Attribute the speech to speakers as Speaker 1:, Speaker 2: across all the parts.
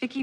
Speaker 1: Vicky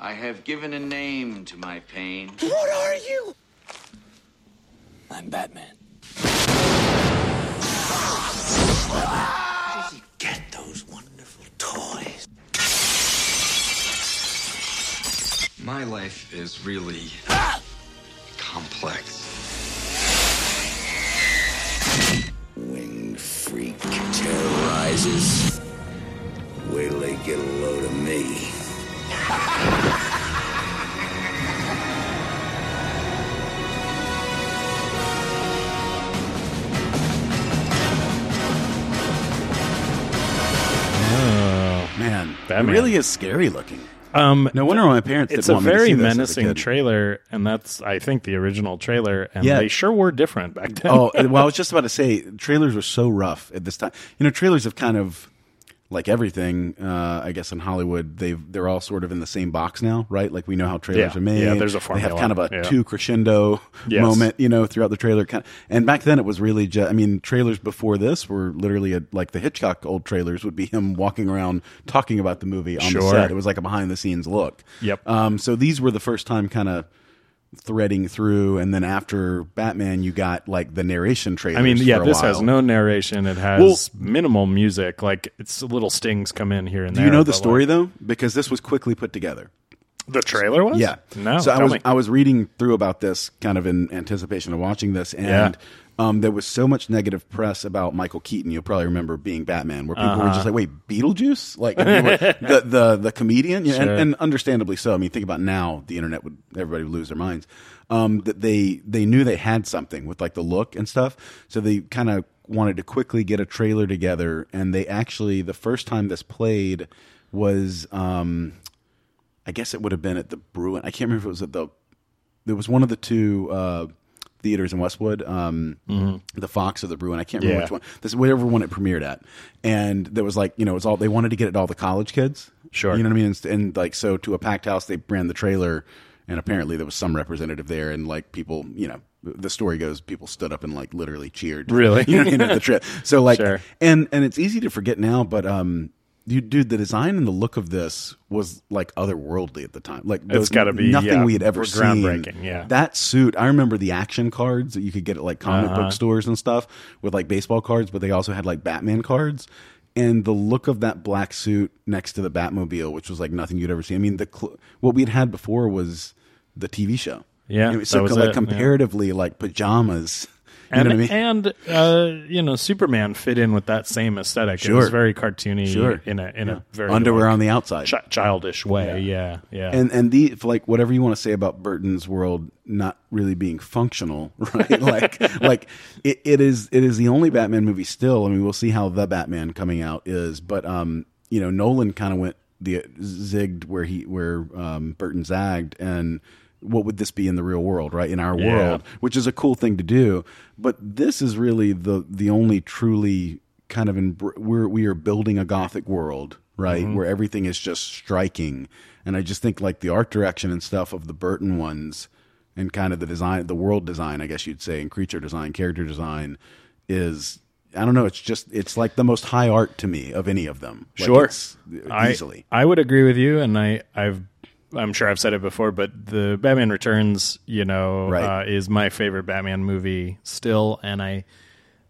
Speaker 2: I have given a name to my pain.
Speaker 3: What are you?
Speaker 4: I'm Batman.
Speaker 2: Get those wonderful toys.
Speaker 5: My life is really complex.
Speaker 2: Winged freak terrorizes. Wait till they get a load of me.
Speaker 6: Man,
Speaker 7: Batman.
Speaker 6: Batman. really is scary looking.
Speaker 7: Um,
Speaker 6: No wonder my parents
Speaker 7: it's
Speaker 6: didn't
Speaker 7: a
Speaker 6: want me to
Speaker 7: very
Speaker 6: see this as a
Speaker 7: menacing
Speaker 6: kid.
Speaker 7: trailer, and that's I think the original trailer, and
Speaker 6: Yeah.
Speaker 7: they sure were different back then.
Speaker 6: oh, well, I was just about to say trailers were so rough at this time. You know, trailers have kind of like everything, uh, I guess, in Hollywood. They have they're all sort of in the same box now, right? Like we know how trailers
Speaker 7: Yeah.
Speaker 6: are made.
Speaker 7: Yeah, there's a
Speaker 6: They have
Speaker 7: formula.
Speaker 6: kind of a
Speaker 7: Yeah.
Speaker 6: two crescendo
Speaker 7: Yes.
Speaker 6: moment, you know, throughout the trailer. Kind and back then it was really just. I mean, trailers before this were literally a, like the Hitchcock old trailers would be him walking around talking about the movie on the
Speaker 7: Sure.
Speaker 6: set. It was like a behind the scenes look.
Speaker 7: Yep.
Speaker 6: Um, so these were the first time kind of threading through, and then after Batman, you got like the narration trailers.
Speaker 7: I mean, yeah,
Speaker 6: Oh, for a
Speaker 7: this
Speaker 6: while.
Speaker 7: has no narration. It has minimal music. Like it's little stings come in here and
Speaker 6: Do
Speaker 7: there.
Speaker 6: you know the
Speaker 7: but,
Speaker 6: story
Speaker 7: like,
Speaker 6: though? Because this was quickly put together.
Speaker 7: the trailer was?
Speaker 6: Yeah.
Speaker 7: No.
Speaker 6: So I
Speaker 7: tell
Speaker 6: was
Speaker 7: me.
Speaker 6: I was reading through about this kind of in anticipation of watching this, and um, there was so much negative press about Michael Keaton. You'll probably remember being Batman, where people
Speaker 7: Uh-huh.
Speaker 6: were just like, "Wait, Beetlejuice?" Like and we were- the the the comedian, yeah, and,
Speaker 7: Sure.
Speaker 6: and understandably so. I mean, think about now, the internet would everybody would lose their minds. Um, that they they knew they had something with like the look and stuff, so they kind of wanted to quickly get a trailer together, and they actually the first time this played was um I guess it would have been at the Bruin. I can't remember if it was at the. There was one of the two uh, theaters in Westwood, um, the Fox or the Bruin. I can't remember
Speaker 7: Mm-hmm. Yeah.
Speaker 6: which one. This whatever one it premiered at, and there was like you know it was all they wanted to get it to all the college kids.
Speaker 7: Sure.
Speaker 6: you know what I mean. And, and like so to a packed house, they ran the trailer, and apparently there was some representative there, and like people, you know. The story goes, people stood up and like literally cheered.
Speaker 7: Really?
Speaker 6: you know, what I mean, at the trip. So like,
Speaker 7: Sure.
Speaker 6: and and it's easy to forget now, but um, you, dude, the design and the look of this was like otherworldly at the time. Like there was
Speaker 7: gotta be,
Speaker 6: nothing
Speaker 7: yeah,
Speaker 6: we had ever seen.
Speaker 7: groundbreaking, yeah.
Speaker 6: that suit. I remember the action cards that you could get at like comic
Speaker 7: Uh-huh.
Speaker 6: book stores and stuff with like baseball cards, but they also had like Batman cards. And the look of that black suit next to the Batmobile, which was like nothing you'd ever seen. I mean, the cl- what we'd had before was the TV show.
Speaker 7: Yeah,
Speaker 6: I mean, so
Speaker 7: that was
Speaker 6: like
Speaker 7: it, yeah.
Speaker 6: comparatively, like pajamas. You
Speaker 7: and
Speaker 6: know what I mean?
Speaker 7: and uh, you know Superman fit in with that same aesthetic. It
Speaker 6: Sure.
Speaker 7: was very cartoony
Speaker 6: Sure.
Speaker 7: in a in a very
Speaker 6: Underwear
Speaker 7: like,
Speaker 6: on the outside.
Speaker 7: chi- childish way. Yeah, yeah.
Speaker 6: and and the for, like whatever you want to say about Burton's world not really being functional, right? like like it, it is it is the only Batman movie still. I mean, we'll see how the Batman coming out is, but um, you know, Nolan kind of went the zigged where he where um Burton zagged and. What would this be in the real world, right? In our
Speaker 7: Yeah.
Speaker 6: world, which is a cool thing to do. But this is really the the only truly kind of embr- we're we are building a gothic world, right?
Speaker 7: Mm-hmm.
Speaker 6: Where everything is just striking, and I just think like the art direction and stuff of the Burton ones, and kind of the design, the world design, I guess you'd say, and creature design, character design, is I don't know. It's just it's like the most high art to me of any of them. Like,
Speaker 7: Sure.
Speaker 6: it's-
Speaker 7: I-
Speaker 6: easily.
Speaker 7: I, would agree with you, and I, I've, I'm sure I've said it before, but the Batman Returns, you know,
Speaker 6: Right.
Speaker 7: uh, is my favorite Batman movie still, and I,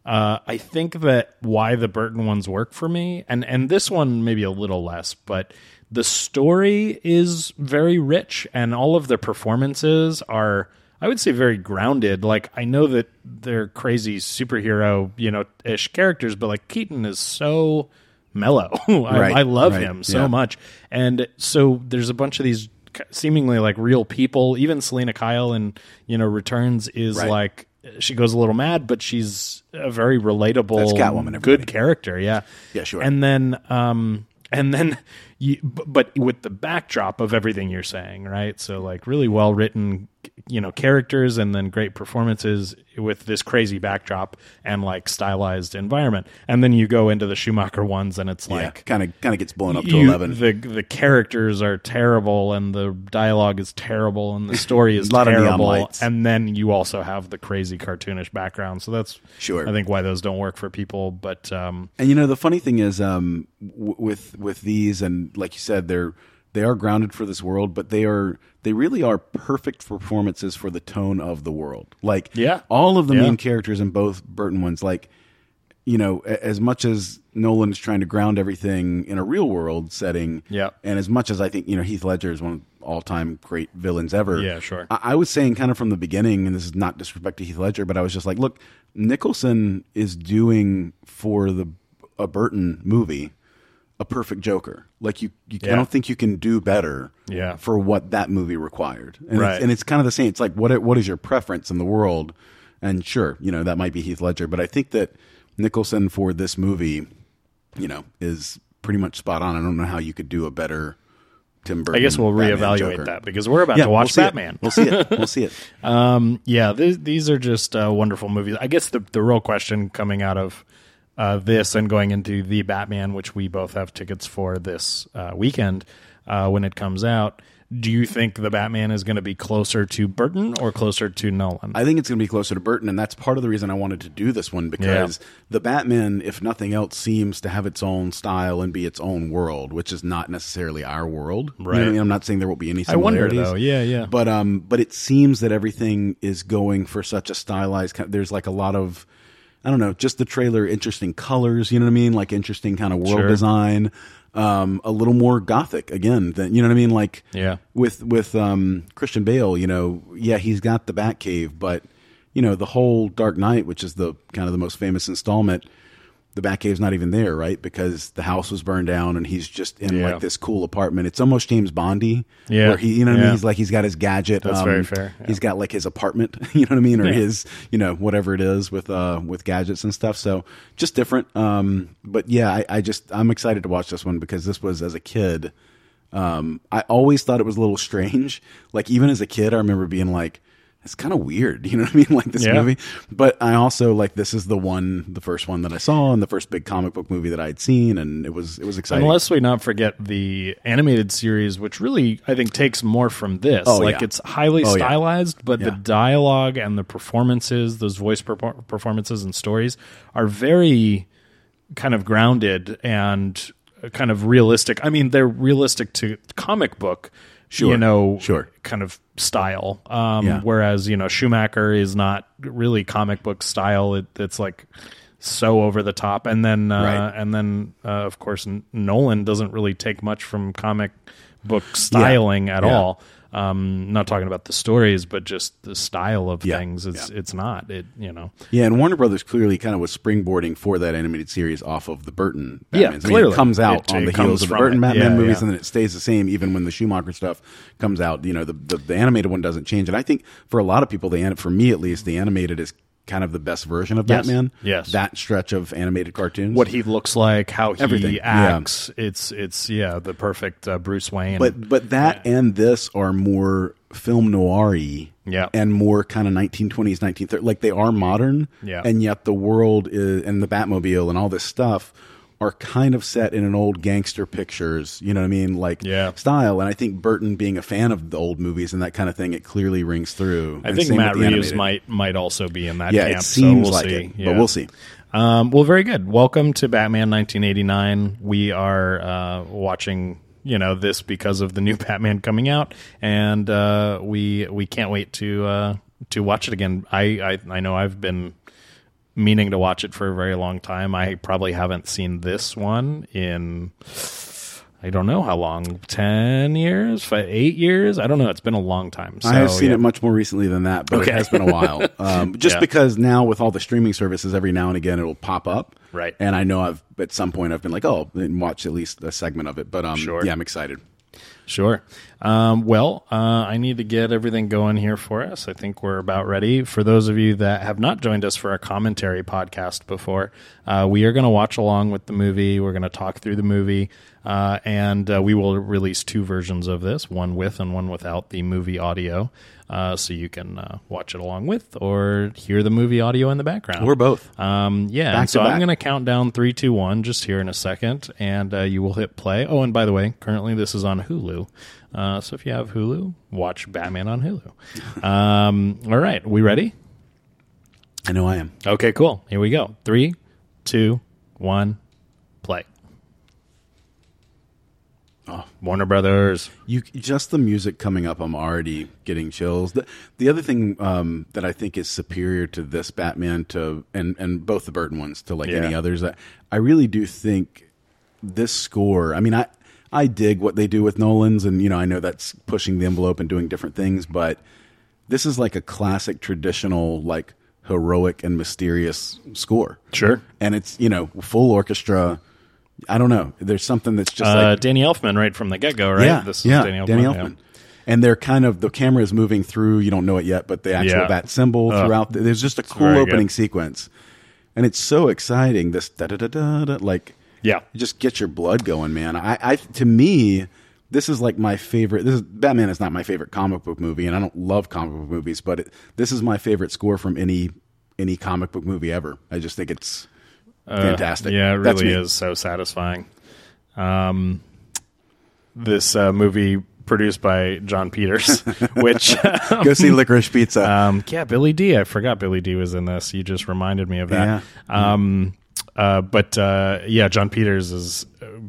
Speaker 7: uh, I think that why the Burton ones work for me, and and this one maybe a little less, but the story is very rich, and all of the performances are. I would say very grounded. Like I know that they're crazy superhero, you know, ish characters, but like Keaton is so mellow. I,
Speaker 6: Right,
Speaker 7: I love
Speaker 6: right,
Speaker 7: him so
Speaker 6: yeah.
Speaker 7: much. And so there's a bunch of these k- seemingly like real people. Even Selena Kyle in you know Returns is
Speaker 6: Right.
Speaker 7: like she goes a little mad, but she's a very relatable,
Speaker 6: That's Catwoman, everybody.
Speaker 7: good character. Yeah,
Speaker 6: Yeah, sure.
Speaker 7: And then um, and then you b- but with the backdrop of everything you're saying right so like really well written you know characters and then great performances with this crazy backdrop and like stylized environment and then you go into the schumacher ones and it's like
Speaker 6: kind of kind of gets blown up to
Speaker 7: you-
Speaker 6: 11.
Speaker 7: the the characters are terrible and the dialogue is terrible and the story is
Speaker 6: A lot of neon
Speaker 7: terrible
Speaker 6: lights.
Speaker 7: and then you also have the crazy cartoonish background so that's
Speaker 6: Sure.
Speaker 7: i think why those don't work for people but um
Speaker 6: And you know the funny thing is, um, w- with with these and like you said, they're they are grounded for this world, but they are they really are perfect performances for the tone of the world. Like
Speaker 7: Yeah.
Speaker 6: all of the
Speaker 7: Yeah.
Speaker 6: main characters in both Burton ones, like you know, a- as much as Nolan is trying to ground everything in a real world setting,
Speaker 7: Yeah.
Speaker 6: and as much as I think you know Heath Ledger is one of all time great villains ever,
Speaker 7: Yeah, sure.
Speaker 6: I, I was saying kind of from the beginning, and this is not disrespect to Heath Ledger, but I was just like, look, Nicholson is doing for the a Burton movie a perfect Joker. Like you, you I
Speaker 7: Yeah.
Speaker 6: don't think you can do better.
Speaker 7: Yeah.
Speaker 6: For what that movie required, and
Speaker 7: Right.
Speaker 6: it's, and it's kind of the same. It's like what what is your preference in the world? And sure, you know that might be Heath Ledger, but I think that Nicholson for this movie, you know, is pretty much spot on. I don't know how you could do a better Tim Burton.
Speaker 7: i guess we'll
Speaker 6: Batman
Speaker 7: reevaluate
Speaker 6: Joker.
Speaker 7: that because we're about
Speaker 6: Yeah,
Speaker 7: to watch
Speaker 6: we'll see it.
Speaker 7: batman
Speaker 6: We'll see it. We'll see it.
Speaker 7: yeah th- these are just uh, wonderful movies i guess the, the real question coming out of uh, this and going into the batman which we both have tickets for this uh, weekend uh, when it comes out do you think the batman is going to be closer to burton or closer to nolan
Speaker 6: I think it's going to be closer to Burton, and that's part of the reason I wanted to do this one because the Batman, if nothing else, seems to have its own style and be its own world, which is not necessarily our world. You know what I
Speaker 7: Right.
Speaker 6: mean? I'm not saying there won't be any
Speaker 7: I wonder,
Speaker 6: similarities.
Speaker 7: though. Yeah, yeah.
Speaker 6: But um, but it seems that everything is going for such a stylized. Kind there's like a lot of. I don't know, just the trailer, interesting colors, you know what I mean? Like interesting kind of world
Speaker 7: Sure.
Speaker 6: design, um, a little more gothic again than, you know what I mean? Like,
Speaker 7: Yeah.
Speaker 6: with with um, Christian Bale, you know, yeah, he's got the Batcave, but you know, the whole Dark Knight, which is the kind of the most famous installment, the Batcave's not even there, right? Because the house was burned down, and he's just in
Speaker 7: Yeah.
Speaker 6: like this cool apartment. It's almost James Bondy,
Speaker 7: Yeah.
Speaker 6: Where he, you know, what I mean?
Speaker 7: Yeah.
Speaker 6: he's like he's got his gadget. um,
Speaker 7: That's very fair, yeah.
Speaker 6: He's got like his apartment, you know what I mean, or
Speaker 7: Yeah.
Speaker 6: his, you know, whatever it is with uh with gadgets and stuff. So just different. Um, but yeah, I, I just I'm excited to watch this one because this was as a kid. um, I always thought it was a little strange. Like even as a kid, I remember being like, "It's kind of weird," you know what I mean? Like this
Speaker 7: Yeah.
Speaker 6: movie. But I also like this is the one, the first one that I saw, and the first big comic book movie that I had seen, and it was it was exciting.
Speaker 7: Unless we not forget the animated series, which really I think takes more from this.
Speaker 6: Oh,
Speaker 7: like
Speaker 6: yeah.
Speaker 7: it's highly
Speaker 6: Oh, yeah.
Speaker 7: stylized, but the
Speaker 6: Yeah.
Speaker 7: dialogue and the performances, those voice perfor performances and stories, are very kind of grounded and uh, kind of realistic. I mean, they're realistic to comic book,
Speaker 6: Sure.
Speaker 7: you know,
Speaker 6: Sure.
Speaker 7: kind of style. Um,
Speaker 6: Yeah.
Speaker 7: Whereas you know Schumacher is not really comic book style. It, it's like so over the top, and then uh,
Speaker 6: Right.
Speaker 7: and then uh, of course N- Nolan doesn't really take much from comic book styling at
Speaker 6: Yeah.
Speaker 7: all. Um, not talking about the stories, but just the style of
Speaker 6: Yeah.
Speaker 7: things. It's it's not it. You know,
Speaker 6: yeah, and Warner Brothers clearly kind of was springboarding for that animated series off of the Burton. Batmans.
Speaker 7: Yeah,
Speaker 6: I mean,
Speaker 7: clearly.
Speaker 6: it comes out
Speaker 7: It-
Speaker 6: on
Speaker 7: it
Speaker 6: the
Speaker 7: comes
Speaker 6: heels of the
Speaker 7: from
Speaker 6: Burton
Speaker 7: it.
Speaker 6: Batman
Speaker 7: Yeah,
Speaker 6: movies,
Speaker 7: yeah.
Speaker 6: and then it stays the same even when the Schumacher stuff comes out. You know, the the, the animated one doesn't change, and I think for a lot of people, the an- for me at least, the animated is kind of the best version of
Speaker 7: Yes.
Speaker 6: Batman.
Speaker 7: Yes.
Speaker 6: that stretch of animated cartoons.
Speaker 7: what he looks like, how he
Speaker 6: Everything. Yeah.
Speaker 7: acts. It's it's yeah, the perfect uh, Bruce Wayne.
Speaker 6: But but that and this are more film noir
Speaker 7: Yeah.
Speaker 6: and more kind of 1920s, 1930s. Like they are modern,
Speaker 7: Yeah.
Speaker 6: and yet the world is, and the Batmobile and all this stuff are kind of set in an old gangster pictures, you know what I mean? Like
Speaker 7: Yeah.
Speaker 6: style. And I think Burton being a fan of the old movies and that kind of thing, it clearly rings through.
Speaker 7: I
Speaker 6: And
Speaker 7: think
Speaker 6: same with
Speaker 7: Matt
Speaker 6: the
Speaker 7: Reeves
Speaker 6: animated.
Speaker 7: might might also be in that
Speaker 6: Yeah,
Speaker 7: camp.
Speaker 6: it seems
Speaker 7: so we'll
Speaker 6: like
Speaker 7: see.
Speaker 6: it,
Speaker 7: Yeah.
Speaker 6: but we'll see.
Speaker 7: Um, well, very good. Welcome to Batman 1989. We are uh, watching, you know, this because of the new Batman coming out, and uh, we we can't wait to uh, to watch it again. I, I I know I've been meaning to watch it for a very long time. I probably haven't seen this one in. I don't know how long, 10 years, five, eight years. I don't know. It's been a long time. So,
Speaker 6: I have seen
Speaker 7: yeah.
Speaker 6: it much more recently than that, but
Speaker 7: Okay.
Speaker 6: it has been a while. Um, just
Speaker 7: Yeah.
Speaker 6: because now with all the streaming services, every now and again it'll pop up,
Speaker 7: Right.
Speaker 6: And I know I've at some point I've been like, oh, and watch at least a segment of it. But um,
Speaker 7: Sure.
Speaker 6: yeah, I'm excited.
Speaker 7: Sure. Um, well, uh, I need to get everything going here for us. I think we're about ready. For those of you that have not joined us for our commentary podcast before, uh, we are going to watch along with the movie. We're going to talk through the movie, uh, and uh, we will release two versions of this one with and one without the movie audio. Uh, so you can uh, watch it along with or hear the movie audio in the background.
Speaker 6: Or both.
Speaker 7: Um, yeah. and
Speaker 6: to
Speaker 7: so I'm
Speaker 6: back.
Speaker 7: going to count down three, two, one, just here in a second, and uh, you will hit play. Oh, and by the way, currently this is on Hulu. Uh, so if you have Hulu, watch Batman on Hulu. um, all right, we ready?
Speaker 6: I know I am.
Speaker 7: Okay, cool. Here we go. Three, two, one, play. Oh, Warner Brothers.
Speaker 6: You just the music coming up. I'm already getting chills. The, the other thing um, that I think is superior to this Batman to and and both the Burton ones to like
Speaker 7: Yeah.
Speaker 6: any others. I, I really do think this score. I mean, I I dig what they do with Nolan's, and you know, I know that's pushing the envelope and doing different things, but this is like a classic traditional like heroic and mysterious score.
Speaker 7: Sure.
Speaker 6: And it's you know full orchestra. I don't know. There's something that's just
Speaker 7: Uh,
Speaker 6: like
Speaker 7: Danny Elfman, right from the get go, right?
Speaker 6: yeah,
Speaker 7: this is
Speaker 6: yeah,
Speaker 7: Danny Elfman. yeah.
Speaker 6: And they're kind of the camera is moving through. You don't know it yet, but the actual
Speaker 7: Yeah.
Speaker 6: bat symbol
Speaker 7: Ugh.
Speaker 6: throughout. The, there's just a cool
Speaker 7: very
Speaker 6: opening
Speaker 7: good.
Speaker 6: sequence, and it's so exciting. This da da da da da like
Speaker 7: Yeah.
Speaker 6: it just gets your blood going, man. I, I to me, this is like my favorite. This is Batman is not my favorite comic book movie, and I don't love comic book movies, but it, this is my favorite score from any any comic book movie ever. I just think it's fantastic.
Speaker 7: Uh, Yeah, it
Speaker 6: That's
Speaker 7: really
Speaker 6: me.
Speaker 7: is so satisfying. Um, this uh, movie produced by John Peters, which um,
Speaker 6: Go see Licorice Pizza.
Speaker 7: um, yeah, Billy D. I forgot Billy D. was in this. You just reminded me of that. Um, uh, but uh, yeah, John Peters is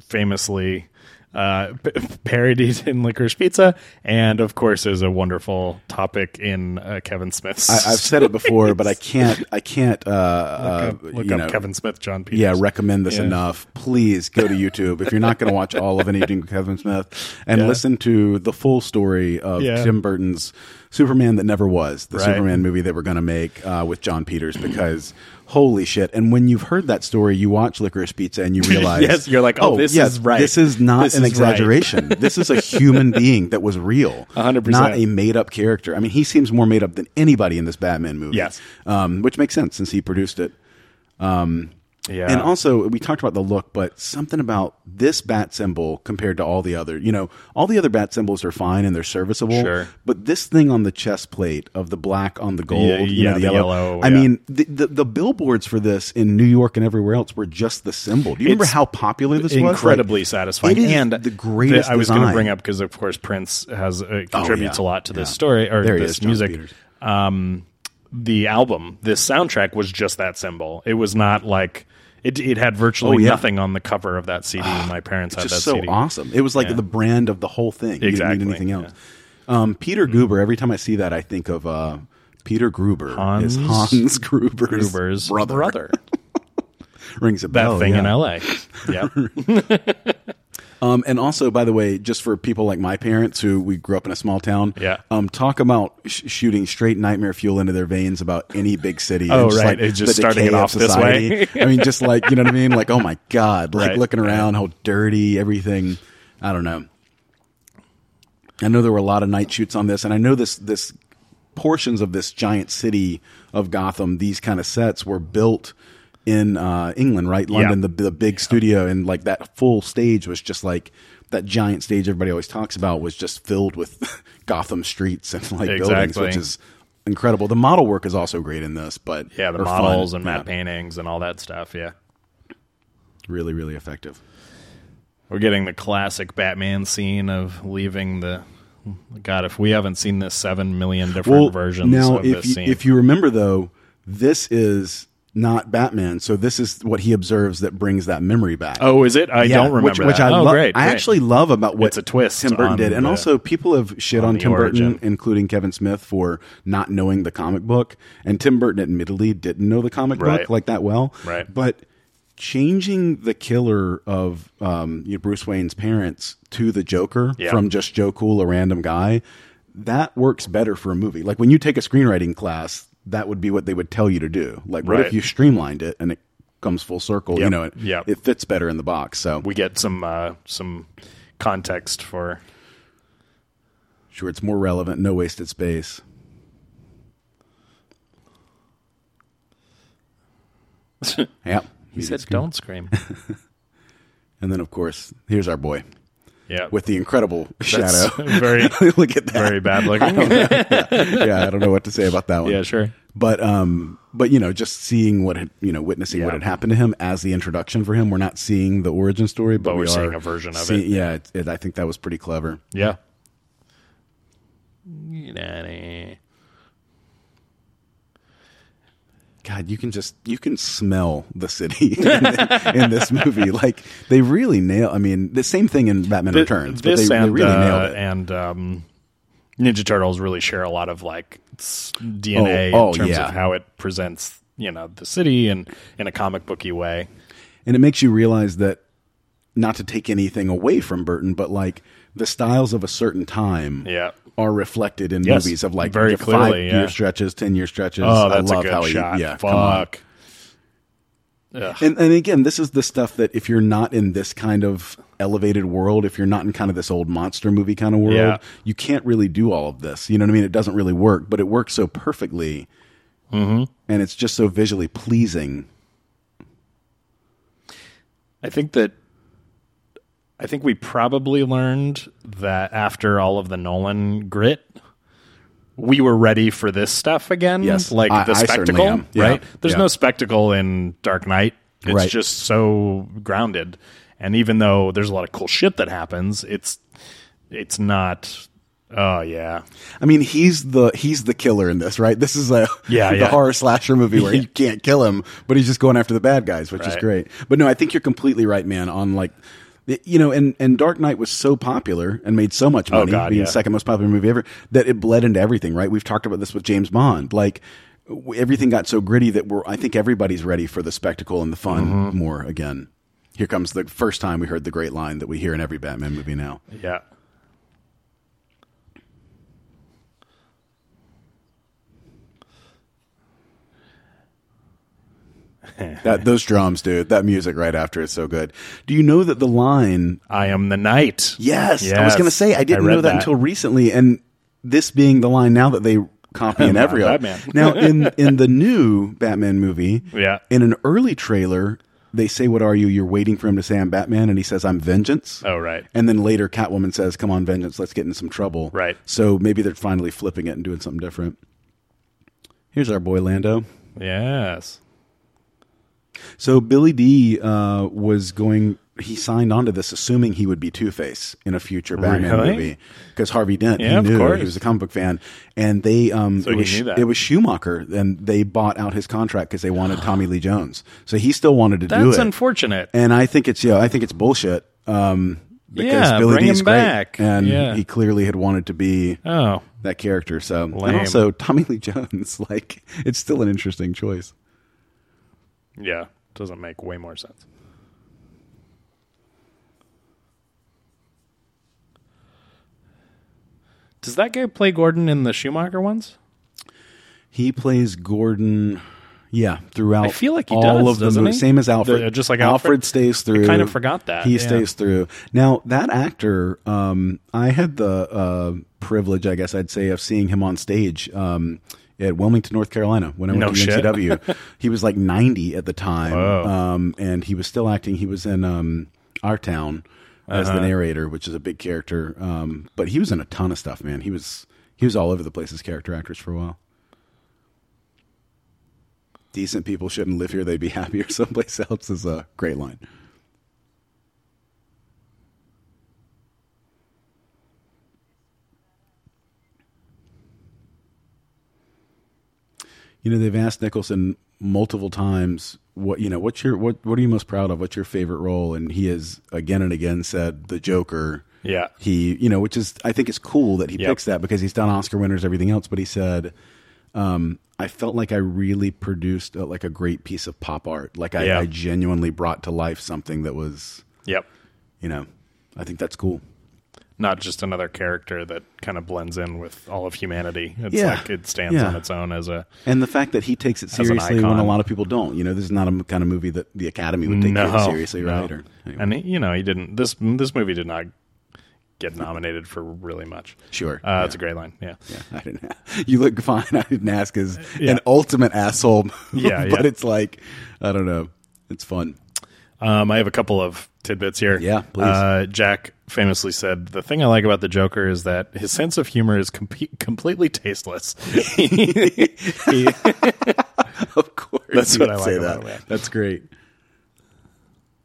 Speaker 7: famously uh, p- parodied in Licorice Pizza, and of course, is a wonderful topic in uh, Kevin Smith's.
Speaker 6: I, I've said it before, but I can't. I can't. Uh, uh,
Speaker 7: look
Speaker 6: you
Speaker 7: up
Speaker 6: know,
Speaker 7: Kevin Smith, John Peters.
Speaker 6: Yeah, recommend this
Speaker 7: Yeah.
Speaker 6: enough. Please go to YouTube if you're not going to watch all of anything with Kevin Smith and listen to the full story of
Speaker 7: Yeah.
Speaker 6: Tim Burton's Superman that never was, the
Speaker 7: Right.
Speaker 6: Superman movie they were going to make uh, with John Peters. Because holy shit! And when you've heard that story, you watch Licorice Pizza and you realize,
Speaker 7: Yes, you're like, oh, this is right.
Speaker 6: This is not
Speaker 7: This
Speaker 6: an
Speaker 7: is right."
Speaker 6: exaggeration. this is a human being that was real,
Speaker 7: 100%.
Speaker 6: not a made up character. I mean, he seems more made up than anybody in this Batman movie.
Speaker 7: Yes.
Speaker 6: um, which makes sense since he produced it.
Speaker 7: yeah,
Speaker 6: And also, we talked about the look, but something about this bat symbol compared to all the other, you know, all the other bat symbols are fine and they're serviceable.
Speaker 7: Sure.
Speaker 6: But this thing on the chest plate of the black on the gold,
Speaker 7: Yeah,
Speaker 6: you know,
Speaker 7: yeah,
Speaker 6: the,
Speaker 7: the
Speaker 6: yellow.
Speaker 7: yellow,
Speaker 6: I
Speaker 7: yeah.
Speaker 6: mean, the, the, the billboards for this in New York and everywhere else were just the symbol. Do you remember
Speaker 7: It's
Speaker 6: how popular this was?
Speaker 7: incredibly
Speaker 6: Like,
Speaker 7: satisfying
Speaker 6: it is
Speaker 7: and
Speaker 6: the greatest.
Speaker 7: I was going to
Speaker 6: design. Oh,
Speaker 7: bring up because of course Prince has uh, contributes
Speaker 6: yeah.
Speaker 7: a lot to this
Speaker 6: Yeah.
Speaker 7: story or
Speaker 6: There he
Speaker 7: this
Speaker 6: is, John
Speaker 7: music.
Speaker 6: Peters.
Speaker 7: Um, the album, this soundtrack was just that symbol. It was not like it. It had virtually
Speaker 6: Oh, yeah. Ah,
Speaker 7: nothing on the cover of that CD. My parents had that
Speaker 6: just so
Speaker 7: CD.
Speaker 6: awesome. It was like
Speaker 7: Yeah.
Speaker 6: the brand of the whole thing. You didn't
Speaker 7: Exactly, Mm-hmm.
Speaker 6: need anything else. Um, Peter Goober. Every time I see that, I think of uh, Peter Gruber.
Speaker 7: Hans
Speaker 6: is Hans Gruber's,
Speaker 7: Gruber's
Speaker 6: brother.
Speaker 7: brother.
Speaker 6: Rings a
Speaker 7: That
Speaker 6: bell.
Speaker 7: thing in
Speaker 6: yeah.
Speaker 7: L.A. Yeah,
Speaker 6: Um, and also, by the way, just for people like my parents who we grew up in a small town.
Speaker 7: Yeah.
Speaker 6: Um, talk about sh- shooting straight nightmare fuel into their veins about any big city.
Speaker 7: Oh,
Speaker 6: and
Speaker 7: right.
Speaker 6: Like
Speaker 7: It's just
Speaker 6: the
Speaker 7: starting
Speaker 6: decay
Speaker 7: it
Speaker 6: of
Speaker 7: off this way.
Speaker 6: society. I mean, just like you know what I mean. Like, oh my god, like
Speaker 7: Right.
Speaker 6: looking around, how dirty everything. I don't know. I know there were a lot of night shoots on this, and I know this this portions of this giant city of Gotham. These kind of sets were built in uh, England, right? London, the, the big studio, and like that full stage was just like that giant stage everybody always talks about was just filled with Gotham streets and like buildings,
Speaker 7: Exactly.
Speaker 6: which is incredible. The model work is also great in this, but
Speaker 7: yeah. The
Speaker 6: or fun.
Speaker 7: models and
Speaker 6: Yeah.
Speaker 7: matte paintings and all that stuff. Yeah.
Speaker 6: really, really effective.
Speaker 7: We're getting the classic Batman scene of leaving the. God, if we haven't seen this seven million different versions
Speaker 6: Now,
Speaker 7: of
Speaker 6: if
Speaker 7: this
Speaker 6: you,
Speaker 7: scene,
Speaker 6: if you remember though, this is not Batman, so this is what he observes that brings that memory back.
Speaker 7: oh, is it? I
Speaker 6: Yeah,
Speaker 7: don't remember.
Speaker 6: which, which
Speaker 7: that.
Speaker 6: I
Speaker 7: oh,
Speaker 6: love.
Speaker 7: great,
Speaker 6: I
Speaker 7: great.
Speaker 6: actually love about what
Speaker 7: It's a twist
Speaker 6: Tim Burton
Speaker 7: on
Speaker 6: did, and
Speaker 7: the-
Speaker 6: also people have shit on,
Speaker 7: the
Speaker 6: Tim Burton,
Speaker 7: origin.
Speaker 6: including Kevin Smith, for not knowing the comic book. And Tim Burton admittedly didn't know the comic book
Speaker 7: Right.
Speaker 6: like that well,
Speaker 7: Right.
Speaker 6: But changing the killer of um, you know, Bruce Wayne's parents to the Joker
Speaker 7: Yeah.
Speaker 6: from just Joe Cool, a random guy, that works better for a movie. Like when you take a screenwriting class, that would be what they would tell you to do. Like, what if
Speaker 7: Right.
Speaker 6: you streamlined it and it comes full circle? You
Speaker 7: Yep.
Speaker 6: know, it,
Speaker 7: Yep.
Speaker 6: it fits better in the box. So
Speaker 7: we get some uh, some context for
Speaker 6: Sure, it's more relevant. No wasted space. Yep.
Speaker 7: He said, "Don't scream."
Speaker 6: And then, of course, here's our boy
Speaker 7: Yeah,
Speaker 6: with the incredible
Speaker 7: That's
Speaker 6: shadow.
Speaker 7: very
Speaker 6: Look at that.
Speaker 7: very bad looking.
Speaker 6: yeah, I don't know what to say about that one.
Speaker 7: yeah, sure.
Speaker 6: But um, but you know, just seeing what had you know, witnessing what
Speaker 7: Yeah.
Speaker 6: had happened to him as the introduction for him. We're not seeing the origin story, but,
Speaker 7: But we're
Speaker 6: we
Speaker 7: seeing
Speaker 6: are
Speaker 7: a version of
Speaker 6: see-
Speaker 7: it.
Speaker 6: Yeah, it, it, I think that was pretty clever.
Speaker 7: Yeah. Nanny.
Speaker 6: God, you can just you can smell the city in, the- in this movie. Like they really nail. I mean, the same thing in Batman
Speaker 7: Th-
Speaker 6: Returns, but
Speaker 7: this
Speaker 6: they, they
Speaker 7: and,
Speaker 6: really
Speaker 7: uh,
Speaker 6: nailed it.
Speaker 7: and um, Ninja Turtles really share a lot of like s- DNA
Speaker 6: Oh, oh,
Speaker 7: in terms
Speaker 6: yeah.
Speaker 7: of how it presents, you know, the city and in a comic booky way.
Speaker 6: and it makes you realize that not to take anything away from Burton, but like the styles of a certain time
Speaker 7: Yeah.
Speaker 6: are reflected in
Speaker 7: Yes,
Speaker 6: movies of like
Speaker 7: very
Speaker 6: five
Speaker 7: clearly, yeah.
Speaker 6: year stretches, ten year stretches.
Speaker 7: Oh, that's
Speaker 6: I love
Speaker 7: a good
Speaker 6: how he,
Speaker 7: shot.
Speaker 6: Yeah, come on.
Speaker 7: Fuck.
Speaker 6: And, and again, this is the stuff that if you're not in this kind of elevated world, if you're not in kind of this old monster movie kind of world,
Speaker 7: Yeah.
Speaker 6: you can't really do all of this. You know what I mean? It doesn't really work, but it works so perfectly, and it's just so visually pleasing.
Speaker 7: I think that I think we probably learned that after all of the Nolan grit, we were ready for this stuff again.
Speaker 6: Yes.
Speaker 7: like
Speaker 6: I-
Speaker 7: the
Speaker 6: I certainly
Speaker 7: spectacle,
Speaker 6: am. Yeah.
Speaker 7: right? There's
Speaker 6: Yeah.
Speaker 7: no spectacle in Dark Knight. It's
Speaker 6: Right.
Speaker 7: just so grounded. And even though there's a lot of cool shit that happens, it's it's not. Oh yeah,
Speaker 6: I mean, he's the he's the killer in this, right? This is a
Speaker 7: Yeah,
Speaker 6: the
Speaker 7: yeah.
Speaker 6: horror slasher movie where you can't kill him, but he's just going after the bad guys, which is
Speaker 7: Right.
Speaker 6: great. But no, I think you're completely right, man. On like, you know, and and Dark Knight was so popular and made so much money,
Speaker 7: Oh, God,
Speaker 6: being
Speaker 7: yeah.
Speaker 6: the second most popular movie ever, that it bled into everything, right? We've talked about this with James Bond, like. w- Everything got so gritty that we're. I think everybody's ready for the spectacle and the fun
Speaker 7: Mm-hmm.
Speaker 6: more again. Here comes the first time we heard the great line that we hear in every Batman movie now.
Speaker 7: yeah.
Speaker 6: That those drums, dude. That music right after is so good. Do you know that the line?
Speaker 7: I am the knight.
Speaker 6: Yes, I was
Speaker 7: Yes.
Speaker 6: going to say I didn't
Speaker 7: read
Speaker 6: know that, until recently, and this being the line now that they copy in every
Speaker 7: Batman.
Speaker 6: now in in the new Batman movie.
Speaker 7: Yeah.
Speaker 6: in an early trailer. They say, "What are you?" You're waiting for him to say, "I'm Batman," and he says, "I'm Vengeance."
Speaker 7: Oh, right.
Speaker 6: And then later, Catwoman says, "Come on, Vengeance. Let's get in some trouble."
Speaker 7: Right.
Speaker 6: So maybe they're finally flipping it and doing something different. Here's our boy Lando.
Speaker 7: Yes.
Speaker 6: So Billy D uh, was going. He signed on to this, assuming he would be Two Face in a future Batman
Speaker 7: Really?
Speaker 6: movie, because Harvey Dent.
Speaker 7: Yeah,
Speaker 6: he
Speaker 7: of
Speaker 6: knew
Speaker 7: course.
Speaker 6: he was a comic book fan, and they um,
Speaker 7: So
Speaker 6: it
Speaker 7: he
Speaker 6: was
Speaker 7: knew that.
Speaker 6: it was Schumacher, and they bought out his contract because they wanted Tommy Lee Jones. So he still wanted to do
Speaker 7: That's
Speaker 6: it,
Speaker 7: unfortunate.
Speaker 6: and I think it's yeah, I think it's bullshit. Um, because
Speaker 7: Yeah,
Speaker 6: Billy
Speaker 7: bring
Speaker 6: D is
Speaker 7: him
Speaker 6: great,
Speaker 7: back.
Speaker 6: and
Speaker 7: Yeah.
Speaker 6: he clearly had wanted to be
Speaker 7: Oh,
Speaker 6: that character. So and
Speaker 7: Lame.
Speaker 6: also Tommy Lee Jones, like it's still an interesting choice.
Speaker 7: yeah. Doesn't make way more sense. Does that guy play Gordon in the Schumacher ones?
Speaker 6: He plays Gordon. Yeah, throughout.
Speaker 7: I feel like he
Speaker 6: all
Speaker 7: does,
Speaker 6: of the
Speaker 7: doesn't
Speaker 6: movies.
Speaker 7: he?
Speaker 6: Same as Alfred.
Speaker 7: The- just like
Speaker 6: Alfred
Speaker 7: Alfred?
Speaker 6: stays through.
Speaker 7: kinda forgot that,
Speaker 6: he
Speaker 7: yeah.
Speaker 6: stays through. Now that actor, um, I had the uh, privilege, I guess I'd say, of seeing him on stage. Um, at Wilmington, North Carolina, when I went
Speaker 7: No
Speaker 6: to
Speaker 7: shit.
Speaker 6: UNCW, he was like 90 at the time,
Speaker 7: Whoa.
Speaker 6: um, and he was still acting. He was in um, Our Town as
Speaker 7: Uh-huh.
Speaker 6: the narrator, which is a big character. Um, but he was in a ton of stuff, man. He was he was all over the place as character actors for a while decent people shouldn't live here, they'd be happier someplace else is a great line. You know, they've asked Nicholson multiple times what you know, what's your what what are you most proud of? What's your favorite role? And he has again and again said the Joker.
Speaker 7: Yeah.
Speaker 6: He you know, which is I think is cool that he
Speaker 7: Yep.
Speaker 6: picks that because he's done Oscar winners, everything else, but he said I felt like I really produced uh like a great piece of pop art. Like I,
Speaker 7: Yeah.
Speaker 6: I genuinely brought to life something that was,
Speaker 7: Yep.
Speaker 6: you know, I think that's cool.
Speaker 7: Not just another character that kind of blends in with all of humanity. It's
Speaker 6: Yeah.
Speaker 7: like it stands
Speaker 6: Yeah.
Speaker 7: on its own as a
Speaker 6: And the fact that he takes it
Speaker 7: an
Speaker 6: seriously when a
Speaker 7: icon.
Speaker 6: lot of people don't, you know, this is not a m- kind of movie that the Academy would take it seriously,
Speaker 7: no.
Speaker 6: right? Or, anyway.
Speaker 7: And he- you know, he didn't. This this movie did not get nominated for really much.
Speaker 6: Sure.
Speaker 7: Uh, It's a great line. Yeah.
Speaker 6: I didn't. you look fine. I didn't ask is
Speaker 7: Yeah.
Speaker 6: an ultimate asshole. move,
Speaker 7: Yeah,
Speaker 6: but
Speaker 7: yeah.
Speaker 6: it's like I don't know. It's fun.
Speaker 7: Um, I have a couple of tidbits here.
Speaker 6: Yeah, please.
Speaker 7: Uh, Jack famously said, "The thing I like about the Joker is that his sense of humor is com- completely tasteless."
Speaker 6: Of course,
Speaker 7: That's
Speaker 6: you would
Speaker 7: what I like
Speaker 6: say
Speaker 7: about
Speaker 6: that.
Speaker 7: it.
Speaker 6: That's great.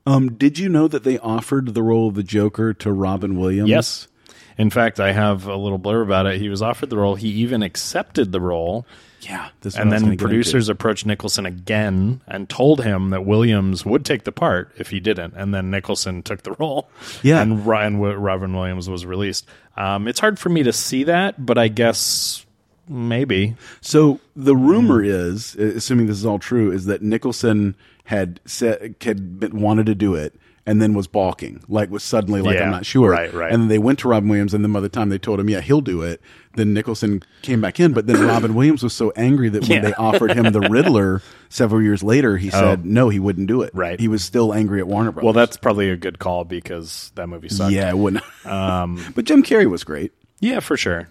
Speaker 6: Um, did you know that they offered the role of the Joker to Robin Williams?
Speaker 7: yes. In fact, I have a little blurb about it. He was offered the role. He even accepted the role.
Speaker 6: Yeah. This is
Speaker 7: And
Speaker 6: what I was gonna
Speaker 7: then
Speaker 6: get into.
Speaker 7: producers approached Nicholson again and told him that Williams would take the part if he didn't. And then Nicholson took the role.
Speaker 6: Yeah.
Speaker 7: And Ryan Wi- Robin Williams was released. Um, it's hard for me to see that, but I guess maybe.
Speaker 6: So the rumor is, uh, assuming this is all true, is that Nicholson had said had been, wanted to do it and then was balking, like was suddenly like
Speaker 7: Yeah,
Speaker 6: I'm not sure,
Speaker 7: right, right.
Speaker 6: And then they went to Robin Williams, and then by the time they told him, yeah, he'll do it, then Nicholson came back in, but then Robin Williams was so angry that when
Speaker 7: Yeah.
Speaker 6: they offered him the Riddler several years later, he said no, he wouldn't do it.
Speaker 7: Right.
Speaker 6: he was still angry at Warner Brothers.
Speaker 7: Well, that's probably a good call because that movie sucked.
Speaker 6: yeah, it wouldn't. Um, but Jim Carrey was great.
Speaker 7: Yeah, for sure.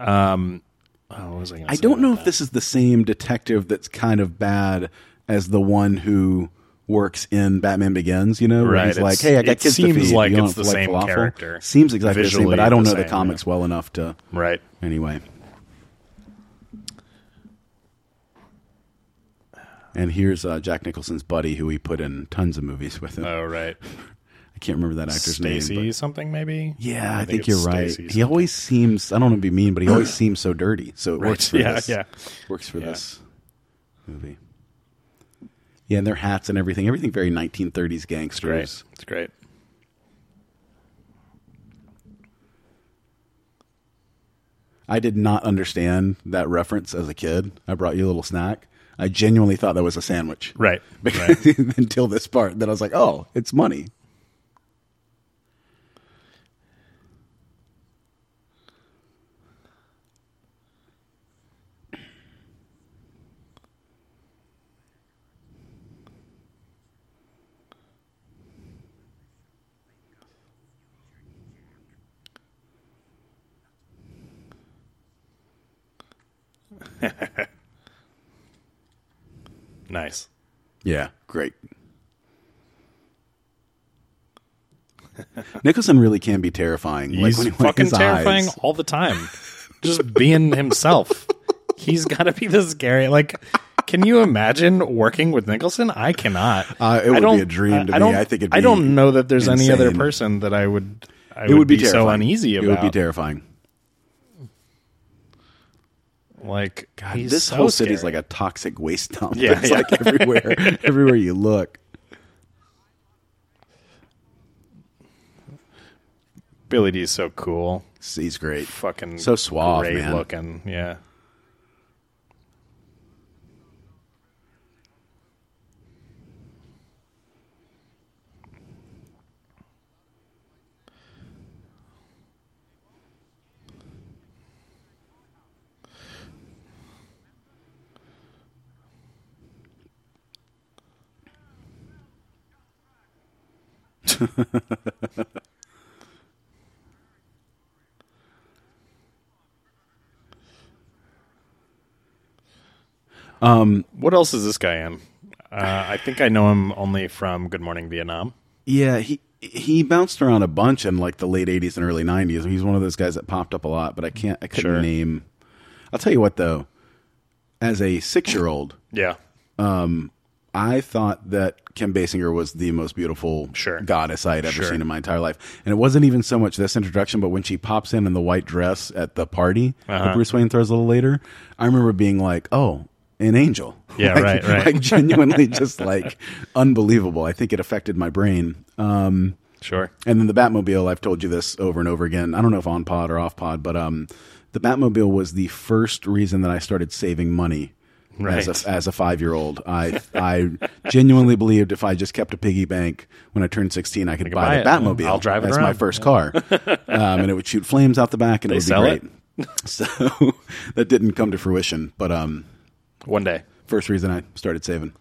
Speaker 7: Um, oh, what was I, gonna
Speaker 6: I
Speaker 7: say
Speaker 6: don't know
Speaker 7: about
Speaker 6: if this is the same detective that's kind of bad as the one who works in Batman Begins. You know, where
Speaker 7: Right,
Speaker 6: he's like,
Speaker 7: it's-
Speaker 6: "Hey, I got
Speaker 7: it
Speaker 6: kids to
Speaker 7: seems
Speaker 6: feed.
Speaker 7: like
Speaker 6: You
Speaker 7: it's
Speaker 6: don't
Speaker 7: the
Speaker 6: like
Speaker 7: same
Speaker 6: falafel?"
Speaker 7: character.
Speaker 6: Seems exactly the same,
Speaker 7: Visually
Speaker 6: but I don't
Speaker 7: the
Speaker 6: know the
Speaker 7: same,
Speaker 6: comics well enough to.
Speaker 7: that. Right.
Speaker 6: Anyway, and here's uh, Jack Nicholson's buddy, who he put in tons of movies with him.
Speaker 7: Oh, right.
Speaker 6: I can't remember that actor's name.
Speaker 7: Stacy
Speaker 6: but-
Speaker 7: something maybe.
Speaker 6: Yeah, I, think,
Speaker 7: it's
Speaker 6: you're right.
Speaker 7: Stacy
Speaker 6: he always seems, I don't want to be mean, but he always seems so dirty. So it works for
Speaker 7: Yeah,
Speaker 6: this.
Speaker 7: yeah.
Speaker 6: Works for
Speaker 7: Yeah.
Speaker 6: this movie. Yeah, and their hats and everything. Everything very 1930s
Speaker 7: great.
Speaker 6: gangsters.
Speaker 7: It's great.
Speaker 6: I did not understand that reference as a kid. I brought you a little snack. I genuinely thought that was a sandwich.
Speaker 7: Right.
Speaker 6: Because until this part, then I was like, oh, it's money.
Speaker 7: Nice.
Speaker 6: Yeah, great. Nicholson really can be terrifying.
Speaker 7: He's
Speaker 6: when he- when
Speaker 7: fucking
Speaker 6: his eyes-
Speaker 7: terrifying all the time. Just being himself. He's got to be the scary. Like, can you imagine working with Nicholson? I cannot.
Speaker 6: Uh, it
Speaker 7: I
Speaker 6: would be
Speaker 7: don't-
Speaker 6: a dream to me.
Speaker 7: don't-
Speaker 6: I think it'd
Speaker 7: I
Speaker 6: be
Speaker 7: don't know that there's any other
Speaker 6: insane.
Speaker 7: person that I would. I
Speaker 6: It would be,
Speaker 7: so
Speaker 6: terrifying.
Speaker 7: uneasy about.
Speaker 6: It would be terrifying.
Speaker 7: Like God,
Speaker 6: this whole city's like a toxic waste dump.
Speaker 7: Yeah,
Speaker 6: it's
Speaker 7: yeah.
Speaker 6: like everywhere, everywhere you look.
Speaker 7: Billy D's so cool.
Speaker 6: He's great.
Speaker 7: Fucking
Speaker 6: So suave,
Speaker 7: great
Speaker 6: man.
Speaker 7: looking. Yeah. What else is this guy in? Uh, I think I know him only from Good Morning Vietnam.
Speaker 6: Yeah, he he bounced around a bunch in like the late '80s and early '90s. He's one of those guys that popped up a lot, but I can't. I couldn't
Speaker 7: Sure.
Speaker 6: name. I'll tell you what, though, as a six-year-old,
Speaker 7: Yeah.
Speaker 6: I thought that Kim Basinger was the most beautiful
Speaker 7: Sure.
Speaker 6: goddess I had ever
Speaker 7: Sure.
Speaker 6: seen in my entire life. And it wasn't even so much this introduction, but when she pops in in the white dress at the party
Speaker 7: Uh-huh.
Speaker 6: that Bruce Wayne throws a little later, I remember being like, oh, an angel.
Speaker 7: Yeah,
Speaker 6: Like-
Speaker 7: right, right.
Speaker 6: Like genuinely just like unbelievable. I think it affected my brain. Um,
Speaker 7: Sure.
Speaker 6: and then the Batmobile, I've told you this over and over again. I don't know if on pod or off pod, but um, the Batmobile was the first reason that I started saving money. As
Speaker 7: Right.
Speaker 6: a, as a five year old, I I genuinely believed if I just kept a piggy bank when I turned sixteen, I could buy,
Speaker 7: buy
Speaker 6: the
Speaker 7: it.
Speaker 6: Batmobile.
Speaker 7: I'll drive it
Speaker 6: That's my
Speaker 7: around.
Speaker 6: first car, um, and it would shoot flames out the back, and it would
Speaker 7: sell
Speaker 6: be
Speaker 7: it?
Speaker 6: great. So that didn't come to fruition, but um,
Speaker 7: One day.
Speaker 6: first reason I started saving.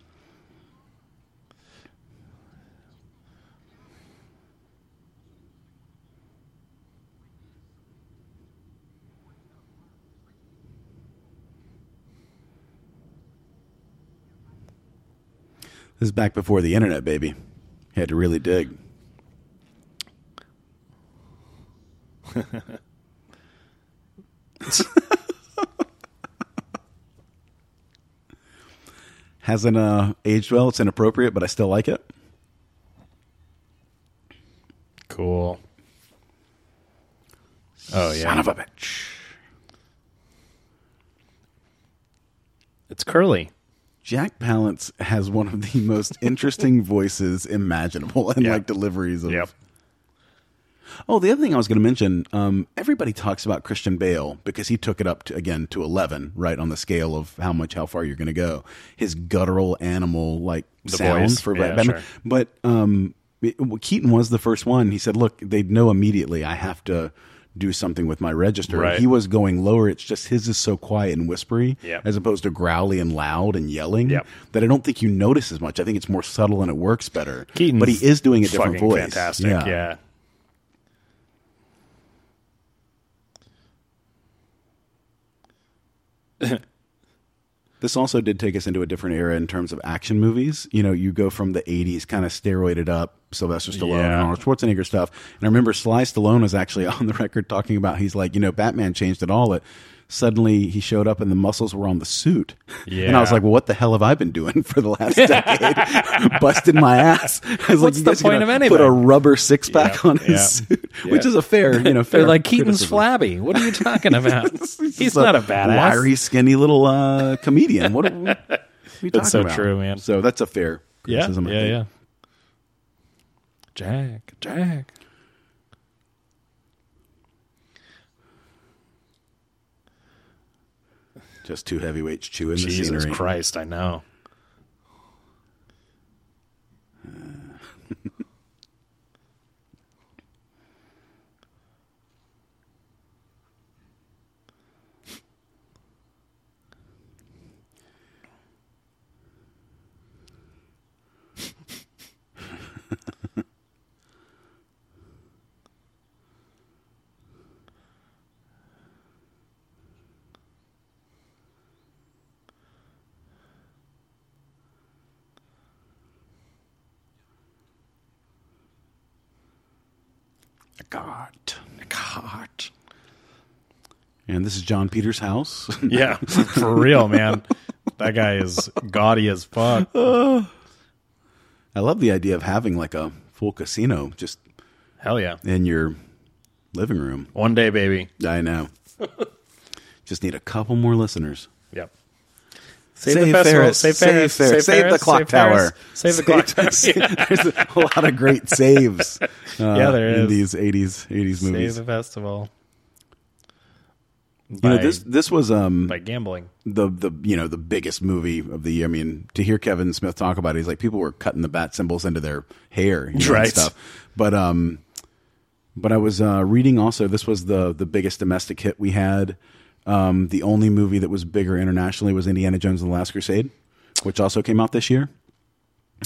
Speaker 6: This is back before the internet, baby. You had to really dig. Hasn't uh, aged well. It's inappropriate, but I still like it.
Speaker 7: Cool. Oh yeah.
Speaker 6: Son of a bitch.
Speaker 7: It's curly.
Speaker 6: Jack Palance has one of the most interesting voices imaginable and
Speaker 7: Yeah.
Speaker 6: like deliveries of.
Speaker 7: Yep.
Speaker 6: Oh, the other thing I was going to mention um, everybody talks about Christian Bale because he took it up to, again to 11, right? On the scale of how much, how far you're going to go. Hhis guttural animal like sound
Speaker 7: voice.
Speaker 6: for
Speaker 7: Yeah,
Speaker 6: Batman.
Speaker 7: sure.
Speaker 6: But um, it- well, Keaton was the first one. He said, look, they'd know immediately I have to do something with my register.
Speaker 7: Right.
Speaker 6: He was going lower. It's just his is so quiet and whispery
Speaker 7: Yep.
Speaker 6: as opposed to growly and loud and yelling
Speaker 7: Yep.
Speaker 6: that I don't think you notice as much. I think it's more subtle and it works better.
Speaker 7: Keaton,
Speaker 6: but he is doing a different voice.
Speaker 7: Fantastic. yeah.
Speaker 6: This also did take us into a different era in terms of action movies. You know, you go from the 80s kind of steroided up Sylvester Stallone
Speaker 7: Yeah.
Speaker 6: and Arnold Schwarzenegger stuff. And I remember Sly Stallone was actually on the record talking about he's like, you know, Batman changed it all. It suddenly he showed up and the muscles were on the suit. And I was
Speaker 7: Yeah.
Speaker 6: like, well, what the hell have I been doing for the last decade? Busting my ass. I was like,
Speaker 7: What's
Speaker 6: you
Speaker 7: the
Speaker 6: guys gonna
Speaker 7: point of
Speaker 6: Put a
Speaker 7: anything?
Speaker 6: rubber six pack
Speaker 7: Yeah,
Speaker 6: on his
Speaker 7: yeah,
Speaker 6: suit, which is a fair, you know, fair.
Speaker 7: They're like Keaton's
Speaker 6: criticism.
Speaker 7: flabby. What are you talking about? He's
Speaker 6: Just
Speaker 7: not a badass.
Speaker 6: wiry, skinny little uh, comedian. What? Are, what are we
Speaker 7: That's
Speaker 6: talking
Speaker 7: so
Speaker 6: about?
Speaker 7: true, man.
Speaker 6: So that's a fair
Speaker 7: Yeah,
Speaker 6: criticism. I
Speaker 7: yeah,
Speaker 6: think.
Speaker 7: yeah. Jack, Jack.
Speaker 6: Just two heavyweights chewing the
Speaker 7: Jesus
Speaker 6: scenery.
Speaker 7: Christ, I know.
Speaker 6: Eckhart. Eckhart. And this is John Peters' house.
Speaker 7: Yeah, for real, man. That guy is gaudy as fuck.
Speaker 6: I love the idea of having like a full casino just
Speaker 7: Hell yeah.
Speaker 6: in your living room.
Speaker 7: One day, baby.
Speaker 6: I know. just need a couple more listeners.
Speaker 7: Yep.
Speaker 6: Save
Speaker 7: festival.
Speaker 6: Ferris.
Speaker 7: Save
Speaker 6: Save
Speaker 7: Ferris.
Speaker 6: Ferris. Save the clock
Speaker 7: Ferris.
Speaker 6: tower.
Speaker 7: Save the clock tower.
Speaker 6: There's a lot of great saves. uh,
Speaker 7: Yeah, there
Speaker 6: in these
Speaker 7: is.
Speaker 6: '80s '80s
Speaker 7: Save
Speaker 6: movies.
Speaker 7: the festival.
Speaker 6: You know
Speaker 7: By-
Speaker 6: this this was um
Speaker 7: by gambling.
Speaker 6: the the you know the biggest movie of the year. I mean, to hear Kevin Smith talk about it, he's like people were cutting the bat symbols into their hair, you know, and
Speaker 7: Right.
Speaker 6: stuff. But um, but I was uh, reading also this was the the biggest domestic hit we had. Um, the only movie that was bigger internationally was Indiana Jones and the Last Crusade, which also came out this year.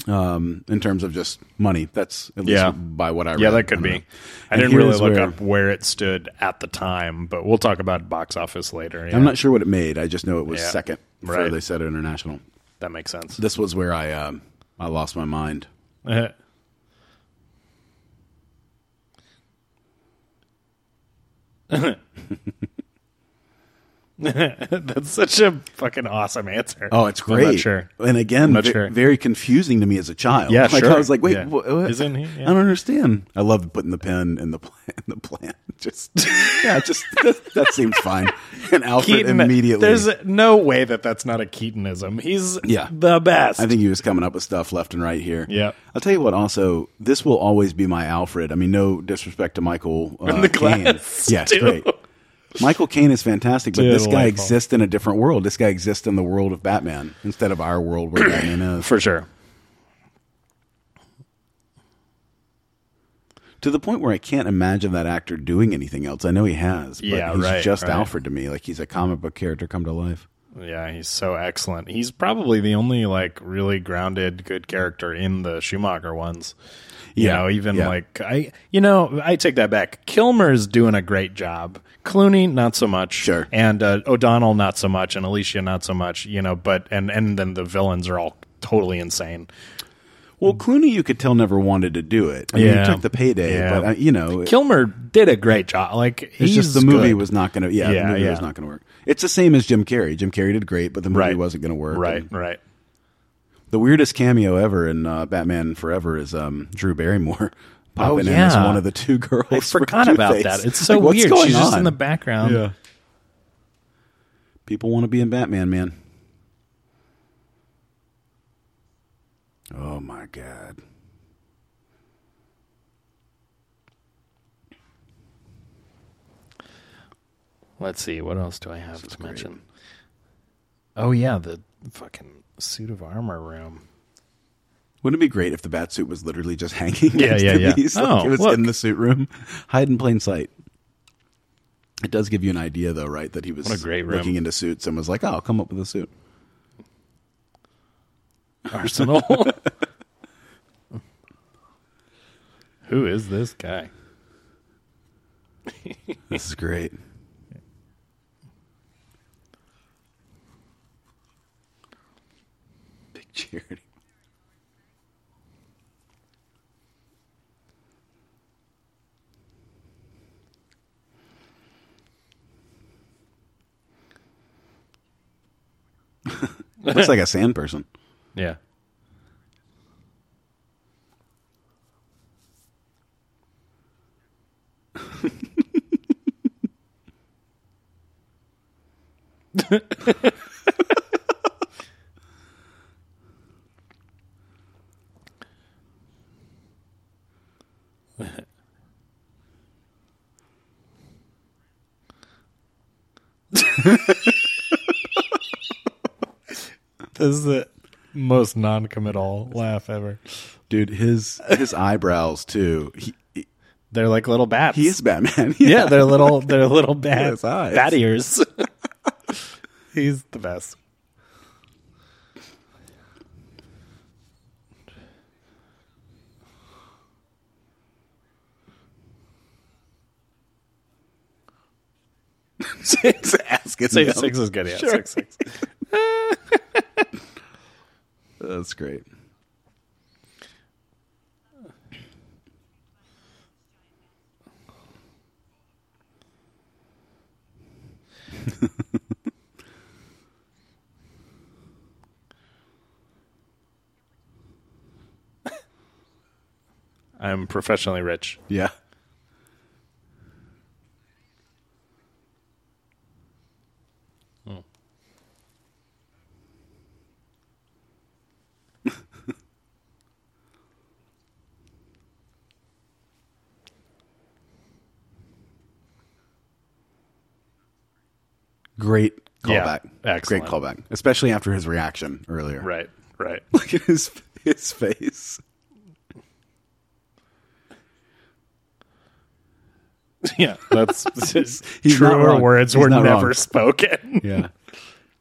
Speaker 6: Um, in terms of just money, that's at least
Speaker 7: Yeah.
Speaker 6: by what I read.
Speaker 7: Yeah, that
Speaker 6: I
Speaker 7: could
Speaker 6: don't
Speaker 7: be.
Speaker 6: know.
Speaker 7: I
Speaker 6: And
Speaker 7: didn't
Speaker 6: here
Speaker 7: really
Speaker 6: is
Speaker 7: look
Speaker 6: where-
Speaker 7: up where it stood at the time, but we'll talk about box office later. Yeah,
Speaker 6: I'm not sure what it made. I just know it was
Speaker 7: Yeah.
Speaker 6: second before
Speaker 7: Right.
Speaker 6: they said international.
Speaker 7: that makes sense.
Speaker 6: This was where I um, I lost my mind.
Speaker 7: Uh-huh. That's such a fucking awesome answer.
Speaker 6: Oh, it's
Speaker 7: I'm
Speaker 6: great.
Speaker 7: not sure.
Speaker 6: And again,
Speaker 7: I'm not
Speaker 6: ve-
Speaker 7: sure.
Speaker 6: very confusing to me as a child.
Speaker 7: Yeah,
Speaker 6: like,
Speaker 7: sure.
Speaker 6: I was like, wait,
Speaker 7: Yeah.
Speaker 6: wha- what?
Speaker 7: Isn't he?
Speaker 6: I
Speaker 7: Yeah.
Speaker 6: don't understand. I love putting the pen in the plan. The plan. Just yeah, just that, that seems fine. And Alfred
Speaker 7: Keaton,
Speaker 6: immediately.
Speaker 7: There's no way that that's not a Keatonism. He's
Speaker 6: Yeah.
Speaker 7: the best.
Speaker 6: I think he was coming up with stuff left and right here.
Speaker 7: Yeah.
Speaker 6: I'll tell you what. Also, this will always be my Alfred. I mean, no disrespect to Michael uh, Caine.
Speaker 7: the class,
Speaker 6: Yeah, it's
Speaker 7: too.
Speaker 6: great. Michael Caine is fantastic, but this guy
Speaker 7: Delightful.
Speaker 6: exists in a different world. This guy exists in the world of Batman instead of our world where Batman is.
Speaker 7: for sure.
Speaker 6: to the point where I can't imagine that actor doing anything else. I know he has, but
Speaker 7: Yeah,
Speaker 6: he's
Speaker 7: right,
Speaker 6: just
Speaker 7: right.
Speaker 6: Alfred to me. Like he's a comic book character come to life.
Speaker 7: Yeah, he's so excellent. He's probably the only like really grounded good character in the Schumacher ones. You
Speaker 6: Yeah,
Speaker 7: know, even
Speaker 6: yeah.
Speaker 7: like I you know, I take that back. Kilmer's doing a great job. Clooney not so much.
Speaker 6: Sure.
Speaker 7: And uh, O'Donnell not so much and Alicia not so much, you know, but and and then the villains are all totally insane.
Speaker 6: Well, Clooney, you could tell, never wanted to do it. I mean,
Speaker 7: Yeah.
Speaker 6: he took the payday,
Speaker 7: Yeah.
Speaker 6: but uh, you know,
Speaker 7: Kilmer did a great job. Like
Speaker 6: it's
Speaker 7: he's
Speaker 6: just the movie
Speaker 7: good.
Speaker 6: was not going to. Yeah,
Speaker 7: Yeah,
Speaker 6: the movie
Speaker 7: yeah.
Speaker 6: was not going to work. It's the same as Jim Carrey. Jim Carrey did great, but the movie
Speaker 7: Right.
Speaker 6: wasn't going to work.
Speaker 7: right,
Speaker 6: And
Speaker 7: right.
Speaker 6: the weirdest cameo ever in uh, Batman Forever is um, Drew Barrymore popping
Speaker 7: Oh,
Speaker 6: in as
Speaker 7: yeah.
Speaker 6: one of the two girls.
Speaker 7: I
Speaker 6: for
Speaker 7: forgot about
Speaker 6: Two-Face.
Speaker 7: that. It's so
Speaker 6: Like, what's
Speaker 7: weird.
Speaker 6: going
Speaker 7: She's just
Speaker 6: on?
Speaker 7: in the background.
Speaker 6: Yeah. People want to be in Batman, man. Oh my god.
Speaker 7: Let's see. What else do I have to mention? Oh yeah, the fucking suit of armor room.
Speaker 6: Wouldn't it be great if the bat suit was literally just hanging?
Speaker 7: Yeah,
Speaker 6: next
Speaker 7: yeah,
Speaker 6: to
Speaker 7: yeah.
Speaker 6: these? Like,
Speaker 7: Oh,
Speaker 6: it was
Speaker 7: look.
Speaker 6: in the suit room, hide in plain sight. It does give you an idea, though, right? That he was
Speaker 7: What a great room.
Speaker 6: looking into suits and was like, "Oh, I'll come up with a suit."
Speaker 7: Arsenal. Who is this guy?
Speaker 6: This is great. Big charity. Looks like a sand person.
Speaker 7: Yeah. This is the most non-committal laugh ever.
Speaker 6: Dude, his his eyebrows too. He he-
Speaker 7: They're like little bats.
Speaker 6: he is Batman.
Speaker 7: yeah, they're little they're little bat
Speaker 6: his eyes.
Speaker 7: bat ears. He's the best.
Speaker 6: six ass gets
Speaker 7: Six,
Speaker 6: him.
Speaker 7: six is good. Yeah, six, six.
Speaker 6: That's great.
Speaker 7: I'm professionally rich.
Speaker 6: Yeah. Hmm. Great
Speaker 7: Yeah,
Speaker 6: callback.
Speaker 7: excellent.
Speaker 6: Great callback. Especially after his reaction earlier.
Speaker 7: Right, right.
Speaker 6: Look at his his face.
Speaker 7: Yeah, that's just
Speaker 6: he's not
Speaker 7: truer
Speaker 6: wrong.
Speaker 7: words
Speaker 6: He's
Speaker 7: were
Speaker 6: not
Speaker 7: never
Speaker 6: wrong.
Speaker 7: spoken.
Speaker 6: Yeah.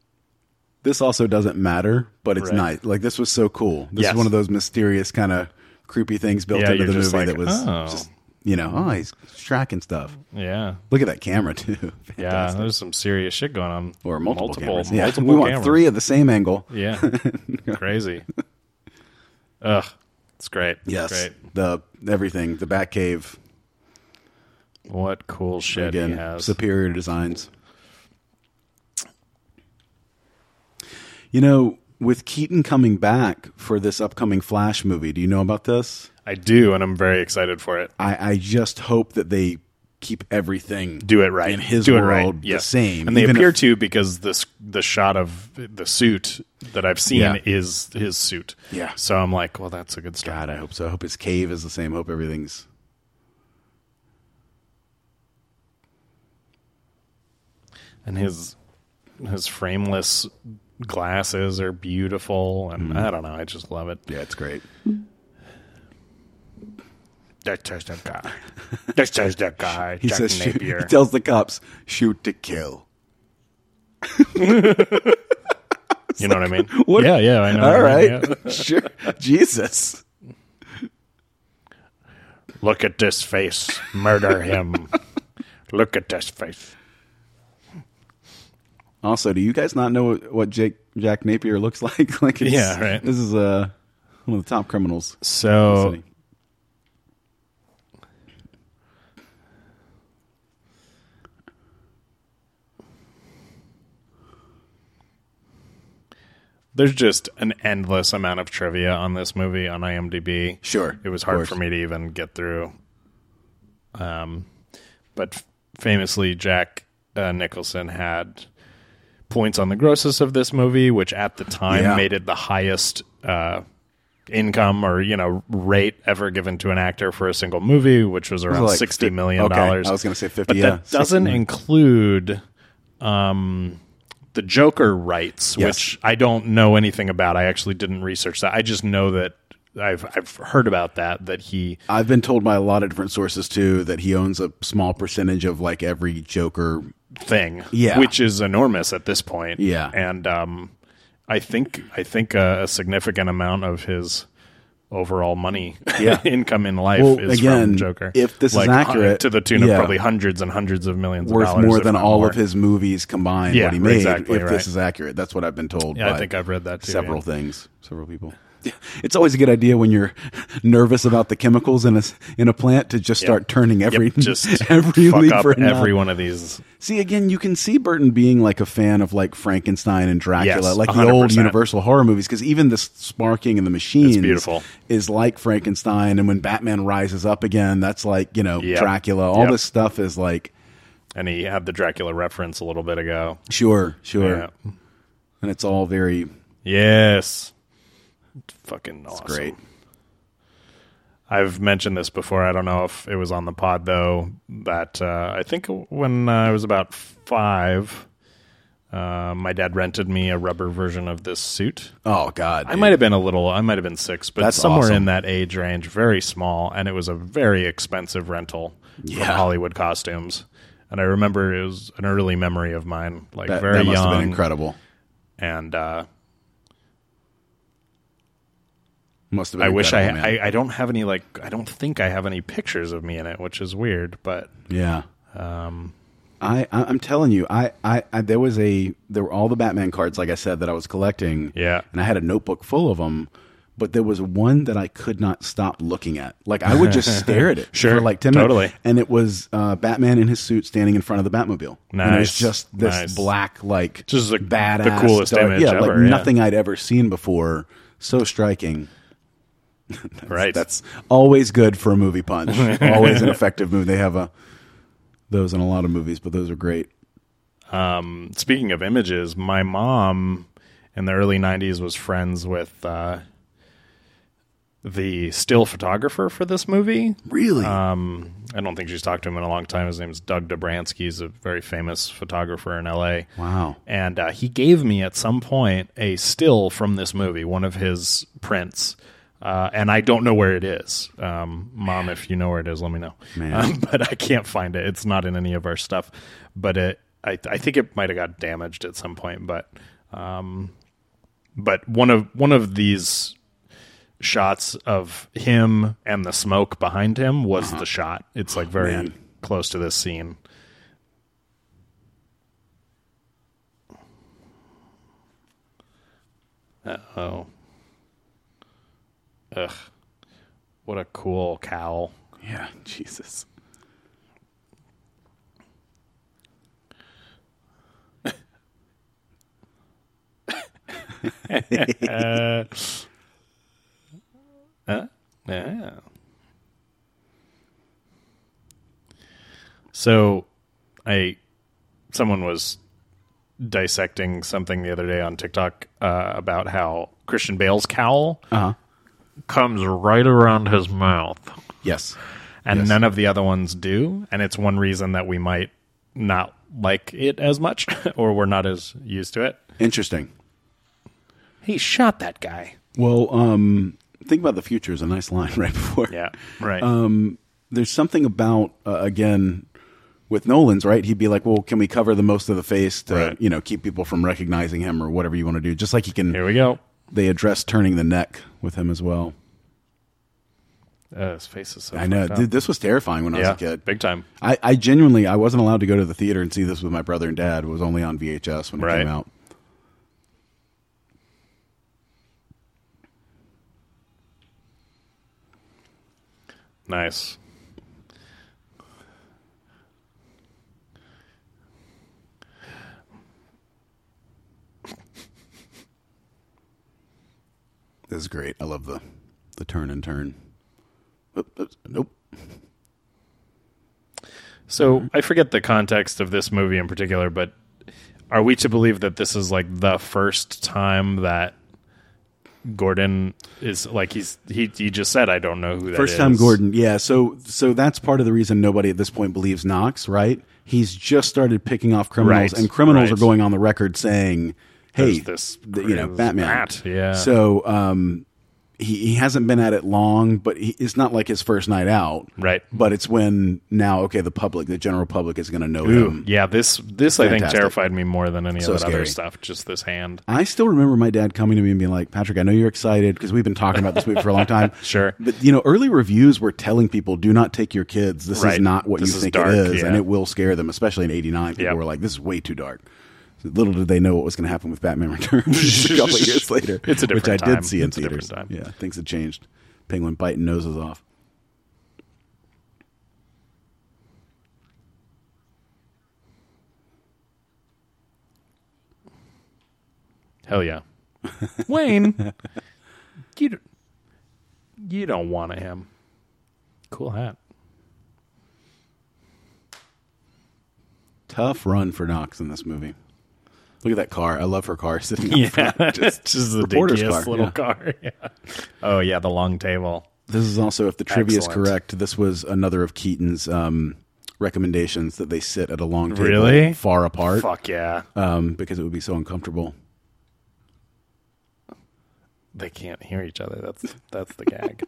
Speaker 6: this also doesn't matter, but it's
Speaker 7: Right.
Speaker 6: nice. Like this was so cool. This
Speaker 7: Yes.
Speaker 6: is one of those mysterious kind of creepy things built
Speaker 7: Yeah,
Speaker 6: into
Speaker 7: you're
Speaker 6: the
Speaker 7: just
Speaker 6: movie that
Speaker 7: like,
Speaker 6: was
Speaker 7: oh.
Speaker 6: just you know, oh, he's tracking stuff.
Speaker 7: Yeah,
Speaker 6: Look at that camera too.
Speaker 7: yeah.
Speaker 6: Fantastic.
Speaker 7: There's some serious shit going on.
Speaker 6: or multiple, cameras. Yeah.
Speaker 7: multiple
Speaker 6: we want
Speaker 7: cameras.
Speaker 6: three of the same angle.
Speaker 7: Yeah, crazy. Ugh, it's great. It's
Speaker 6: Yes.
Speaker 7: great.
Speaker 6: The everything, the Batcave cave
Speaker 7: What cool shit he
Speaker 6: again,
Speaker 7: has.
Speaker 6: superior designs. You know, with Keaton coming back for this upcoming Flash movie, do you know about this?
Speaker 7: I do, and I'm very excited for it.
Speaker 6: I, I just hope that they keep everything
Speaker 7: Do it right.
Speaker 6: in his
Speaker 7: do it
Speaker 6: world
Speaker 7: right.
Speaker 6: the
Speaker 7: Yes.
Speaker 6: same,
Speaker 7: and they
Speaker 6: even
Speaker 7: appear
Speaker 6: if-
Speaker 7: to because this the shot of the suit that I've seen
Speaker 6: Yeah.
Speaker 7: is his suit.
Speaker 6: Yeah.
Speaker 7: So I'm like, well, that's a good start.
Speaker 6: God, I hope so. I hope his cave is the same. I hope everything's.
Speaker 7: And his his frameless glasses are beautiful, and I don't know, I just love it.
Speaker 6: Mm-hmm. Yeah, it's great.
Speaker 7: That's just a guy. That's just a guy.
Speaker 6: He
Speaker 7: Jack
Speaker 6: says, shoot, he
Speaker 7: Napier.
Speaker 6: tells the cops, shoot to kill.
Speaker 7: you know what I mean?
Speaker 6: What-
Speaker 7: Yeah, Oh, yeah, I know.
Speaker 6: All
Speaker 7: what I mean,
Speaker 6: right,
Speaker 7: yeah.
Speaker 6: sure. Jesus,
Speaker 7: Look at this face. Murder him. Look at this face.
Speaker 6: Also, do you guys not know what Jake Jack Napier looks like? like, it's,
Speaker 7: Yeah, right. Oh.
Speaker 6: This is a One of the top criminals. in the
Speaker 7: So
Speaker 6: city.
Speaker 7: there's just an endless amount of trivia on this movie on IMDb.
Speaker 6: Sure,
Speaker 7: It was
Speaker 6: of
Speaker 7: hard
Speaker 6: course.
Speaker 7: for me to even get through. Um, but f- famously, Jack uh, Nicholson had points on the grossest of this movie, which at the time
Speaker 6: Yeah.
Speaker 7: made it the highest uh, income or you know rate ever given to an actor for a single movie, which was around
Speaker 6: like
Speaker 7: sixty
Speaker 6: fif-
Speaker 7: million
Speaker 6: okay,
Speaker 7: dollars.
Speaker 6: I was gonna say 50,
Speaker 7: but
Speaker 6: yeah,
Speaker 7: that doesn't
Speaker 6: 60.
Speaker 7: include um, the Joker rights,
Speaker 6: Yes.
Speaker 7: which I don't know anything about. I actually didn't research that. I just know that I've I've heard about that that he
Speaker 6: I've been told by a lot of different sources too that he owns a small percentage of like every Joker.
Speaker 7: thing,
Speaker 6: Yeah.
Speaker 7: which is enormous at this point.
Speaker 6: Yeah.
Speaker 7: and um, I think I think a, a significant amount of his overall money
Speaker 6: Yeah.
Speaker 7: income in life
Speaker 6: Well,
Speaker 7: is
Speaker 6: again,
Speaker 7: from Joker.
Speaker 6: if this is
Speaker 7: hun-
Speaker 6: accurate,
Speaker 7: to the tune of
Speaker 6: yeah.
Speaker 7: probably hundreds and hundreds of millions of
Speaker 6: Worth
Speaker 7: dollars,
Speaker 6: more
Speaker 7: if
Speaker 6: than
Speaker 7: not
Speaker 6: all
Speaker 7: more.
Speaker 6: of his movies combined,
Speaker 7: Yeah,
Speaker 6: what he made.
Speaker 7: exactly
Speaker 6: if
Speaker 7: right.
Speaker 6: this is accurate, that's what I've been told.
Speaker 7: Yeah, I
Speaker 6: by
Speaker 7: think I've read that too,
Speaker 6: Several
Speaker 7: yeah.
Speaker 6: things, several people. It's always a good idea when you're nervous about the chemicals in a s- in a plant to just start turning every
Speaker 7: Yep, just
Speaker 6: every
Speaker 7: fuck
Speaker 6: leaf
Speaker 7: up
Speaker 6: for a nut.
Speaker 7: every one of these.
Speaker 6: See again, you can see Burton being like a fan of like Frankenstein and Dracula,
Speaker 7: Yes,
Speaker 6: like the old
Speaker 7: 100%.
Speaker 6: Universal horror movies, because even the sparking and the machines
Speaker 7: beautiful.
Speaker 6: is like Frankenstein, and when Batman rises up again, that's like you know
Speaker 7: Yep.
Speaker 6: Dracula. All
Speaker 7: Yep.
Speaker 6: this stuff is like
Speaker 7: And he had the Dracula reference a little bit ago.
Speaker 6: sure, sure,
Speaker 7: Yeah.
Speaker 6: and it's all very
Speaker 7: Yes. It's fucking awesome.
Speaker 6: great.
Speaker 7: I've mentioned this before. I don't know if it was on the pod though. That uh, I think when I was about five, uh, my dad rented me a rubber version of this suit.
Speaker 6: Oh God,
Speaker 7: I
Speaker 6: dude.
Speaker 7: might have been a little. I might have been six, but
Speaker 6: That's
Speaker 7: somewhere
Speaker 6: awesome.
Speaker 7: in that age range, very small, and it was a very expensive rental
Speaker 6: Yeah.
Speaker 7: from Hollywood Costumes. And I remember it was an early memory of mine, like
Speaker 6: that,
Speaker 7: very
Speaker 6: that must
Speaker 7: young,
Speaker 6: have been incredible.
Speaker 7: and uh,
Speaker 6: Must have been.
Speaker 7: I wish I,
Speaker 6: incredible, man.
Speaker 7: I I don't have any like I don't think I have any pictures of me in it, which is weird, but
Speaker 6: Yeah. Um, I, I I'm telling you, I, I I there was a there were all the Batman cards, like I said, that I was collecting.
Speaker 7: Yeah.
Speaker 6: and I had a notebook full of them. But there was one that I could not stop looking at. Like I would just stare at it
Speaker 7: Sure,
Speaker 6: for like ten
Speaker 7: totally.
Speaker 6: minutes, and it was uh, Batman in his suit standing in front of the Batmobile. and it was
Speaker 7: Nice,
Speaker 6: just this
Speaker 7: nice.
Speaker 6: black, like
Speaker 7: Just the- the
Speaker 6: badass,
Speaker 7: coolest
Speaker 6: dark-
Speaker 7: image
Speaker 6: yeah,
Speaker 7: ever,
Speaker 6: like
Speaker 7: yeah.
Speaker 6: nothing I'd ever seen before. So striking.
Speaker 7: right.
Speaker 6: That's always good for a movie punch. always an effective move. They have a those in a lot of movies, but those are great.
Speaker 7: um, speaking of images, my mom in the early '90s was friends with uh, the still photographer for this movie.
Speaker 6: Really?
Speaker 7: Um, I don't think she's talked to him in a long time. His name's Doug Dobransky. He's a very famous photographer in LA.
Speaker 6: Wow.
Speaker 7: And uh, he gave me at some point a still from this movie, one of his prints. Uh, and I don't know where it is. Um, Mom, if you know where it is, let me know. Um, but I can't find it. It's not in any of our stuff. But it, I, I think it might have got damaged at some point. But, um, but one of one of these shots of him and the smoke behind him was the shot. It's like very
Speaker 6: man.
Speaker 7: close to this scene. Oh. Ugh. What a cool cowl.
Speaker 6: yeah, Jesus.
Speaker 7: Yeah. So I someone was dissecting something the other day on TikTok uh, about how Christian Bale's cowl
Speaker 6: Uh-huh.
Speaker 7: comes right around his mouth
Speaker 6: Yes.
Speaker 7: and
Speaker 6: Yes.
Speaker 7: none of the other ones do and it's one reason that we might not like it as much or we're not as used to it
Speaker 6: Interesting.
Speaker 7: he shot that guy
Speaker 6: Well, um, think about the future is a nice line right before.
Speaker 7: yeah right
Speaker 6: There's something about uh, again with Nolan's right. He'd be like, "Well, can we cover the most of the face to
Speaker 7: Right.
Speaker 6: you know keep people from recognizing him or whatever you want to do?" Just like he can.
Speaker 7: here we go
Speaker 6: They address turning the neck with him as well.
Speaker 7: uh, his face is so
Speaker 6: I know.
Speaker 7: fucked up.
Speaker 6: Dude, this was terrifying when I was
Speaker 7: yeah
Speaker 6: a kid.
Speaker 7: big time
Speaker 6: I, I genuinely I wasn't allowed to go to the theater and see this with my brother and dad. It was only on VHS when it
Speaker 7: Right.
Speaker 6: came out.
Speaker 7: Nice.
Speaker 6: This is great. I love the the turn and turn. Oop, oops, nope.
Speaker 7: So I forget the context of this movie in particular, but are we to believe that this is like the first time that Gordon is like he's he he just said I don't know who that
Speaker 6: First time
Speaker 7: is."
Speaker 6: Gordon. Yeah. So so that's part of the reason nobody at this point believes Knox, right? He's just started picking off criminals,
Speaker 7: Right,
Speaker 6: and criminals
Speaker 7: right.
Speaker 6: are going on the record saying, "Hey,
Speaker 7: There's this
Speaker 6: th- you know,
Speaker 7: crazy
Speaker 6: Batman."
Speaker 7: bat, yeah.
Speaker 6: So um, he he hasn't been at it long, but he, it's not like his first night out,
Speaker 7: Right.
Speaker 6: But it's when now, okay, the public, the general public, is going to know
Speaker 7: Ooh,
Speaker 6: him.
Speaker 7: Um, yeah, this this I think
Speaker 6: Fantastic.
Speaker 7: terrified me more than any
Speaker 6: So
Speaker 7: of that other
Speaker 6: scary.
Speaker 7: stuff. Just this hand.
Speaker 6: I still remember my dad coming to me and being like, Patrick, I know you're excited because we've been talking about this movie for a long time.
Speaker 7: Sure.
Speaker 6: But, you know, early reviews were telling people, do not take your kids. This
Speaker 7: Right.
Speaker 6: is not what
Speaker 7: This
Speaker 6: you
Speaker 7: is
Speaker 6: think
Speaker 7: dark,
Speaker 6: it is.
Speaker 7: yeah.
Speaker 6: And it will scare them, especially in 89. People
Speaker 7: Yep.
Speaker 6: were like, this is way too dark. So little did they know what was going to happen with Batman Returns a couple of years later.
Speaker 7: It's a
Speaker 6: Which I
Speaker 7: different time.
Speaker 6: did see in
Speaker 7: It's a different
Speaker 6: theaters.
Speaker 7: time.
Speaker 6: Yeah, things had changed. Penguin biting noses off.
Speaker 7: Hell yeah, Wayne. you d- you don't want him. Cool hat.
Speaker 6: Tough run for Knox in this movie. Look at that car. I love her car sitting up front.
Speaker 7: just, just the
Speaker 6: reporter's
Speaker 7: dinkiest
Speaker 6: car,
Speaker 7: little
Speaker 6: yeah.
Speaker 7: car. Yeah. Oh yeah, the long table.
Speaker 6: This is also, if the trivia
Speaker 7: Excellent.
Speaker 6: is correct, this was another of Keaton's um, recommendations that they sit at a long table
Speaker 7: Really?
Speaker 6: far apart
Speaker 7: Fuck yeah,
Speaker 6: um, because it would be so uncomfortable.
Speaker 7: they can't hear each other. That's that's the gag.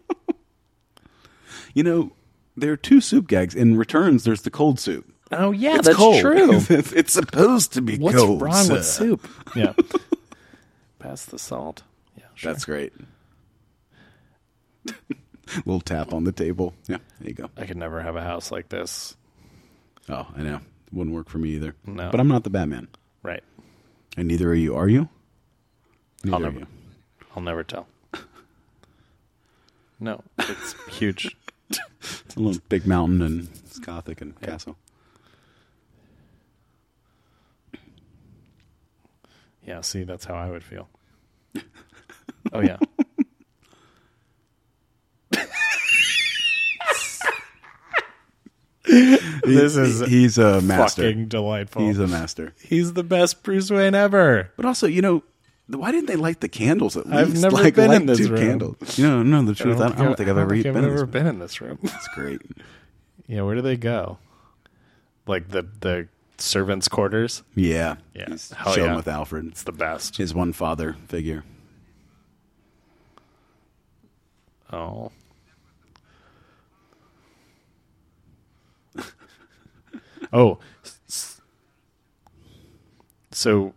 Speaker 6: You know, there are two soup gags. In returns, there's the cold soup.
Speaker 7: oh yeah,
Speaker 6: It's
Speaker 7: that's
Speaker 6: cold.
Speaker 7: true.
Speaker 6: it's, it's supposed to be
Speaker 7: What's
Speaker 6: cold.
Speaker 7: wrong with
Speaker 6: sir.
Speaker 7: soup? Yeah, pass the salt. Yeah, sure.
Speaker 6: That's great. Little tap on the table. Yeah, there you go.
Speaker 7: I could never have a house like this.
Speaker 6: Oh, I know. Wouldn't work for me either.
Speaker 7: No.
Speaker 6: But I'm not the Batman.
Speaker 7: Right.
Speaker 6: And neither are you, are you? Neither
Speaker 7: I'll
Speaker 6: are
Speaker 7: never.
Speaker 6: you.
Speaker 7: I'll never tell. No, it's huge.
Speaker 6: It's a little big mountain and it's gothic and castle.
Speaker 7: Yeah, see, that's how I would feel. Oh yeah. this is
Speaker 6: he's a master.
Speaker 7: fucking delightful.
Speaker 6: He's a master.
Speaker 7: He's the best Bruce Wayne ever.
Speaker 6: But also, you know, th- why didn't they light the candles at
Speaker 7: I've
Speaker 6: least?
Speaker 7: never
Speaker 6: like,
Speaker 7: been
Speaker 6: light
Speaker 7: in this
Speaker 6: two
Speaker 7: room.
Speaker 6: candles. You know, no, the truth. I don't, I don't think I've ever
Speaker 7: think
Speaker 6: been.
Speaker 7: I've
Speaker 6: in
Speaker 7: ever
Speaker 6: this room.
Speaker 7: been in this room.
Speaker 6: It's great.
Speaker 7: yeah, where do they go? Like the the servants' quarters.
Speaker 6: Yeah,
Speaker 7: Yeah.
Speaker 6: He's
Speaker 7: Hell
Speaker 6: chilling
Speaker 7: yeah.
Speaker 6: with Alfred.
Speaker 7: It's the best.
Speaker 6: his one father figure.
Speaker 7: Oh. oh. s- s- So,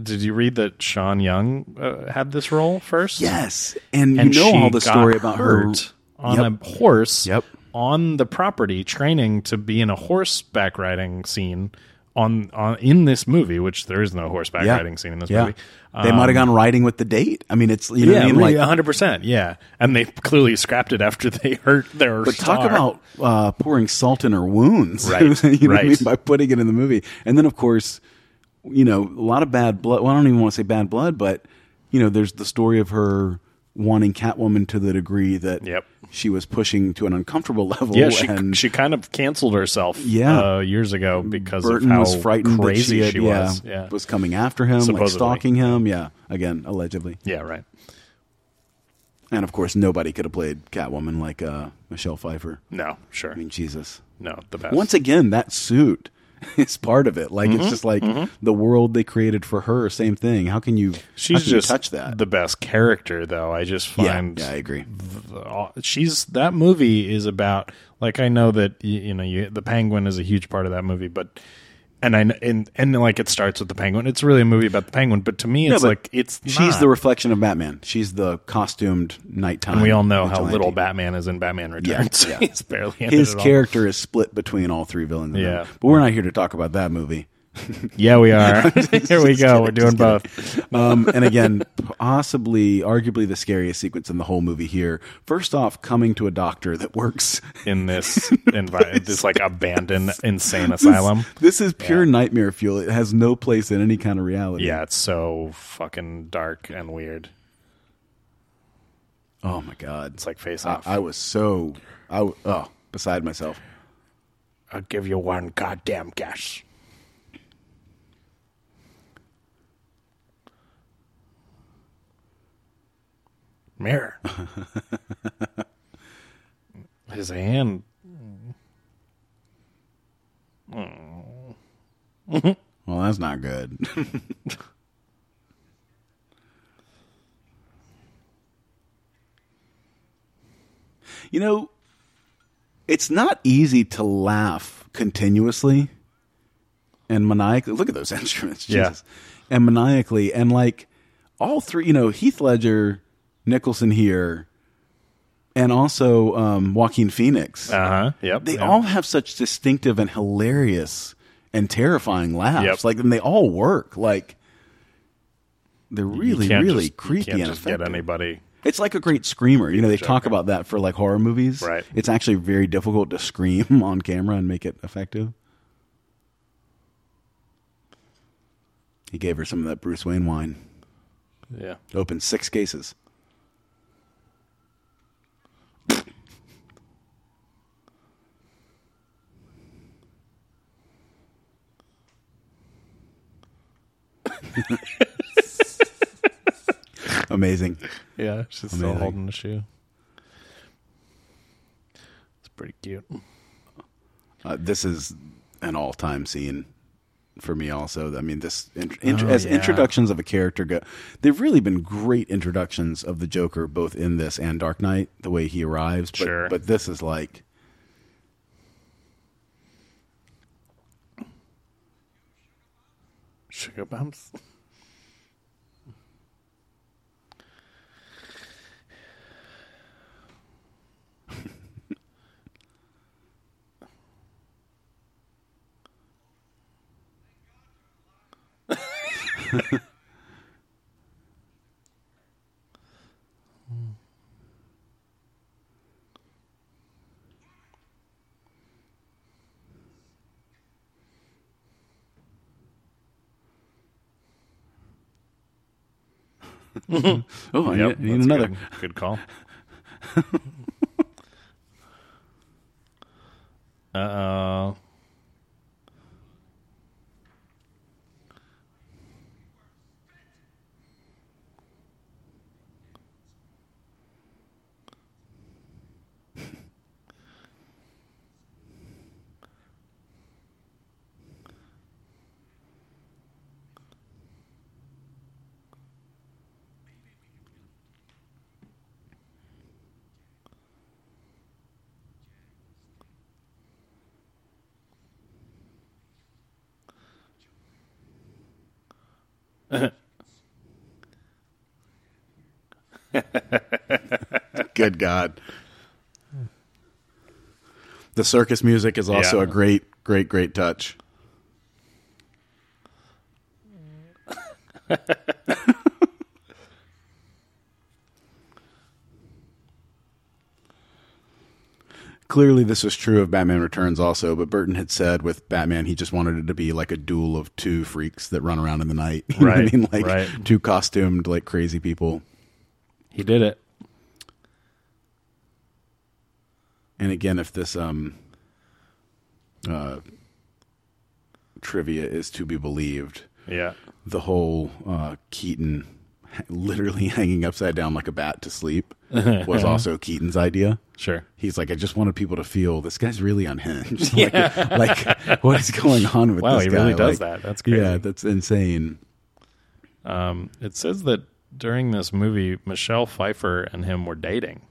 Speaker 7: did you read that Sean Young uh, had this role first?
Speaker 6: Yes, and,
Speaker 7: And
Speaker 6: you know
Speaker 7: she
Speaker 6: all the
Speaker 7: got
Speaker 6: story about her.
Speaker 7: hurt on
Speaker 6: Yep.
Speaker 7: a horse
Speaker 6: Yep.
Speaker 7: on the property training to be in a horseback riding scene on, on in this movie which there is no horseback
Speaker 6: Yeah.
Speaker 7: riding scene in this
Speaker 6: Yeah.
Speaker 7: movie Um,
Speaker 6: They might have gone riding with the date. I mean, it's you know, what I mean, like
Speaker 7: yeah, hundred percent. Yeah, and they clearly scrapped it after they hurt their.
Speaker 6: But talk
Speaker 7: star.
Speaker 6: about uh, pouring salt in her wounds,
Speaker 7: Right,
Speaker 6: you know what I
Speaker 7: right.
Speaker 6: mean? By putting it in the movie, and then of course, you know, a lot of bad blood. Well, I don't even want to say bad blood, but you know, there's the story of her wanting Catwoman to the degree that
Speaker 7: Yep.
Speaker 6: she was pushing to an uncomfortable level.
Speaker 7: yeah, she
Speaker 6: and
Speaker 7: she kind of canceled herself.
Speaker 6: Yeah.
Speaker 7: uh, years ago because
Speaker 6: Burton
Speaker 7: of how
Speaker 6: was frightened
Speaker 7: crazy
Speaker 6: that she, had-
Speaker 7: she was.
Speaker 6: yeah,
Speaker 7: Yeah,
Speaker 6: was coming after him, like
Speaker 7: Supposedly.
Speaker 6: stalking him. Yeah, again, allegedly,
Speaker 7: yeah, right.
Speaker 6: and of course, nobody could have played Catwoman like uh, Michelle Pfeiffer.
Speaker 7: No, sure,
Speaker 6: I mean, Jesus.
Speaker 7: no, the best.
Speaker 6: once again that suit is part of it like
Speaker 7: Mm-hmm.
Speaker 6: it's just like the world they created for her same thing how can you how
Speaker 7: she's
Speaker 6: can you
Speaker 7: just
Speaker 6: touch that
Speaker 7: the best character, though. I just
Speaker 6: yeah,
Speaker 7: find
Speaker 6: yeah i agree
Speaker 7: all- she's that movie is about like I know that you, you know you, the penguin is a huge part of that movie, but and I kn- and and like it starts with the penguin. It's really a movie about the penguin, but to me, it's
Speaker 6: but
Speaker 7: like it's
Speaker 6: she's
Speaker 7: not.
Speaker 6: the reflection of batman she's the costumed nighttime
Speaker 7: And we all know how
Speaker 6: vigilante.
Speaker 7: little Batman is in Batman Returns.
Speaker 6: yeah.
Speaker 7: He's barely in
Speaker 6: his
Speaker 7: it at all.
Speaker 6: character is split between all three villains in
Speaker 7: Yeah.
Speaker 6: that. but we're not here to talk about that movie
Speaker 7: Yeah, we are. Here we go. We're doing both.
Speaker 6: Um, and again, possibly, arguably the scariest sequence in the whole movie here. First off, coming to a doctor that works.
Speaker 7: in this envi- this like abandoned insane asylum.
Speaker 6: This is pure nightmare fuel. It has no place in any kind of reality.
Speaker 7: Yeah, it's so fucking dark and weird.
Speaker 6: Oh my god.
Speaker 7: It's like face
Speaker 6: I,
Speaker 7: off.
Speaker 6: I was so I w- oh beside myself.
Speaker 7: I'll give you one goddamn guess. Mirror. His hand.
Speaker 6: Well, that's not good. you know, it's not easy to laugh continuously and maniacally. Look at those instruments,
Speaker 7: Yeah.
Speaker 6: Jesus. And maniacally, and like all three, you know, Heath Ledger, Nicholson here, and also um, Joaquin Phoenix.
Speaker 7: Uh huh. Yep.
Speaker 6: They
Speaker 7: yep.
Speaker 6: all have such distinctive and hilarious and terrifying laughs.
Speaker 7: Yep.
Speaker 6: Like, and they all work. Like, they're
Speaker 7: You
Speaker 6: really,
Speaker 7: can't
Speaker 6: really
Speaker 7: just- you
Speaker 6: creepy
Speaker 7: Can't
Speaker 6: and
Speaker 7: just get
Speaker 6: effective.
Speaker 7: anybody.
Speaker 6: It's like a great screamer. You know, they talk about that for like horror movies.
Speaker 7: Right.
Speaker 6: It's actually very difficult to scream on camera and make it effective. He gave her some of that Bruce Wayne wine.
Speaker 7: Yeah.
Speaker 6: Opened six cases. Amazing.
Speaker 7: Yeah, she's still
Speaker 6: Amazing.
Speaker 7: holding the shoe. It's pretty cute.
Speaker 6: Uh, this is an all-time scene for me. Also, I mean, this int- int- as
Speaker 7: Oh, yeah.
Speaker 6: introductions of a character go, they've really been great introductions of the Joker, both in this and Dark Knight, the way he arrives. But,
Speaker 7: Sure.
Speaker 6: but this is like
Speaker 7: Sugar bumps.
Speaker 6: oh, I need, I
Speaker 7: Yep,
Speaker 6: need
Speaker 7: that's
Speaker 6: another.
Speaker 7: Good, good call. uh oh.
Speaker 6: Good God. The circus music is also
Speaker 7: Yeah.
Speaker 6: a great, great, great touch. Clearly, this was true of Batman Returns also, but Burton had said with Batman, he just wanted it to be like a duel of two freaks that run around in the night. You know what
Speaker 7: Right,
Speaker 6: I mean? Like
Speaker 7: right.
Speaker 6: two costumed, like crazy people.
Speaker 7: He did it.
Speaker 6: And again, if this um uh trivia is to be believed,
Speaker 7: Yeah.
Speaker 6: the whole uh Keaton ha- literally hanging upside down like a bat to sleep was also Keaton's idea.
Speaker 7: Sure.
Speaker 6: He's like, I just wanted people to feel this guy's really unhinged. like, like, what is going on with
Speaker 7: Wow,
Speaker 6: this
Speaker 7: he
Speaker 6: guy?
Speaker 7: really does
Speaker 6: Like,
Speaker 7: that. That's
Speaker 6: Yeah,
Speaker 7: crazy.
Speaker 6: that's insane.
Speaker 7: It says that during this movie, Michelle Pfeiffer and him were dating.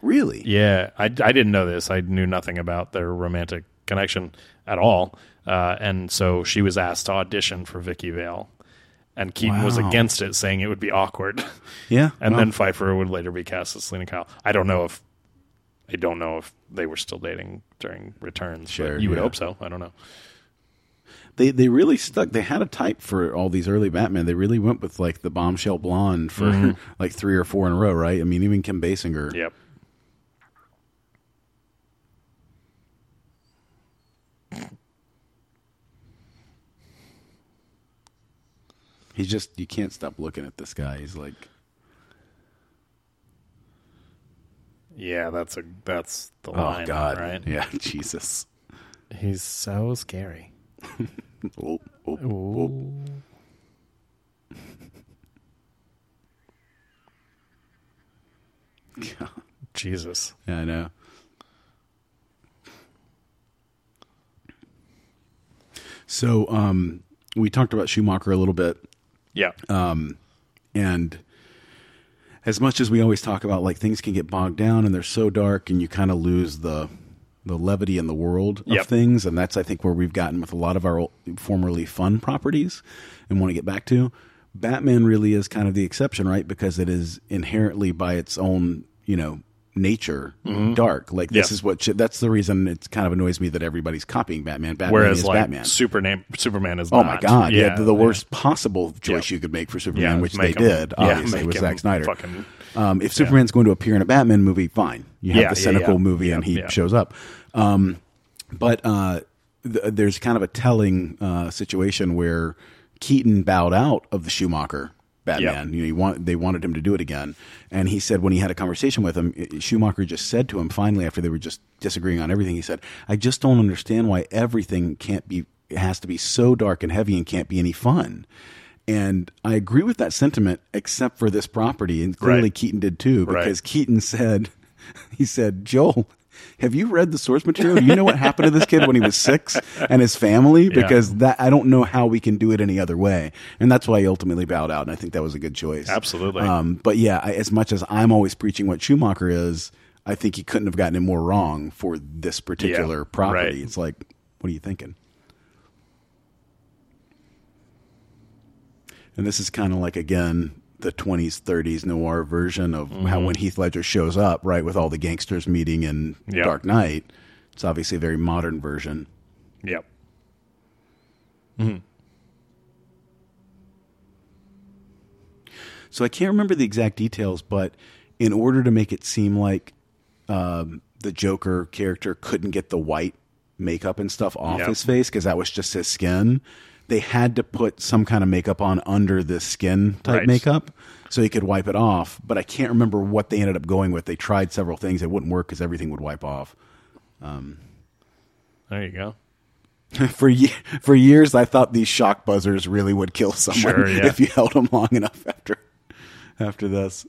Speaker 6: Really?
Speaker 7: Yeah, I, I didn't know this. I knew nothing about their romantic connection at all. Uh, and so she was asked to audition for Vicky Vale. And Keaton was
Speaker 6: Wow.
Speaker 7: against it, saying it would be awkward.
Speaker 6: Yeah,
Speaker 7: and
Speaker 6: wow.
Speaker 7: then Pfeiffer would later be cast as Selena Kyle. I don't know if I don't know if they were still dating during returns. but
Speaker 6: Sure,
Speaker 7: you would
Speaker 6: yeah.
Speaker 7: hope so. I don't know.
Speaker 6: they they really stuck. They had a type for all these early Batman. They really went with like the bombshell blonde for
Speaker 7: Mm-hmm.
Speaker 6: like three or four in a row, right? I mean, even Kim Basinger.
Speaker 7: Yep.
Speaker 6: He's just you can't stop looking at this guy. He's like
Speaker 7: Yeah, that's a that's the
Speaker 6: Oh
Speaker 7: line,
Speaker 6: God.
Speaker 7: right?
Speaker 6: Yeah, Jesus.
Speaker 7: He's so scary.
Speaker 6: Oh, oh.
Speaker 7: Jesus.
Speaker 6: Yeah, I know. So um, we talked about Schumacher a little bit,
Speaker 7: Yeah.
Speaker 6: Uh, and as much as we always talk about, like things can get bogged down and they're so dark, and you kind of lose the the levity in the world of
Speaker 7: Yep.
Speaker 6: things, and that's I think where we've gotten with a lot of our old, formerly fun properties, and want to get back to. Batman really is kind of the exception, right? Because it is inherently by its own, you know, nature dark. Like this
Speaker 7: Mm-hmm. Yeah.
Speaker 6: is what shit, that's the reason it kind of annoys me that everybody's copying Batman. Batman
Speaker 7: Whereas
Speaker 6: is
Speaker 7: like
Speaker 6: Batman.
Speaker 7: Superman Superman is
Speaker 6: Oh
Speaker 7: not.
Speaker 6: my god! Yeah, the, the worst possible choice
Speaker 7: Yeah.
Speaker 6: you could make for Superman,
Speaker 7: Yeah,
Speaker 6: which they
Speaker 7: make him-
Speaker 6: did,
Speaker 7: yeah,
Speaker 6: obviously,
Speaker 7: make
Speaker 6: with
Speaker 7: him
Speaker 6: Zack Snyder.
Speaker 7: fucking-
Speaker 6: um, if Superman's going to appear in a Batman movie, fine. You have
Speaker 7: Yeah,
Speaker 6: the
Speaker 7: yeah,
Speaker 6: cynical
Speaker 7: yeah.
Speaker 6: movie, and
Speaker 7: Yeah,
Speaker 6: he
Speaker 7: yeah.
Speaker 6: shows up. Um, but uh, th- there's kind of a telling uh, situation where Keaton bowed out of the Schumacher Batman. You know, he want, they wanted him to do it again, and he said when he had a conversation with him, i- Schumacher just said to him finally after they were just disagreeing on everything. He said, "I just don't understand why everything can't be it has to be so dark and heavy and can't be any fun." And I agree with that sentiment, except for this property, and clearly
Speaker 7: Right.
Speaker 6: Keaton did too,
Speaker 7: Right.
Speaker 6: because Keaton said, he said, Joel, have you read the source material? Do you know what happened to this kid when he was six and his family? Because that I don't know how we can do it any other way. And that's why he ultimately bowed out. And I think that was a good choice.
Speaker 7: Absolutely.
Speaker 6: Um, but yeah, I, as much as I'm always preaching what Schumacher is, I think he couldn't have gotten it more wrong for this particular
Speaker 7: right.
Speaker 6: property. It's like, what are you thinking? And this is kind of like again the 20s 30s noir version of how
Speaker 7: Mm-hmm.
Speaker 6: when Heath Ledger shows up, right, with all the gangsters meeting in
Speaker 7: Yeah.
Speaker 6: Dark Knight. It's obviously a very modern version.
Speaker 7: Yep.
Speaker 6: So I can't remember the exact details, but in order to make it seem like um, the Joker character couldn't get the white makeup and stuff off
Speaker 7: Yeah.
Speaker 6: his face because that was just his skin, they had to put some kind of makeup on under the skin type
Speaker 7: Right.
Speaker 6: makeup so he could wipe it off. But I can't remember what they ended up going with. They tried several things, it wouldn't work because everything would wipe off.
Speaker 7: There you go.
Speaker 6: for ye- for years I thought these shock buzzers really would kill someone
Speaker 7: Sure, yeah.
Speaker 6: if you held them long enough after after this.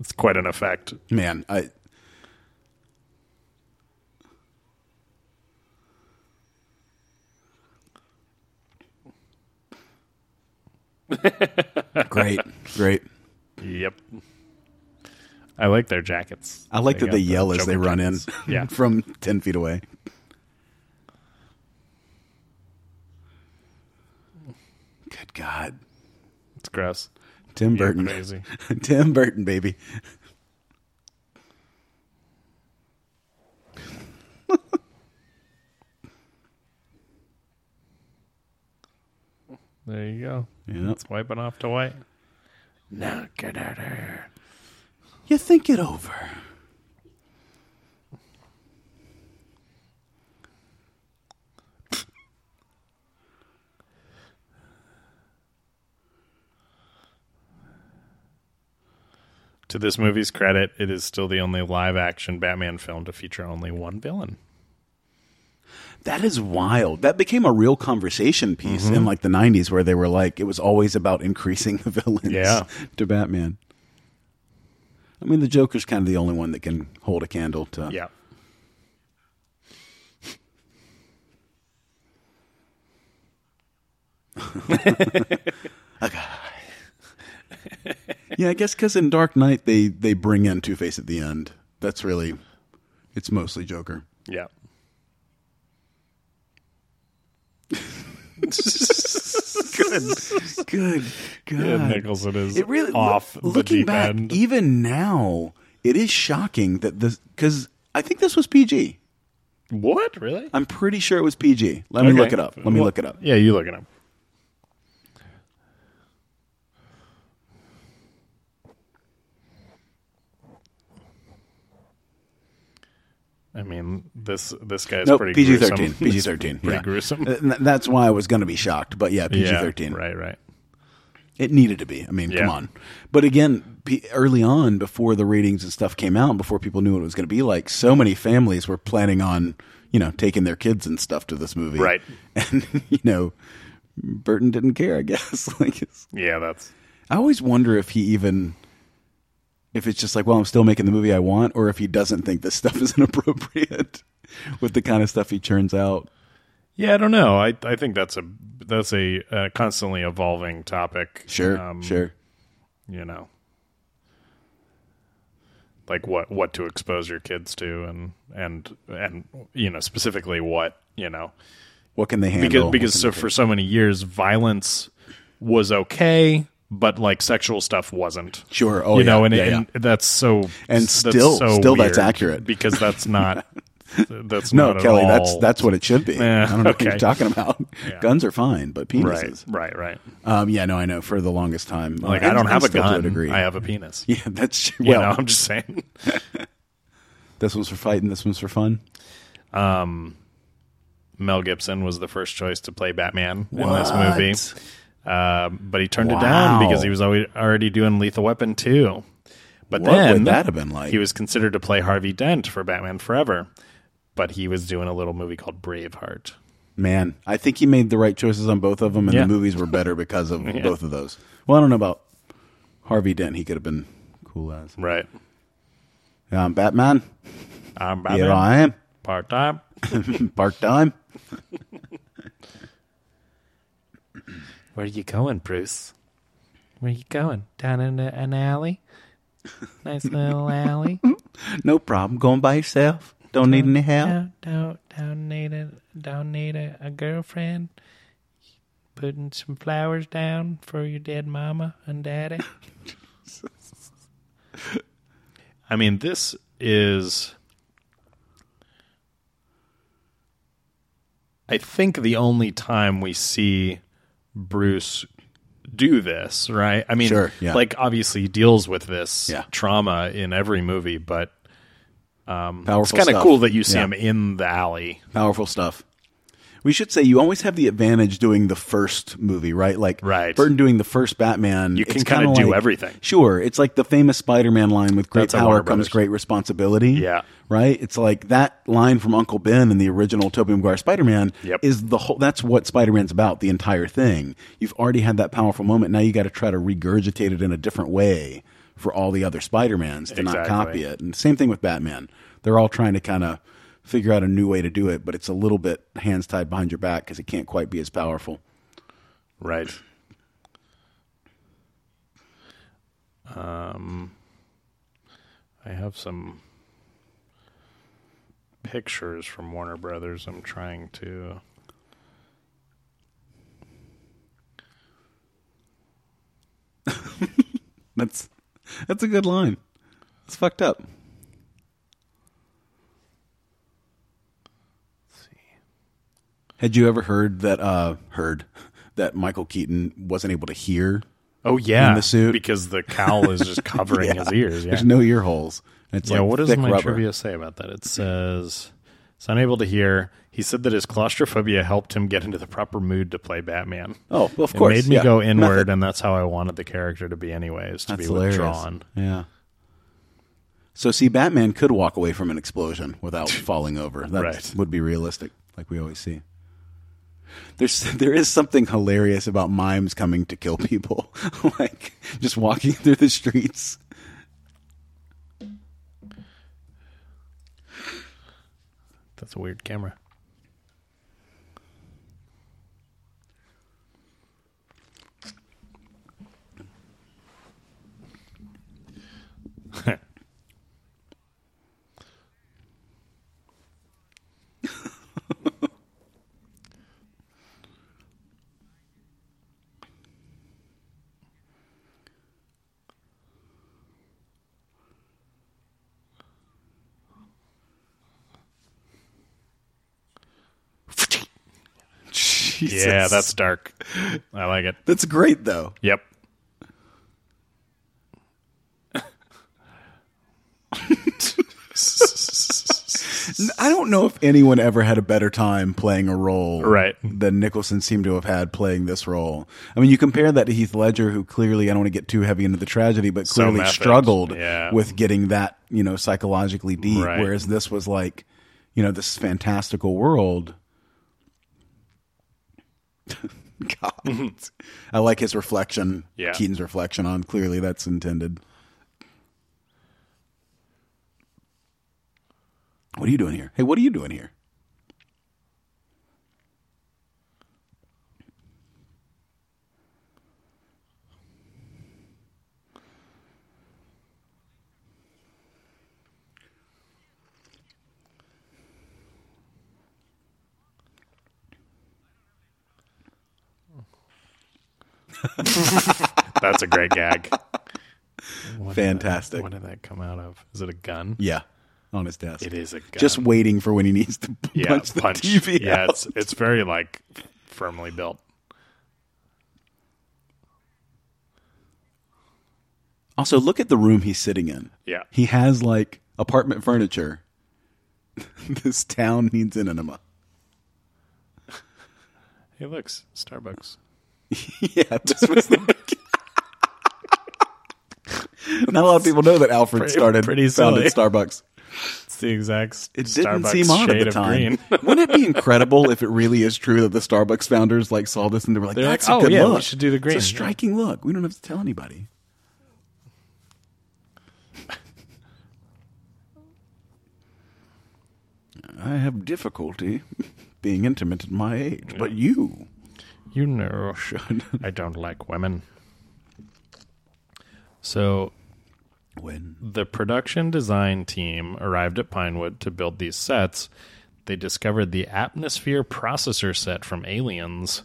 Speaker 7: It's quite an effect.
Speaker 6: Man, I Great, great.
Speaker 7: Yep. I like their jackets.
Speaker 6: I like that
Speaker 7: got
Speaker 6: they
Speaker 7: the
Speaker 6: yell as
Speaker 7: Joker
Speaker 6: they run in
Speaker 7: jackets. Yeah.
Speaker 6: from 10 feet away. Good God.
Speaker 7: It's gross.
Speaker 6: Tim
Speaker 7: You're
Speaker 6: Burton.
Speaker 7: crazy.
Speaker 6: Tim Burton, baby.
Speaker 7: There you go.
Speaker 6: Yeah.
Speaker 7: It's wiping off to white. Now get out of here.
Speaker 6: You think it over.
Speaker 7: To this movie's credit, it is still the only live action Batman film to feature only one villain.
Speaker 6: That is wild. That became a real conversation piece
Speaker 7: Mm-hmm.
Speaker 6: in like the 90s where they were like, it was always about increasing the villains
Speaker 7: Yeah.
Speaker 6: to Batman. I mean, the Joker's kind of the only one that can hold a candle to.
Speaker 7: Yeah.
Speaker 6: Yeah, I guess because in Dark Knight, they, they bring in Two Face at the end. That's really, it's mostly Joker.
Speaker 7: Yeah.
Speaker 6: Good God.
Speaker 7: Yeah, Nicholson is
Speaker 6: it really
Speaker 7: off
Speaker 6: look-
Speaker 7: the
Speaker 6: looking e-
Speaker 7: deep
Speaker 6: back
Speaker 7: end.
Speaker 6: even now it is shocking that this because I think this was PG.
Speaker 7: What? Really?
Speaker 6: I'm pretty sure it was PG. Let me
Speaker 7: Okay.
Speaker 6: look it up. Let me
Speaker 7: Well,
Speaker 6: look it up.
Speaker 7: Yeah, you look it up. I mean, this this guy's
Speaker 6: Nope,
Speaker 7: pretty
Speaker 6: PG
Speaker 7: gruesome.
Speaker 6: thirteen. PG thirteen.
Speaker 7: pretty gruesome.
Speaker 6: That's why I was going to be shocked, but yeah, PG
Speaker 7: Yeah,
Speaker 6: thirteen.
Speaker 7: Right, right.
Speaker 6: It needed to be. I mean, come
Speaker 7: Yeah.
Speaker 6: on. But again, p- early on, before the ratings and stuff came out, and before people knew what it was going to be like, so many families were planning on, you know, taking their kids and stuff to this movie.
Speaker 7: Right.
Speaker 6: And, you know, Burton didn't care, I guess. like, it's,
Speaker 7: Yeah, that's
Speaker 6: I always wonder if he even, if it's just like, well, I'm still making the movie I want, or if he doesn't think this stuff is inappropriate with the kind of stuff he churns out.
Speaker 7: Yeah, I don't know. I I think that's a that's a uh, constantly evolving topic.
Speaker 6: Sure.
Speaker 7: Um,
Speaker 6: sure.
Speaker 7: You know, like what what to expose your kids to, and and and you know specifically what you know
Speaker 6: What can they handle?
Speaker 7: because
Speaker 6: What
Speaker 7: because
Speaker 6: can
Speaker 7: so
Speaker 6: they-
Speaker 7: for so many years violence was okay. But like sexual stuff wasn't
Speaker 6: Sure. Oh,
Speaker 7: you know,
Speaker 6: yeah.
Speaker 7: and,
Speaker 6: Yeah,
Speaker 7: and that's so
Speaker 6: And
Speaker 7: that's
Speaker 6: still- still that's
Speaker 7: weird
Speaker 6: accurate.
Speaker 7: because that's not that's
Speaker 6: No,
Speaker 7: not at
Speaker 6: Kelly, that's
Speaker 7: all-
Speaker 6: that's what it should be.
Speaker 7: Yeah,
Speaker 6: I don't know what you're
Speaker 7: okay.
Speaker 6: talking about. Guns are fine, but
Speaker 7: right
Speaker 6: penises.
Speaker 7: right right
Speaker 6: Um, yeah, no, I know. For the longest time,
Speaker 7: like
Speaker 6: uh,
Speaker 7: I don't
Speaker 6: and-
Speaker 7: have a
Speaker 6: and still to
Speaker 7: gun
Speaker 6: degree.
Speaker 7: I have a penis
Speaker 6: Yeah, that's well.
Speaker 7: You know, I'm just saying.
Speaker 6: This one's for fighting. This one's for fun.
Speaker 7: Mel Gibson was the first choice to play Batman in this movie, um, but he turned it down
Speaker 6: Wow.
Speaker 7: because he was alwa- already doing Lethal Weapon two. But
Speaker 6: What would
Speaker 7: then
Speaker 6: that have been like?
Speaker 7: He was considered to play Harvey Dent for Batman Forever, but he was doing a little movie called Braveheart.
Speaker 6: Man, I think he made the right choices on both of them, and
Speaker 7: Yeah.
Speaker 6: the movies were better because of both of those. Well, I don't know about Harvey Dent. He could have been cool as
Speaker 7: Right.
Speaker 6: um, Batman.
Speaker 7: I'm
Speaker 6: Here
Speaker 7: Batman.
Speaker 6: I am,
Speaker 7: Part time.
Speaker 6: part time.
Speaker 7: Where are you going, Bruce? Where are you going? Down in a, an alley. Nice little alley.
Speaker 6: No problem. Going by yourself. Don't need any help.
Speaker 7: Don't don't don't need a don't need a, a girlfriend. Putting some flowers down for your dead mama and daddy. I mean, this is. I think the only time we see Bruce do this, right? I mean,
Speaker 6: Sure, yeah.
Speaker 7: like obviously he deals with this
Speaker 6: Yeah.
Speaker 7: trauma in every movie, but it's
Speaker 6: Powerful.
Speaker 7: kind of
Speaker 6: stuff.
Speaker 7: cool that you see
Speaker 6: Yeah.
Speaker 7: him in the alley.
Speaker 6: Powerful stuff. We should say you always have the advantage doing the first movie, right? Like
Speaker 7: Right.
Speaker 6: Burton doing the first Batman.
Speaker 7: You can
Speaker 6: it's
Speaker 7: kinda
Speaker 6: kinda
Speaker 7: do
Speaker 6: like-
Speaker 7: everything.
Speaker 6: Sure, it's like the famous Spider-Man line with "Great
Speaker 7: That's a
Speaker 6: power
Speaker 7: Warner
Speaker 6: comes
Speaker 7: Brothers.
Speaker 6: great responsibility."
Speaker 7: Yeah.
Speaker 6: right. It's like that line from Uncle Ben in the original Tobey Maguire Spider-Man
Speaker 7: Yep.
Speaker 6: is the whole. That's what Spider-Man's about. The entire thing. You've already had that powerful moment. Now you got to try to regurgitate it in a different way for all the other Spider-Mans to not
Speaker 7: Exactly.
Speaker 6: copy it. And same thing with Batman. They're all trying to kind of figure out a new way to do it, but it's a little bit hands tied behind your back because it can't quite be as powerful.
Speaker 7: Right. Um, I have some pictures from Warner Brothers. I'm trying to.
Speaker 6: That's that's a good line. It's fucked up. Had you ever heard that? Uh, heard that Michael Keaton wasn't able to hear?
Speaker 7: Oh yeah,
Speaker 6: In the suit?
Speaker 7: because the cowl is just covering his ears. Yeah.
Speaker 6: There's no ear holes. And It's
Speaker 7: yeah.
Speaker 6: like
Speaker 7: what does
Speaker 6: thick
Speaker 7: my
Speaker 6: rubber.
Speaker 7: trivia say about that? It says. It's unable to hear. He said that his claustrophobia helped him get into the proper mood to play Batman.
Speaker 6: Oh, well, of
Speaker 7: it
Speaker 6: course,
Speaker 7: made me
Speaker 6: yeah.
Speaker 7: go inward,
Speaker 6: Method.
Speaker 7: and that's how I wanted the character to be, anyways, to
Speaker 6: That's
Speaker 7: be
Speaker 6: hilarious.
Speaker 7: withdrawn.
Speaker 6: Yeah. So see, Batman could walk away from an explosion without falling over. That
Speaker 7: Right.
Speaker 6: would be realistic, like we always see. There's there is something hilarious about mimes coming to kill people, like just walking through the streets.
Speaker 7: That's a weird camera.
Speaker 6: Jesus.
Speaker 7: Yeah, that's dark. I like it.
Speaker 6: that's great though.
Speaker 7: Yep.
Speaker 6: I don't know if anyone ever had a better time playing a role
Speaker 7: Right.
Speaker 6: than Nicholson seemed to have had playing this role. I mean, you compare that to Heath Ledger, who clearly I don't want to get too heavy into the tragedy, but
Speaker 7: So
Speaker 6: clearly
Speaker 7: method.
Speaker 6: struggled
Speaker 7: Yeah.
Speaker 6: with getting that you know psychologically deep.
Speaker 7: Right.
Speaker 6: Whereas this was like, you know, this fantastical world. God, I like his reflection.
Speaker 7: Mm-hmm. Yeah.
Speaker 6: Keaton's reflection on clearly that's intended. What are you doing here? Hey, what are you doing here?
Speaker 7: That's a great gag.
Speaker 6: Fantastic.
Speaker 7: What did that come out of? Is it a gun?
Speaker 6: Yeah, on his desk.
Speaker 7: It is a gun.
Speaker 6: Just waiting for when he needs to
Speaker 7: yeah,
Speaker 6: punch the TV.
Speaker 7: Yeah,
Speaker 6: out.
Speaker 7: it's it's very like firmly built.
Speaker 6: Also, look at the room he's sitting in.
Speaker 7: Yeah.
Speaker 6: He has like apartment furniture. this town needs an enema.
Speaker 7: Hey, looks Starbucks.
Speaker 6: Yeah, this was the Not a lot of people know that Alfred
Speaker 7: Pretty-
Speaker 6: started
Speaker 7: pretty
Speaker 6: founded
Speaker 7: silly.
Speaker 6: Starbucks.
Speaker 7: It's the exact
Speaker 6: It didn't
Speaker 7: Starbucks
Speaker 6: seem odd
Speaker 7: shade
Speaker 6: at the
Speaker 7: of
Speaker 6: time.
Speaker 7: green.
Speaker 6: Wouldn't it be incredible if it really is true that the Starbucks founders like saw this and they were like,
Speaker 7: They're like,
Speaker 6: "That's
Speaker 7: "Oh,
Speaker 6: a good
Speaker 7: yeah, we
Speaker 6: look.
Speaker 7: should do the green."
Speaker 6: It's a striking look. We don't have to tell anybody." I have difficulty being intimate at my age, but you
Speaker 7: You know,
Speaker 6: should.
Speaker 7: I don't like women. So
Speaker 6: when
Speaker 7: the production design team arrived at Pinewood to build these sets. They discovered the atmosphere processor set from Aliens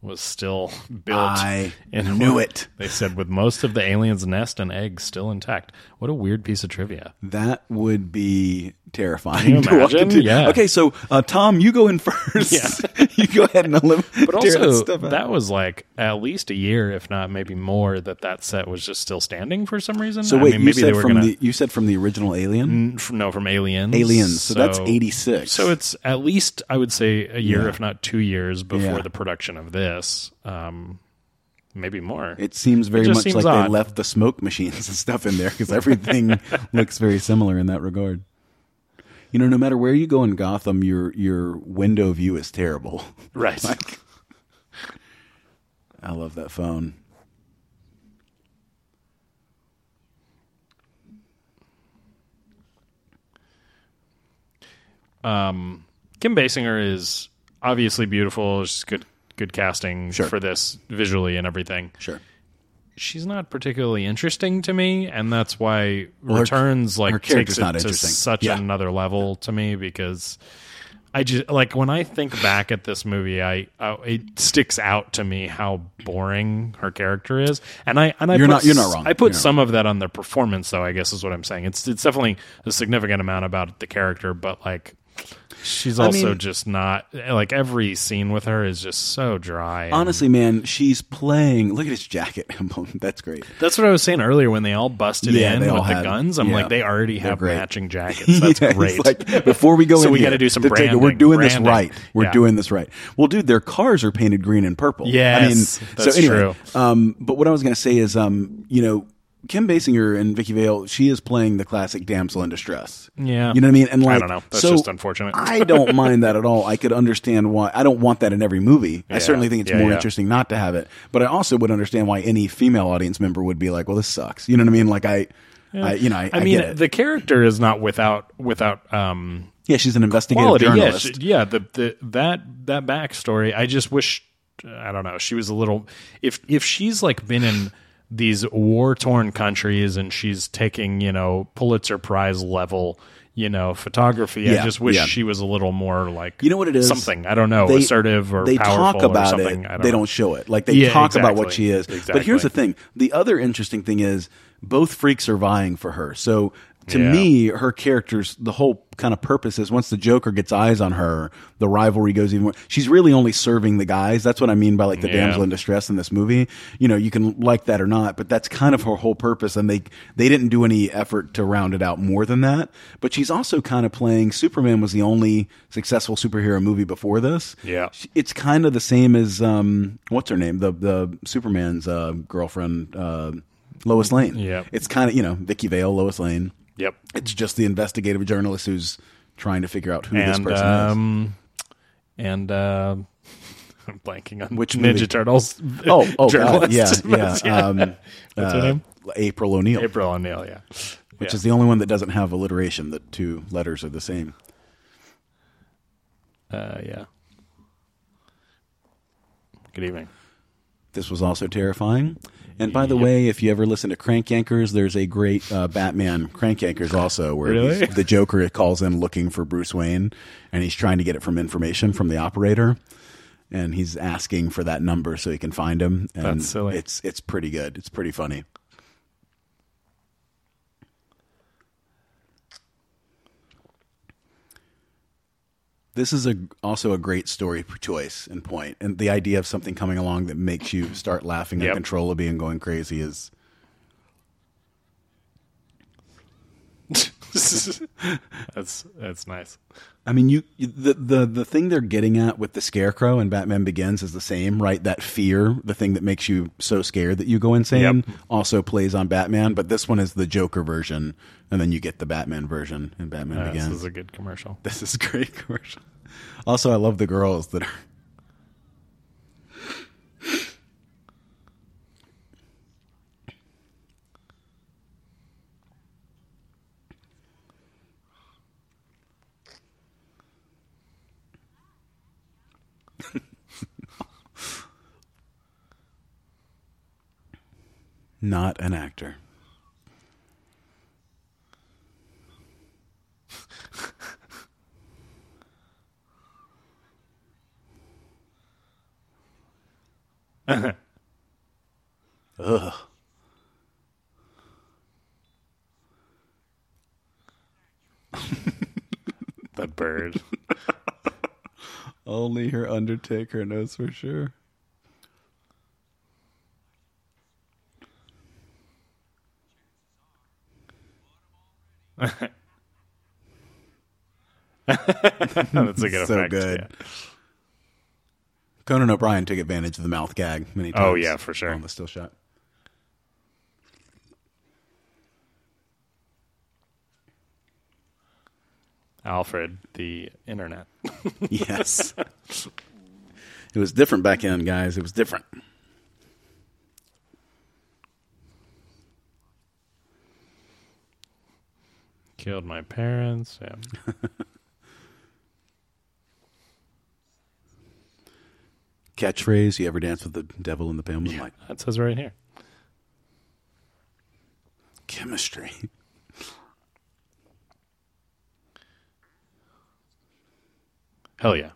Speaker 7: was still built.
Speaker 6: I
Speaker 7: in-
Speaker 6: knew it.
Speaker 7: They said with most of the aliens' nest and eggs still intact. What a weird piece of trivia.
Speaker 6: that would be terrifying.
Speaker 7: Can you
Speaker 6: to walk
Speaker 7: imagine?
Speaker 6: into.
Speaker 7: Yeah.
Speaker 6: Okay, so uh, Tom, you go in first.
Speaker 7: Yeah.
Speaker 6: you go ahead and eliminate.
Speaker 7: But also, that was like at least a year, if not maybe more, that that set was just still standing for some reason.
Speaker 6: So
Speaker 7: I
Speaker 6: wait,
Speaker 7: mean,
Speaker 6: you
Speaker 7: maybe they
Speaker 6: said
Speaker 7: were
Speaker 6: from
Speaker 7: gonna, Mm.
Speaker 6: the you said from the original Alien,
Speaker 7: N- from- no from aliens
Speaker 6: Aliens. So, that's eighty six.
Speaker 7: so it's at least i would say a year if not two years before
Speaker 6: Yeah.
Speaker 7: the production of this um maybe more
Speaker 6: it seems very
Speaker 7: just
Speaker 6: much
Speaker 7: seems
Speaker 6: like
Speaker 7: odd.
Speaker 6: they left the smoke machines and stuff in there because everything looks very similar in that regard. You know, no matter where you go in Gotham, your your window view is terrible.
Speaker 7: right
Speaker 6: I love that phone.
Speaker 7: kim basinger is obviously beautiful she's good good casting
Speaker 6: Sure.
Speaker 7: for this visually and everything
Speaker 6: Sure,
Speaker 7: she's not particularly interesting to me and that's why
Speaker 6: her-
Speaker 7: returns
Speaker 6: her
Speaker 7: like
Speaker 6: character's
Speaker 7: takes it
Speaker 6: not
Speaker 7: to
Speaker 6: interesting.
Speaker 7: such
Speaker 6: Yeah.
Speaker 7: another level to me because I just like when I think back at this movie, I, I it sticks out to me how boring her character is, and I and I
Speaker 6: You're
Speaker 7: put,
Speaker 6: not- you're not wrong.
Speaker 7: I put
Speaker 6: You're not
Speaker 7: some of that on the performance, though. I guess is what I'm saying. It's it's definitely a significant amount about the character, but like she's also
Speaker 6: mean-
Speaker 7: just not like every scene with her is just so dry. and-
Speaker 6: honestly, man, she's playing. Look at his jacket. that's great.
Speaker 7: That's what I was saying earlier when they all busted
Speaker 6: Yeah,
Speaker 7: in
Speaker 6: they
Speaker 7: with
Speaker 6: all
Speaker 7: the
Speaker 6: had-
Speaker 7: guns. I'm
Speaker 6: yeah,
Speaker 7: like, they already
Speaker 6: they're
Speaker 7: have
Speaker 6: great.
Speaker 7: matching jackets. That's
Speaker 6: Yeah, he's
Speaker 7: great.
Speaker 6: like, before we go
Speaker 7: So
Speaker 6: in
Speaker 7: we
Speaker 6: got
Speaker 7: gotta do some
Speaker 6: we're
Speaker 7: branding,
Speaker 6: doing this
Speaker 7: branding.
Speaker 6: right. We're
Speaker 7: Yeah.
Speaker 6: doing this right. Well, dude, their cars are painted green and purple. I mean,
Speaker 7: Yes, that's
Speaker 6: so anyway,
Speaker 7: true.
Speaker 6: Um, but what I was going to say is, um, you know, Kim Basinger and Vicky Vale, she is playing the classic damsel in distress.
Speaker 7: Yeah.
Speaker 6: You know what I mean? And
Speaker 7: I
Speaker 6: like,
Speaker 7: don't know. That's
Speaker 6: so
Speaker 7: just unfortunate.
Speaker 6: I don't mind that at all. I could understand why. I don't want that in every movie. I
Speaker 7: Yeah.
Speaker 6: certainly think it's
Speaker 7: Yeah,
Speaker 6: more
Speaker 7: yeah.
Speaker 6: interesting not to have it. But I also would understand why any female audience member would be like, well, this sucks. You know what I mean? Like, I. I, you know, I,
Speaker 7: I,
Speaker 6: I
Speaker 7: mean,
Speaker 6: get it.
Speaker 7: the character is not without without um,
Speaker 6: yeah, she's an investigative
Speaker 7: quality. Yeah,
Speaker 6: journalist.
Speaker 7: she- yeah. The, the that that backstory. I just wish. I don't know. She was a little. If if she's like been in these war torn countries and she's taking you know Pulitzer Prize level you know photography,
Speaker 6: Yeah,
Speaker 7: I just wish
Speaker 6: yeah.
Speaker 7: she was a little more like
Speaker 6: You know what it is?
Speaker 7: Something I don't know.
Speaker 6: They-
Speaker 7: assertive or
Speaker 6: they
Speaker 7: powerful
Speaker 6: talk about
Speaker 7: or something.
Speaker 6: it.
Speaker 7: I don't
Speaker 6: they
Speaker 7: know.
Speaker 6: don't show it. Like they
Speaker 7: Yeah,
Speaker 6: talk about what
Speaker 7: exactly.
Speaker 6: she is. But here's the thing:
Speaker 7: Exactly.
Speaker 6: the other interesting thing is both freaks are vying for her. So to
Speaker 7: Yeah.
Speaker 6: me, her character's the whole kind of purpose is once the Joker gets eyes on her, the rivalry goes even more. She's really only serving the guys. That's what I mean by like the
Speaker 7: Yeah.
Speaker 6: damsel in distress in this movie. You know, you can like that or not, but that's kind of her whole purpose. And they they didn't do any effort to round it out more than that. But she's also kind of playing Superman was the only successful superhero movie before this.
Speaker 7: Yeah.
Speaker 6: She- it's kind of the same as um, what's her name, the the Superman's uh, girlfriend, uh, Lois Lane.
Speaker 7: Yeah.
Speaker 6: it's kind of you know Vicky Vale, Lois Lane.
Speaker 7: Yep.
Speaker 6: It's just the investigative journalist who's trying to figure out who this
Speaker 7: And
Speaker 6: person is.
Speaker 7: um, and uh, I'm blanking on
Speaker 6: Which
Speaker 7: which
Speaker 6: movie?
Speaker 7: Ninja Turtles.
Speaker 6: Oh, oh, God.
Speaker 7: journalist
Speaker 6: yeah, yeah.
Speaker 7: was, yeah.
Speaker 6: Um,
Speaker 7: What's her
Speaker 6: uh,
Speaker 7: name?
Speaker 6: April O'Neil,
Speaker 7: April O'Neil. Yeah,
Speaker 6: which
Speaker 7: Yeah.
Speaker 6: is the only one that doesn't have alliteration. The two letters are the same.
Speaker 7: uh, yeah. Good evening.
Speaker 6: This was also terrifying. And by the way, if you ever listen to Crank Yankers, there's a great uh, Batman Crank Yankers also where
Speaker 7: Really?
Speaker 6: he's- the Joker calls in looking for Bruce Wayne and he's trying to get it from information from the operator. And he's asking for that number so he can find him. And
Speaker 7: That's silly.
Speaker 6: It's, it's pretty good. It's pretty funny. this is a also a great story p- choice and point and the idea of something coming along that makes you start laughing
Speaker 7: Yep.
Speaker 6: uncontrollably and going crazy is
Speaker 7: that's that's nice.
Speaker 6: i mean you you- the, the the thing they're getting at with the scarecrow and batman begins is the same right that fear the thing that makes you so scared that you go insane also plays on batman but this one is the joker version and then you get the batman version in batman
Speaker 7: Uh, this
Speaker 6: begins
Speaker 7: is a good commercial.
Speaker 6: This is great commercial. Also, I love the girls that are. Not an actor.
Speaker 7: The bird.
Speaker 6: Only her Undertaker knows for sure.
Speaker 7: that's a good
Speaker 6: so
Speaker 7: effect.
Speaker 6: good.
Speaker 7: yeah.
Speaker 6: Conan O'Brien took advantage of the mouth gag many times.
Speaker 7: Oh, yeah, for sure.
Speaker 6: On the still shot.
Speaker 7: Alfred, the internet.
Speaker 6: Yes. it was different back then, guys. It was different.
Speaker 7: Killed my parents. Yeah.
Speaker 6: Catchphrase, you ever dance with the devil in the pale moonlight?
Speaker 7: That says right here.
Speaker 6: Chemistry.
Speaker 7: Hell yeah.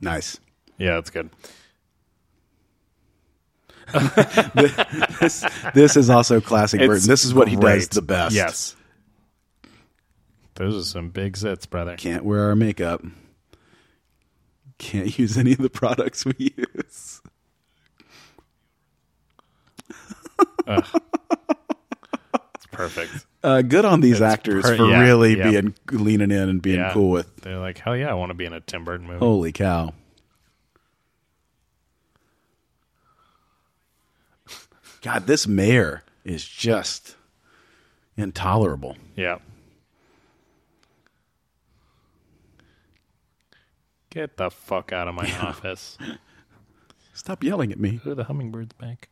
Speaker 6: Nice.
Speaker 7: Yeah, that's good.
Speaker 6: This is also classic Burton.
Speaker 7: It's
Speaker 6: This is what he does
Speaker 7: great.
Speaker 6: the best.
Speaker 7: Yes. Those are some big zits, brother.
Speaker 6: Can't wear our makeup. Can't use any of the products we use.
Speaker 7: It's perfect.
Speaker 6: Uh, good on these actors
Speaker 7: per-
Speaker 6: for
Speaker 7: yeah,
Speaker 6: really
Speaker 7: yeah.
Speaker 6: being leaning in and being
Speaker 7: Yeah.
Speaker 6: cool with
Speaker 7: They're like, hell yeah, I want to be in a Tim Burton movie.
Speaker 6: Holy cow. God, this mayor is just intolerable.
Speaker 7: Yeah. Get the fuck out of my office.
Speaker 6: Stop yelling at me.
Speaker 7: Who the hummingbirds back?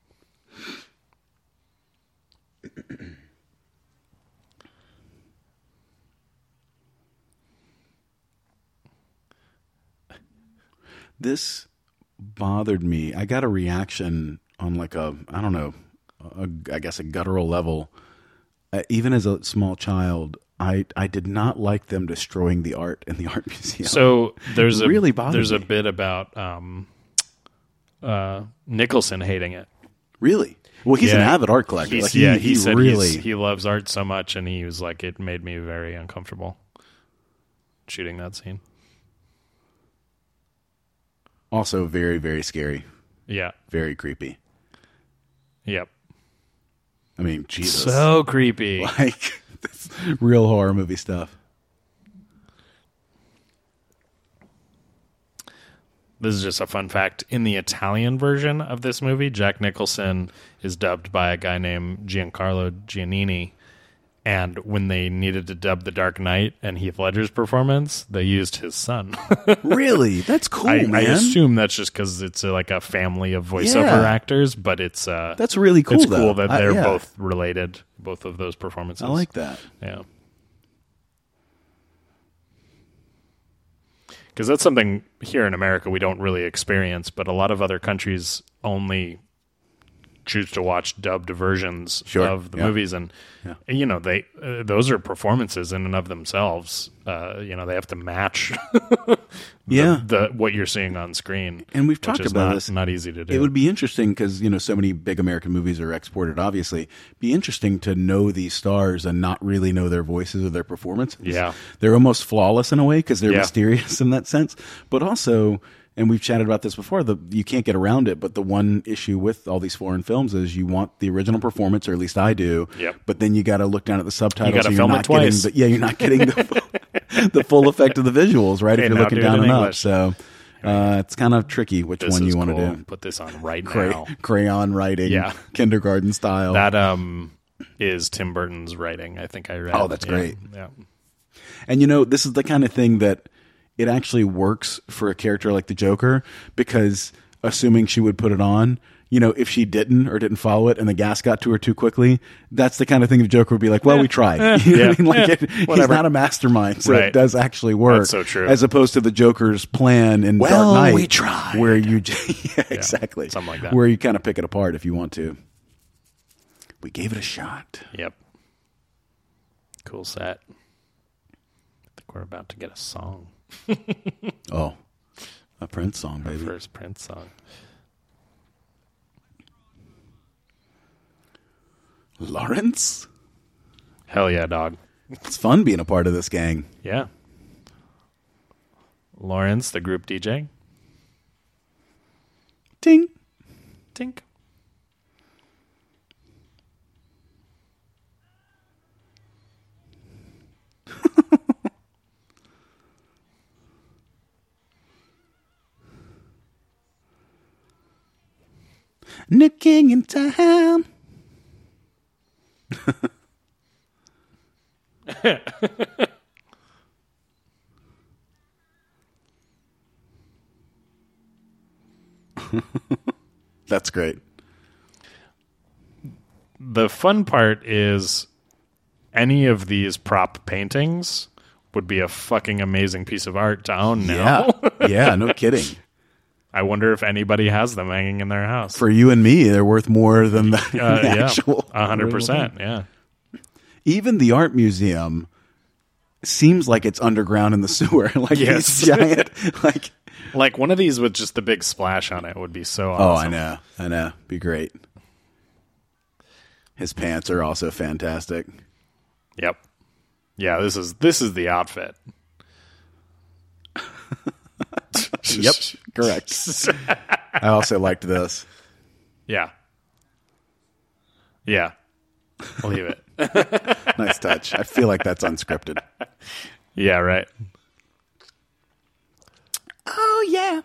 Speaker 6: This bothered me. I got a reaction on like a I don't know, a, I guess a guttural level. Uh, even as a small child, I I did not like them destroying the art in the art museum.
Speaker 7: So there's a
Speaker 6: Really bothered
Speaker 7: there's a
Speaker 6: me.
Speaker 7: bit about um, uh, Nicholson hating it
Speaker 6: Really? Well, he's an
Speaker 7: Yeah.
Speaker 6: avid art collector.
Speaker 7: He's-
Speaker 6: Like, he,
Speaker 7: yeah,
Speaker 6: he,
Speaker 7: he, said he's-
Speaker 6: really.
Speaker 7: he loves art so much, and he was like, it made me very uncomfortable shooting that scene.
Speaker 6: Also, very, very scary.
Speaker 7: Yeah,
Speaker 6: Very creepy.
Speaker 7: yep.
Speaker 6: I mean, Jesus.
Speaker 7: So creepy.
Speaker 6: like, that's real horror movie stuff.
Speaker 7: This is just a fun fact. In the Italian version of this movie, Jack Nicholson is dubbed by a guy named Giancarlo Giannini. And when they needed to dub The Dark Knight and Heath Ledger's performance, they used his son.
Speaker 6: Really? That's cool,
Speaker 7: I, I
Speaker 6: man.
Speaker 7: assume that's just because it's uh, like a family of voiceover
Speaker 6: Yeah.
Speaker 7: actors, but it's uh,
Speaker 6: That's really cool,
Speaker 7: It's
Speaker 6: though.
Speaker 7: cool that
Speaker 6: I-
Speaker 7: they're
Speaker 6: yeah.
Speaker 7: both related, both of those performances.
Speaker 6: I like that.
Speaker 7: Yeah. Because that's something here in America we don't really experience, but a lot of other countries only choose to watch dubbed versions
Speaker 6: Sure,
Speaker 7: of the
Speaker 6: yeah.
Speaker 7: movies, and you know they uh, those are performances in and of themselves. Uh, you know they have to match
Speaker 6: Yeah.
Speaker 7: the what you're seeing on screen,
Speaker 6: And we've
Speaker 7: which
Speaker 6: talked
Speaker 7: is
Speaker 6: about
Speaker 7: not,
Speaker 6: this.
Speaker 7: Not easy to do.
Speaker 6: It would be interesting because you know so many big American movies are exported. Obviously, be interesting to know these stars and not really know their voices or their performances.
Speaker 7: Yeah.
Speaker 6: they're almost flawless in a way because they're
Speaker 7: Yeah.
Speaker 6: mysterious in that sense. But also, and we've chatted about this before, the you can't get around it. But the one issue with all these foreign films is you want the original performance, or at least I do.
Speaker 7: Yep.
Speaker 6: But then you got to look down at the subtitles.
Speaker 7: gotta
Speaker 6: so you're
Speaker 7: film it
Speaker 6: not getting
Speaker 7: twice.
Speaker 6: the- yeah, you're not getting the, the full effect of the visuals, right?
Speaker 7: Okay,
Speaker 6: if you're
Speaker 7: now
Speaker 6: looking
Speaker 7: do it
Speaker 6: down
Speaker 7: in
Speaker 6: and up,
Speaker 7: English.
Speaker 6: so. Uh, it's kind of tricky which
Speaker 7: this
Speaker 6: one you
Speaker 7: is
Speaker 6: want
Speaker 7: cool.
Speaker 6: to do
Speaker 7: Put this on right
Speaker 6: cray-
Speaker 7: now.
Speaker 6: crayon writing,
Speaker 7: Yeah.
Speaker 6: kindergarten style.
Speaker 7: That um is Tim Burton's writing. I think I read.
Speaker 6: Oh, that's
Speaker 7: Yeah,
Speaker 6: great.
Speaker 7: Yeah.
Speaker 6: and you know, this is the kind of thing that it actually works for a character like the Joker because assuming she would put it on, you know, if she didn't or didn't follow it and the gas got to her too quickly, that's the kind of thing the Joker would be like, well, we tried. You know what I mean? Like,
Speaker 7: eh,
Speaker 6: it- he's
Speaker 7: whatever.
Speaker 6: not a mastermind, so it
Speaker 7: Right.
Speaker 6: does actually work.
Speaker 7: That's so true.
Speaker 6: As opposed to the Joker's plan in
Speaker 7: Well,
Speaker 6: Dark Knight.
Speaker 7: we tried.
Speaker 6: Where you, j- yeah, exactly.
Speaker 7: something like that.
Speaker 6: Where you kind of pick it apart if you want to. We gave it a shot.
Speaker 7: Yep. Cool set. I think we're about to get a song.
Speaker 6: Oh, a Prince song, baby.
Speaker 7: First Prince song.
Speaker 6: Lawrence?
Speaker 7: Hell yeah, dog.
Speaker 6: It's fun being a part of this gang.
Speaker 7: Yeah. Lawrence, the group DJ.
Speaker 6: Ting.
Speaker 7: Tink.
Speaker 6: New king in town. That's great.
Speaker 7: The fun part is any of these prop paintings would be a fucking amazing piece of art to own now.
Speaker 6: Yeah. Yeah, no kidding.
Speaker 7: I wonder if anybody has them hanging in their house.
Speaker 6: For you and me, they're worth more than the, the
Speaker 7: uh, yeah,
Speaker 6: actual.
Speaker 7: a hundred percent. Yeah,
Speaker 6: even the art museum seems like it's underground in the sewer like
Speaker 7: Yes.
Speaker 6: these giant like
Speaker 7: like one of these with just the big splash on it would be so
Speaker 6: oh
Speaker 7: awesome.
Speaker 6: i know i know be great his pants are also fantastic
Speaker 7: Yep. Yeah, this is this is the outfit.
Speaker 6: yep correct i also liked this
Speaker 7: Yeah. Yeah. Leave it.
Speaker 6: nice touch i feel like that's unscripted
Speaker 7: yeah. Right.
Speaker 6: oh yeah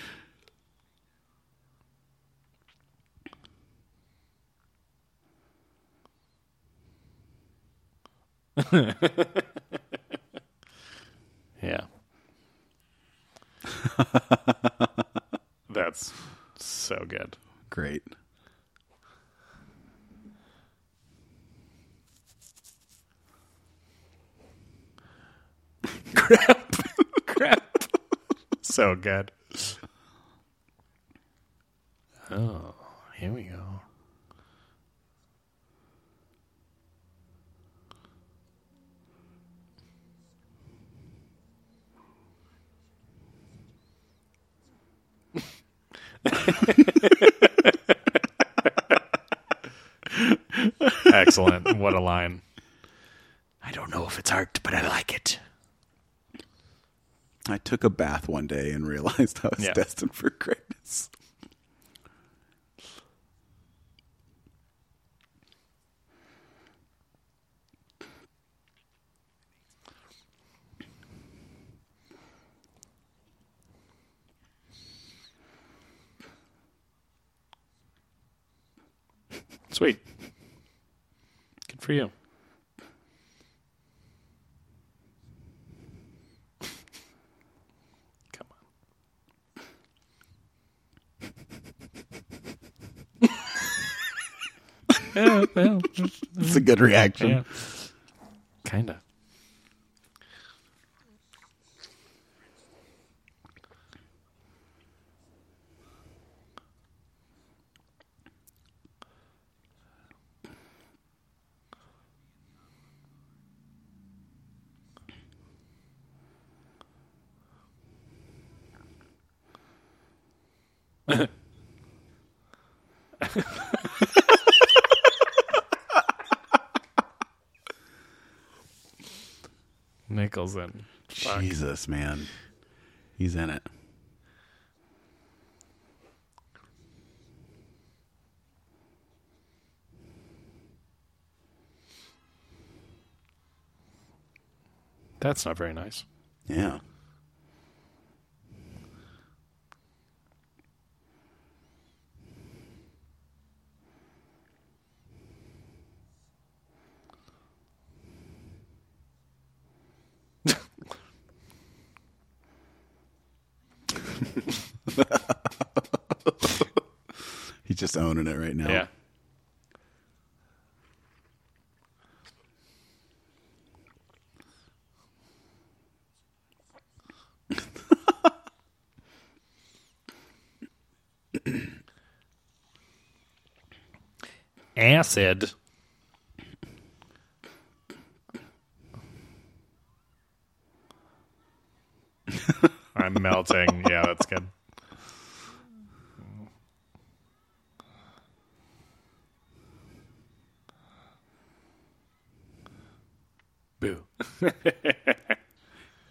Speaker 7: Yeah. That's so good.
Speaker 6: great
Speaker 7: Crap. so good. Oh, Oh, here we go. Excellent. What a line.
Speaker 4: I don't know if it's art, but I like it.
Speaker 6: I took a bath one day and realized I was
Speaker 7: Yeah.
Speaker 6: destined for greatness.
Speaker 7: Sweet. Good for you. Come on.
Speaker 4: Mm-hmm.
Speaker 6: It's a good reaction.
Speaker 7: Yeah. Kind of. Nicholson.
Speaker 6: Jesus, man. He's in it.
Speaker 7: That's not very nice.
Speaker 6: Yeah. He's just owning it right now.
Speaker 7: Yeah. Acid. I'm melting. Yeah, that's good. Boo.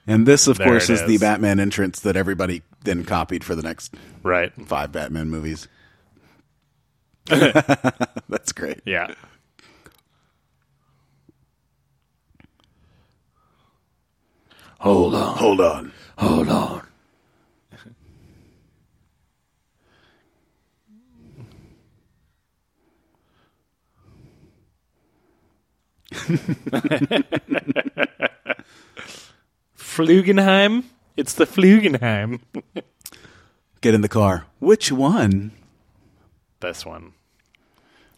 Speaker 6: And this, of
Speaker 7: There
Speaker 6: course,
Speaker 7: it
Speaker 6: is the
Speaker 7: is.
Speaker 6: Batman entrance that everybody then copied for the next
Speaker 7: Right.
Speaker 6: five Batman movies. That's great.
Speaker 7: Yeah.
Speaker 6: Hold on. Hold on.
Speaker 4: Hold on.
Speaker 7: Flugenheim. It's the Flugenheim.
Speaker 6: Get in the car. Which one?
Speaker 7: this one.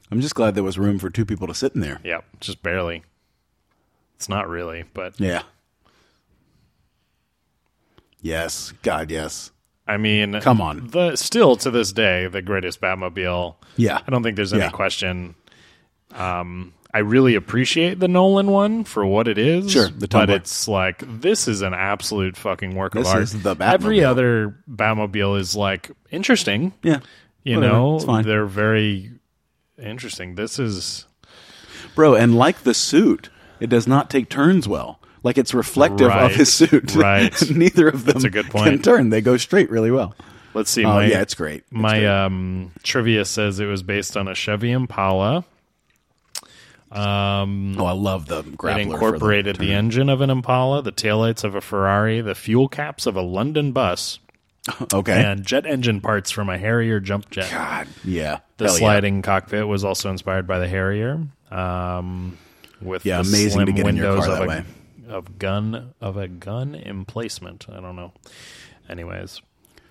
Speaker 6: I'm just glad there was room for two people to sit in there.
Speaker 7: Yep. Just barely. It's not really, but
Speaker 6: Yeah. Yes. God, yes.
Speaker 7: I mean,
Speaker 6: Come on.
Speaker 7: The still to this day the greatest Batmobile.
Speaker 6: Yeah.
Speaker 7: I don't think there's any
Speaker 6: Yeah.
Speaker 7: question. Um, I really appreciate the Nolan one for what it is.
Speaker 6: Sure, the
Speaker 7: but
Speaker 6: tumbler.
Speaker 7: it's like this is an absolute fucking work
Speaker 6: This
Speaker 7: of art.
Speaker 6: is the
Speaker 7: Every
Speaker 6: Batmobile.
Speaker 7: other Batmobile is like interesting.
Speaker 6: Yeah.
Speaker 7: You
Speaker 6: Whatever,
Speaker 7: know,
Speaker 6: it's fine.
Speaker 7: they're very interesting. This is
Speaker 6: Bro, and like the suit, it does not take turns well. Like it's reflective
Speaker 7: Right.
Speaker 6: of his suit.
Speaker 7: Right.
Speaker 6: Neither of them
Speaker 7: That's a good
Speaker 6: can
Speaker 7: point.
Speaker 6: turn. They go straight really well.
Speaker 7: Let's see.
Speaker 6: Oh,
Speaker 7: my,
Speaker 6: yeah, it's great. It's
Speaker 7: my
Speaker 6: great.
Speaker 7: um, trivia says it was based on a Chevy Impala.
Speaker 6: oh, I love the grappler.
Speaker 7: It
Speaker 6: for the
Speaker 7: incorporated the,
Speaker 6: turn.
Speaker 7: engine of an Impala, the taillights of a Ferrari, the fuel caps of a London bus,
Speaker 6: Okay.
Speaker 7: and jet engine parts from a Harrier jump jet.
Speaker 6: Eh? God. Yeah.
Speaker 7: the
Speaker 6: Hell yeah.
Speaker 7: sliding cockpit was also inspired by the Harrier. Um, with
Speaker 6: Yeah,
Speaker 7: the
Speaker 6: amazing to
Speaker 7: slim
Speaker 6: get in your
Speaker 7: windows
Speaker 6: car
Speaker 7: of
Speaker 6: that
Speaker 7: a,
Speaker 6: way.
Speaker 7: Of gun of a gun emplacement. I don't know. Anyways,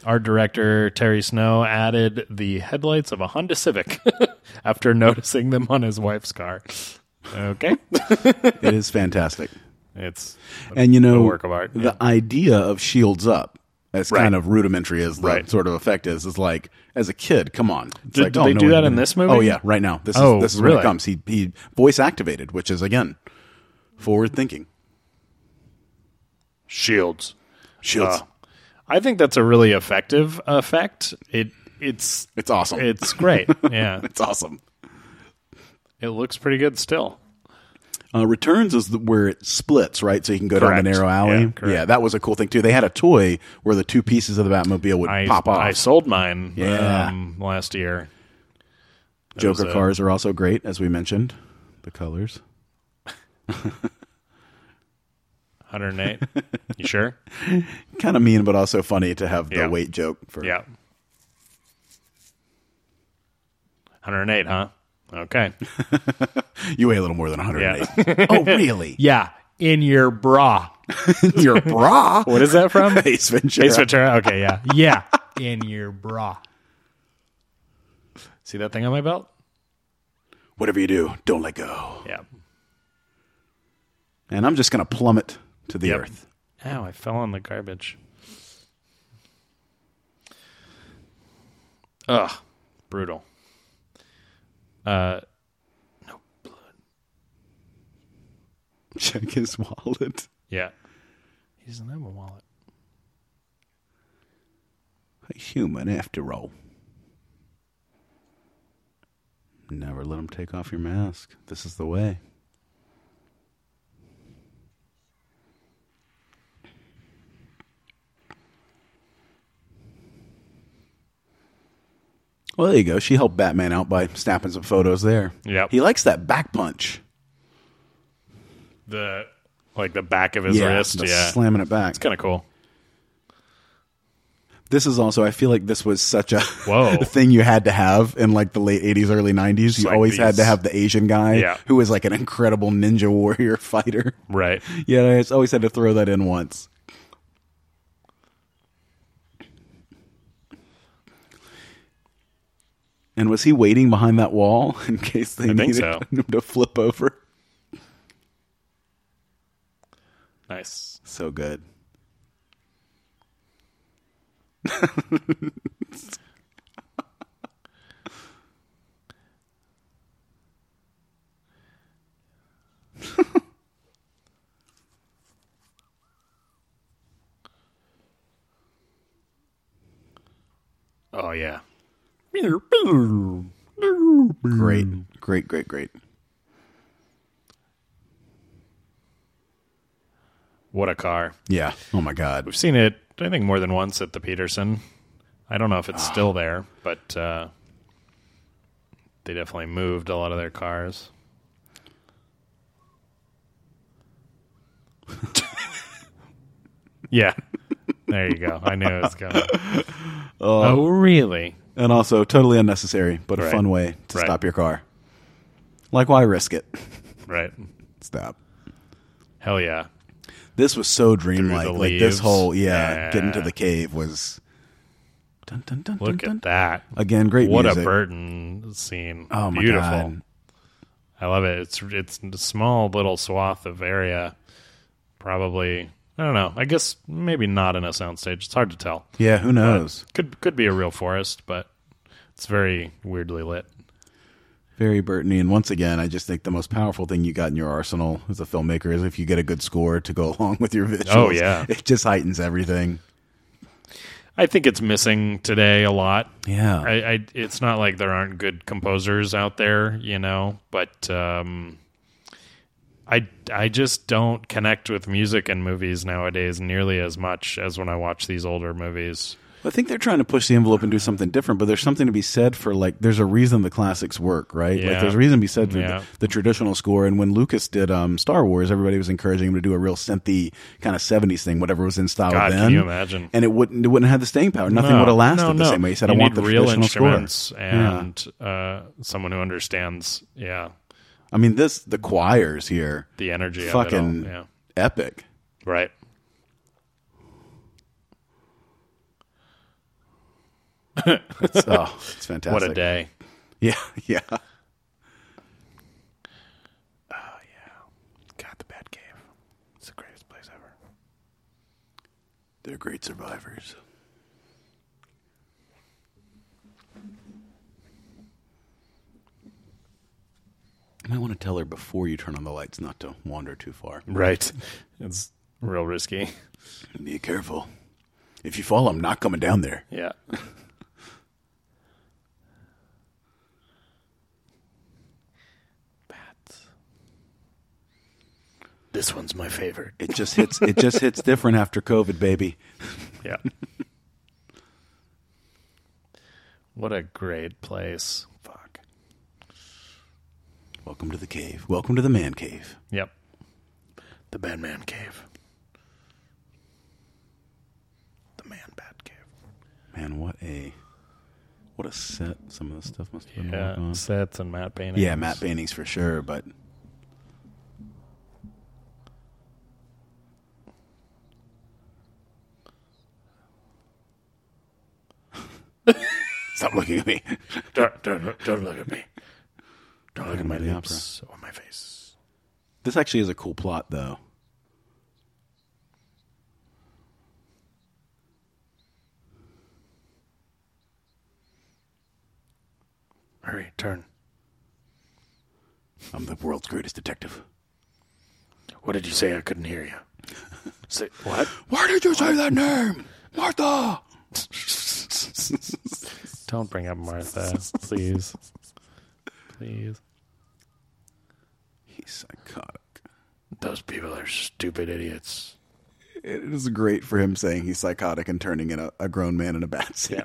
Speaker 7: our director Terry Snow added the headlights of a Honda Civic after noticing them on his wife's car. Okay,
Speaker 6: It is fantastic.
Speaker 7: it's
Speaker 6: and you know
Speaker 7: a work of art,
Speaker 6: the
Speaker 7: yeah.
Speaker 6: idea of shields up as
Speaker 7: Right.
Speaker 6: kind of rudimentary as the
Speaker 7: Right.
Speaker 6: sort of effect is is like as a kid come on It's
Speaker 7: Did-
Speaker 6: like,
Speaker 7: did they do
Speaker 6: we're
Speaker 7: that in
Speaker 6: gonna-
Speaker 7: this movie?
Speaker 6: oh yeah right now this
Speaker 7: Oh,
Speaker 6: is this is when
Speaker 7: really?
Speaker 6: it comes he he voice activated which is again forward thinking
Speaker 7: shields.
Speaker 6: shields
Speaker 7: Uh, I think that's a really effective effect. It it's
Speaker 6: It's awesome.
Speaker 7: it's great. Yeah,
Speaker 6: it's awesome.
Speaker 7: it looks pretty good still.
Speaker 6: Uh, Returns is the, where it splits, right? So you can go down the
Speaker 7: Correct.
Speaker 6: narrow alley.
Speaker 7: Yeah, correct.
Speaker 6: that was a cool thing too. They had a toy where the two pieces of the Batmobile would
Speaker 7: I
Speaker 6: pop off.
Speaker 7: I sold mine
Speaker 6: Yeah.
Speaker 7: um, last year.
Speaker 6: Joker
Speaker 7: was a-
Speaker 6: cars are also great, as we mentioned. The colors.
Speaker 7: 108. you sure?
Speaker 6: Kind of mean, but also funny to have the
Speaker 7: Yeah.
Speaker 6: weight joke for
Speaker 7: Yeah. 108, huh? Okay.
Speaker 6: you weigh a little more than 108. oh, really?
Speaker 7: Yeah, in your bra.
Speaker 6: Your bra?
Speaker 7: What is that from?
Speaker 6: Ace Ventura.
Speaker 7: Ace Ventura. Okay, yeah, yeah, in your bra. See that thing on my belt?
Speaker 6: Whatever you do, don't let go.
Speaker 7: Yeah.
Speaker 6: And I'm just going to plummet to the
Speaker 7: Yep.
Speaker 6: earth.
Speaker 7: Ow! I fell on the garbage. Ugh, brutal. Uh,
Speaker 6: Check his wallet.
Speaker 7: yeah. He doesn't have a wallet.
Speaker 6: A human, after all. Never let him take off your mask. This is the way. Well, there you go. She helped Batman out by snapping some photos there.
Speaker 7: Yep.
Speaker 6: He likes that back punch.
Speaker 7: The like the back of his wrist.
Speaker 6: the
Speaker 7: Yeah,
Speaker 6: Slamming it back.
Speaker 7: it's kind of cool.
Speaker 6: this is also I feel like this was such a
Speaker 7: Whoa.
Speaker 6: thing you had to have in like the late 80s early 90s you
Speaker 7: like
Speaker 6: always had to
Speaker 7: these-
Speaker 6: have the Asian guy
Speaker 7: Yeah.
Speaker 6: who was like an incredible ninja warrior fighter
Speaker 7: Right.
Speaker 6: yeah I just always had to throw that in once and was he waiting behind that wall in case they
Speaker 7: think
Speaker 6: needed
Speaker 7: so.
Speaker 6: him to flip over
Speaker 7: Nice.
Speaker 6: so good
Speaker 7: Oh yeah.
Speaker 6: great great great great
Speaker 7: What a car.
Speaker 6: yeah oh my god
Speaker 7: We've seen it, I think, more than once at the Peterson. I don't know if it's still there, but uh, they definitely moved a lot of their cars. yeah. There you go. I knew it was coming. oh, really?
Speaker 6: And also totally unnecessary, but a
Speaker 7: Right.
Speaker 6: fun way to
Speaker 7: Right.
Speaker 6: stop your car. Like why risk it?
Speaker 7: Right.
Speaker 6: Stop.
Speaker 7: Hell yeah.
Speaker 6: This was so dreamlike. Like this
Speaker 7: leaves.
Speaker 6: whole yeah,
Speaker 7: Yeah.
Speaker 6: getting to the cave was dun dun dun
Speaker 7: Look
Speaker 6: dun,
Speaker 7: at that.
Speaker 6: dun. Again, great
Speaker 7: What
Speaker 6: music.
Speaker 7: a burden scene.
Speaker 6: Oh my
Speaker 7: Beautiful.
Speaker 6: god.
Speaker 7: I love it. It's it's a small little swath of area. Probably I don't know. I guess maybe not in a soundstage. It's hard to tell.
Speaker 6: Yeah, who knows?
Speaker 7: Could could be a real forest, but it's very weirdly lit.
Speaker 6: Very Burtony. And once again, I just think the most powerful thing you got in your arsenal as a filmmaker is if you get a good score to go along with your visuals.
Speaker 7: Oh, yeah.
Speaker 6: It just heightens everything.
Speaker 7: I think it's missing today a lot.
Speaker 6: Yeah.
Speaker 7: I, I it's not like there aren't good composers out there, you know, but um I I just don't connect with music in movies nowadays nearly as much as when I watch these older movies.
Speaker 6: I think they're trying to push the envelope and do something different, but there's something to be said for like there's a reason the classics work, right? Like
Speaker 7: Yeah.
Speaker 6: there's a reason to be said for
Speaker 7: Yeah.
Speaker 6: the, the traditional score. And when Lucas did um, Star Wars, everybody was encouraging him to do a real synthy kind of '70s thing, whatever was in style
Speaker 7: God,
Speaker 6: then.
Speaker 7: can you imagine?
Speaker 6: And it wouldn't it wouldn't have the staying power. Nothing would have lasted
Speaker 7: no,
Speaker 6: the
Speaker 7: no.
Speaker 6: same way. He said,
Speaker 7: You
Speaker 6: "I want
Speaker 7: need
Speaker 6: the
Speaker 7: real
Speaker 6: traditional score."
Speaker 7: instruments and uh, someone who understands, yeah,
Speaker 6: I mean, this the choirs here,
Speaker 7: the energy
Speaker 6: fucking
Speaker 7: of it all. Yeah,
Speaker 6: epic.
Speaker 7: right.
Speaker 6: It's, oh, it's fantastic.
Speaker 7: What a day!
Speaker 6: Yeah, yeah.
Speaker 4: Oh, God, the Batcave. It's the greatest place ever.
Speaker 6: They're great survivors. You might want to tell her before you turn on the lights not to wander too far.
Speaker 7: Right, it's real risky.
Speaker 6: Be careful. If you fall, I'm not coming down there.
Speaker 7: Yeah,
Speaker 4: This one's my favorite.
Speaker 6: It just hits. it just hits different after COVID, baby.
Speaker 7: Yeah. what a great place. Fuck.
Speaker 6: Welcome to the cave. Welcome to the man cave.
Speaker 7: Yep.
Speaker 4: The Batman Cave. The Man Bat Cave.
Speaker 6: Man, what a what a set some of this stuff must have been
Speaker 7: Yeah.
Speaker 6: working on.
Speaker 7: Sets and matte paintings.
Speaker 6: Yeah, matte paintings for sure, but Stop looking at me.
Speaker 4: Don't, don't, don't look at me. Don't look at my
Speaker 6: Phantom of the
Speaker 4: lips or my face.
Speaker 6: This actually is a cool plot though.
Speaker 4: Hurry, turn.
Speaker 6: I'm the world's greatest detective.
Speaker 4: What did you say? I couldn't hear you. Say, what?
Speaker 6: Why did you say that name? Martha
Speaker 7: Don't bring up Martha, please. Please.
Speaker 6: He's psychotic.
Speaker 4: Those people are stupid idiots.
Speaker 6: It is great for him saying he's psychotic and turning in a, a grown man in a bat suit.
Speaker 7: Yeah.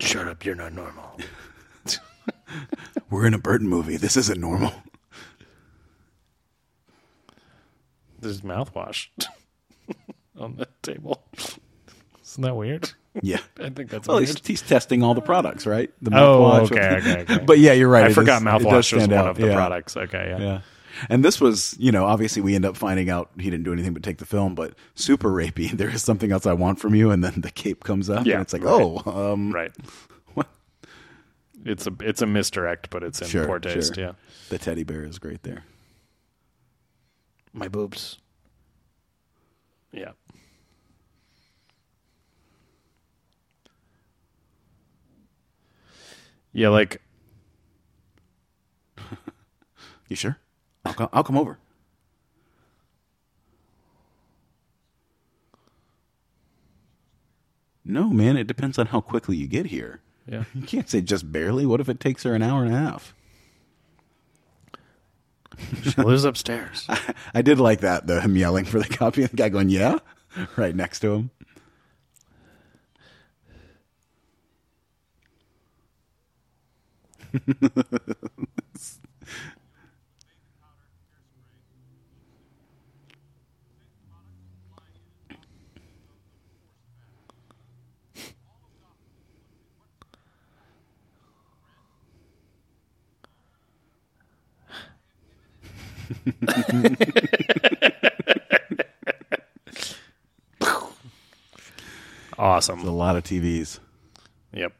Speaker 4: Shut up, you're not normal.
Speaker 6: We're in a Burton movie. This isn't normal.
Speaker 7: There's mouthwash on the table. Isn't that weird?
Speaker 6: Yeah.
Speaker 7: I think that's
Speaker 6: Well,
Speaker 7: weird.
Speaker 6: he's, he's testing all the products, right? The
Speaker 7: Oh,
Speaker 6: mouthwash.
Speaker 7: okay, okay, okay.
Speaker 6: But yeah, you're right.
Speaker 7: I
Speaker 6: It
Speaker 7: forgot
Speaker 6: does- it does
Speaker 7: mouthwash was
Speaker 6: stand
Speaker 7: one
Speaker 6: out.
Speaker 7: of the
Speaker 6: Yeah.
Speaker 7: products. Okay, yeah.
Speaker 6: Yeah. And this was, you know, obviously we end up finding out he didn't do anything but take the film, but super rapey. There is something else I want from you, and then the cape comes up,
Speaker 7: Yeah,
Speaker 6: and it's like,
Speaker 7: right.
Speaker 6: oh, um,
Speaker 7: Right.
Speaker 6: What?
Speaker 7: It's a it's a misdirect, but it's in
Speaker 6: sure,
Speaker 7: poor taste.
Speaker 6: sure.
Speaker 7: Yeah.
Speaker 6: The teddy bear is great there.
Speaker 4: My boobs.
Speaker 7: Yeah. Yeah, like
Speaker 6: You sure? I'll come, I'll come over. No, man, it depends on how quickly you get here.
Speaker 7: yeah.
Speaker 6: You can't say just barely. What if it takes her an hour and a half?
Speaker 4: She lives upstairs.
Speaker 6: I did like that, though, him yelling for the copy and the guy going, yeah, right next to him.
Speaker 7: Awesome.
Speaker 6: A lot of TVs.
Speaker 7: Yep.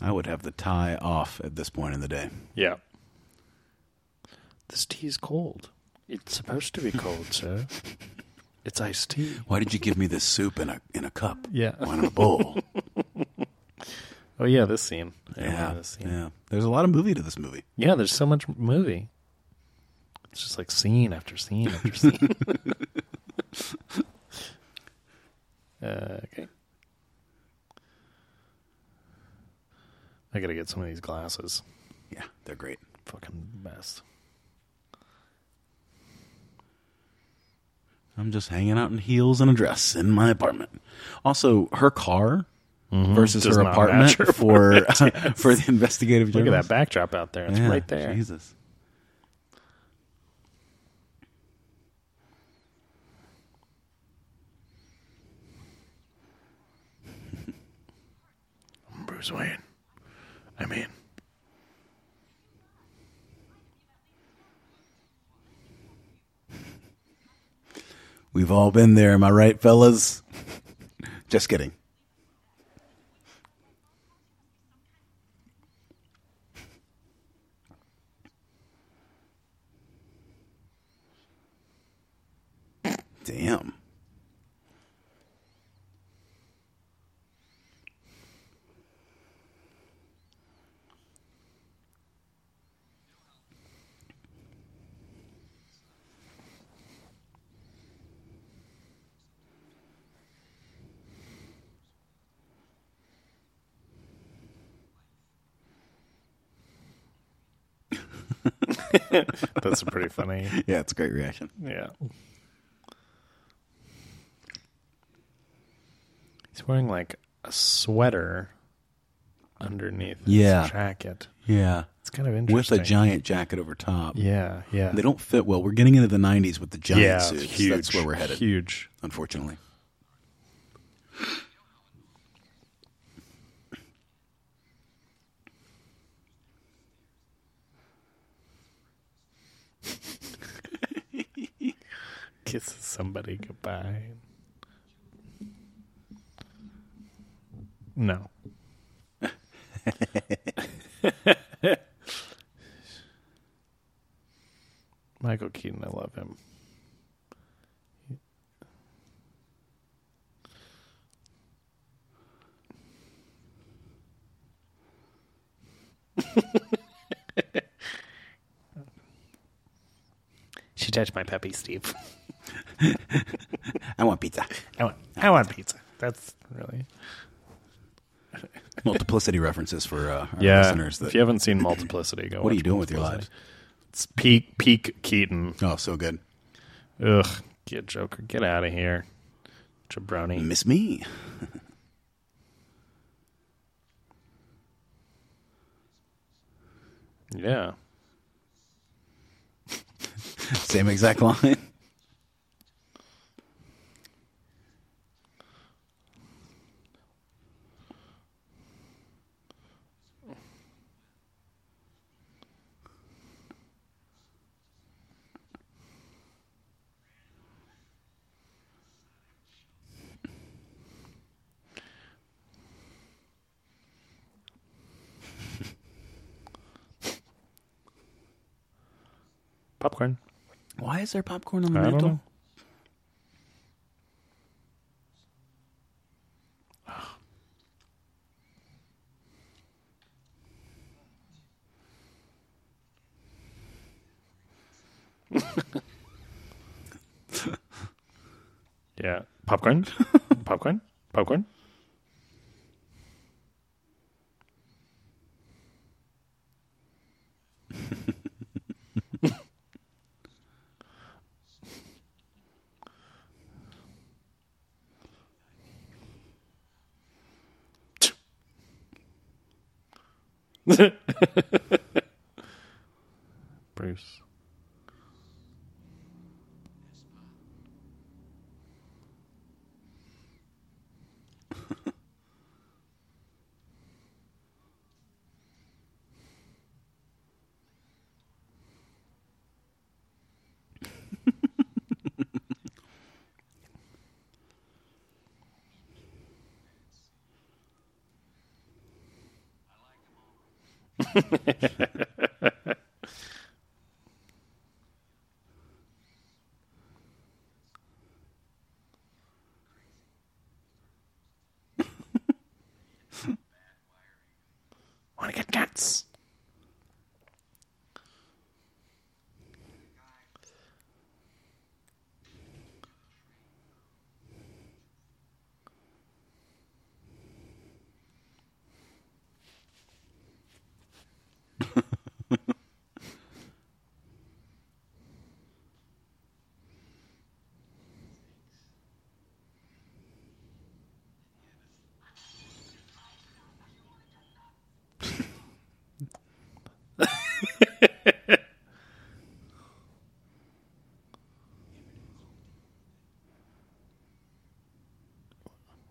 Speaker 6: I would have the tie off at this point in the day.
Speaker 7: Yeah.
Speaker 4: This tea is cold. It's supposed to be cold, sir. It's iced tea.
Speaker 6: Why did you give me this soup in a in a cup?
Speaker 7: Yeah.
Speaker 6: Why in a bowl?
Speaker 7: Oh yeah, this scene. I remember
Speaker 6: yeah,
Speaker 7: This scene.
Speaker 6: yeah. There's a lot of movie to this movie.
Speaker 7: Yeah, there's so much movie. It's just like scene after scene after scene. uh, okay. I gotta get some of these glasses.
Speaker 6: Yeah, they're great.
Speaker 7: Fucking best.
Speaker 6: I'm just hanging out in heels and a dress in my apartment. Also, her car versus
Speaker 7: Mm-hmm. Does
Speaker 6: her
Speaker 7: not
Speaker 6: apartment
Speaker 7: match her
Speaker 6: for for the investigative
Speaker 7: Look at
Speaker 6: journalist.
Speaker 7: that backdrop out there. It's
Speaker 6: Yeah,
Speaker 7: right there.
Speaker 6: Jesus.
Speaker 4: Bruce Wayne. I mean,
Speaker 6: We've all been there, am I right, fellas? just kidding. Damn.
Speaker 7: That's pretty funny.
Speaker 6: Yeah, it's a great reaction.
Speaker 7: Yeah. He's wearing like a sweater underneath
Speaker 6: Yeah.
Speaker 7: his jacket.
Speaker 6: Yeah.
Speaker 7: It's kind of
Speaker 6: With
Speaker 7: interesting.
Speaker 6: a giant jacket over top.
Speaker 7: Yeah, yeah.
Speaker 6: They don't fit well. We're getting into the 90s with the giant
Speaker 7: yeah,
Speaker 6: suits.
Speaker 7: Huge,
Speaker 6: That's where we're headed,
Speaker 7: Huge.
Speaker 6: unfortunately.
Speaker 7: Kisses somebody goodbye. No. Michael Keaton, I love him. She touched my puppy, Steve.
Speaker 6: I want pizza.
Speaker 7: I want, I want pizza. That's really
Speaker 6: Multiplicity references for uh, our
Speaker 7: yeah.
Speaker 6: listeners. That,
Speaker 7: if you haven't seen Multiplicity, go.
Speaker 6: what are
Speaker 7: watch
Speaker 6: you doing with your
Speaker 7: Multiplicity.
Speaker 6: lives?
Speaker 7: It's peak peak Keaton.
Speaker 6: Oh, so good.
Speaker 7: Ugh, get Joker, get out of here, jabroni.
Speaker 6: Miss me.
Speaker 7: Yeah,
Speaker 6: Same exact line.
Speaker 7: popcorn.
Speaker 6: Why is there popcorn on the
Speaker 7: I don't
Speaker 6: mantle?
Speaker 7: know. Yeah, popcorn, popcorn, popcorn. Bruce. Want to get nuts?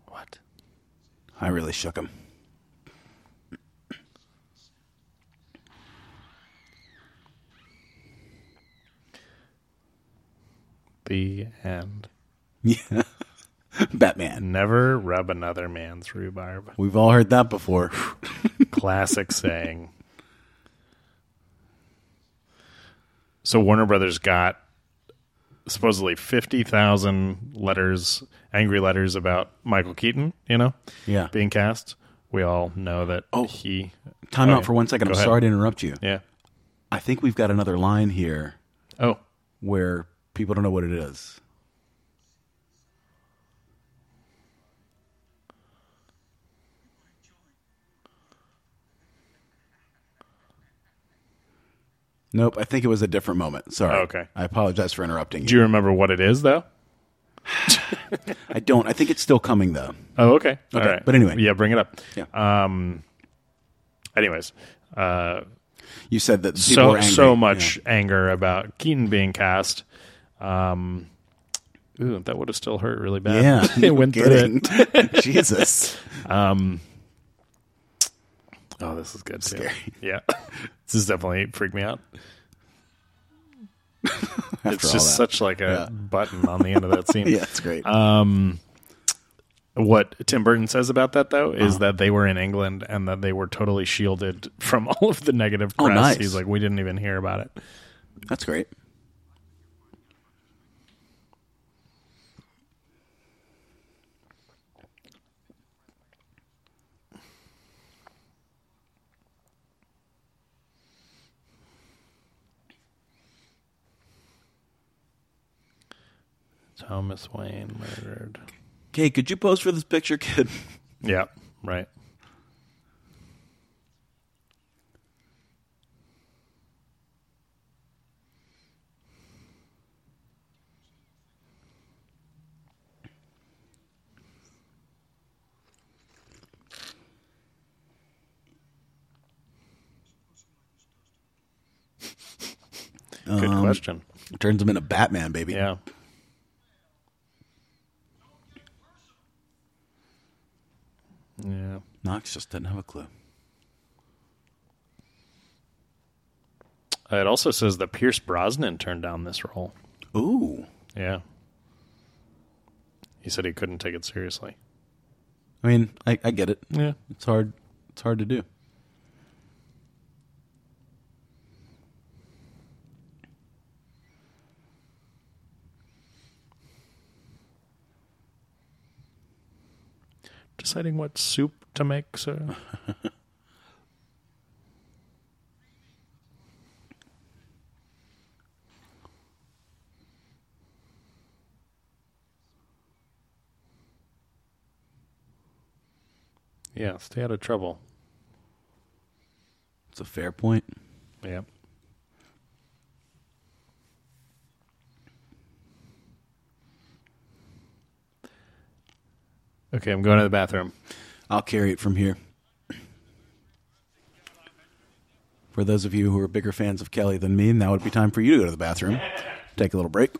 Speaker 7: What?
Speaker 6: I really shook him.
Speaker 7: The end.
Speaker 6: Yeah. Batman.
Speaker 7: Never rub another man's rhubarb.
Speaker 6: We've all heard that before.
Speaker 7: Classic saying. So Warner Brothers got supposedly 50,000 letters, angry letters about Michael Keaton, you know,
Speaker 6: Yeah.
Speaker 7: being cast. We all know that
Speaker 6: Oh.
Speaker 7: he.
Speaker 6: Time
Speaker 7: Oh,
Speaker 6: out
Speaker 7: yeah.
Speaker 6: for one second.
Speaker 7: Go
Speaker 6: I'm
Speaker 7: ahead.
Speaker 6: sorry to interrupt you.
Speaker 7: Yeah.
Speaker 6: I think we've got another line here
Speaker 7: Oh,
Speaker 6: where people don't know what it is. Nope, I think it was a different moment. Sorry.
Speaker 7: Oh, Okay.
Speaker 6: I apologize for interrupting
Speaker 7: do
Speaker 6: you.
Speaker 7: you remember what it is, though?
Speaker 6: I don't. I think it's still coming though.
Speaker 7: Oh, okay. All
Speaker 6: Okay,
Speaker 7: right.
Speaker 6: but anyway.
Speaker 7: Yeah, bring it up.
Speaker 6: Yeah.
Speaker 7: Anyways, uh,
Speaker 6: you said that people were
Speaker 7: so
Speaker 6: angry.
Speaker 7: so much anger about Keaton being cast. Um, ooh, that would have still hurt really bad.
Speaker 6: Yeah. yeah.
Speaker 7: it went through it.
Speaker 6: Kidding. Jesus.
Speaker 7: Oh, this is good. Too.
Speaker 6: Scary.
Speaker 7: Yeah, this is definitely freaked me out.
Speaker 6: After
Speaker 7: It's
Speaker 6: all
Speaker 7: just
Speaker 6: that.
Speaker 7: such like a
Speaker 6: Yeah.
Speaker 7: button on the end of that scene.
Speaker 6: Yeah, it's great.
Speaker 7: Uh, What Tim Burton says about that though
Speaker 6: Uh-huh.
Speaker 7: is that they were in England and that they were totally shielded from all of the negative
Speaker 6: Oh,
Speaker 7: press.
Speaker 6: nice.
Speaker 7: He's like, we didn't even hear about it.
Speaker 6: That's great.
Speaker 7: Thomas Wayne murdered.
Speaker 6: Okay, could you pose for this picture, kid?
Speaker 7: Yeah, right. Good question.
Speaker 6: Turns him into Batman, baby.
Speaker 7: Yeah. Yeah.
Speaker 6: Knox just didn't have a clue.
Speaker 7: Uh, It also says that Pierce Brosnan turned down this role.
Speaker 6: Ooh.
Speaker 7: Yeah. He said he couldn't take it seriously.
Speaker 6: I mean, I, I get it.
Speaker 7: Yeah.
Speaker 6: It's hard. It's hard to do.
Speaker 7: Deciding what soup to make, sir. yeah, stay out of trouble.
Speaker 6: It's a fair point.
Speaker 7: Yeah. Okay, I'm going to the bathroom.
Speaker 6: I'll carry it from here. For those of you who are bigger fans of Kelly than me, now would be time for you to go to the bathroom. Take a little break.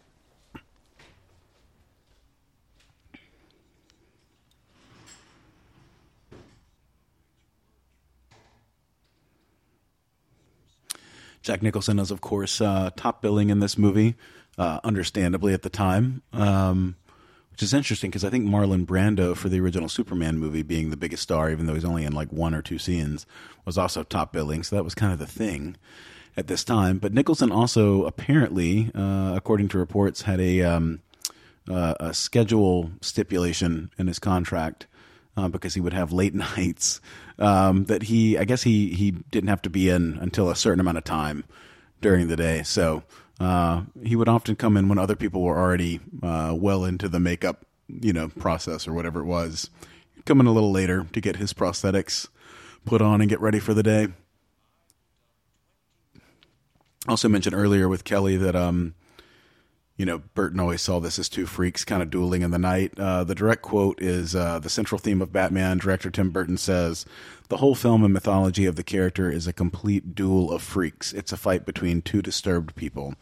Speaker 6: Jack Nicholson is, of course, uh, top billing in this movie, uh, understandably at the time, um, which is interesting because I think Marlon Brando for the original Superman movie, being the biggest star, even though he's only in like one or two scenes, was also top billing. So that was kind of the thing at this time. But Nicholson also apparently, uh, according to reports, had a um, uh, a schedule stipulation in his contract uh, because he would have late nights um, that he I guess he he didn't have to be in until a certain amount of time during the day. So uh, he would often come in when other people were already uh, well into the makeup you know process or whatever it was. He'd come in a little later to get his prosthetics put on and get ready for the day. Also mentioned earlier with Kelly that um, you know, Burton always saw this as two freaks kind of dueling in the night. Uh, the direct quote is uh, the central theme of Batman. Director Tim Burton says, The whole film and mythology of the character is a complete duel of freaks. It's a fight between two disturbed people.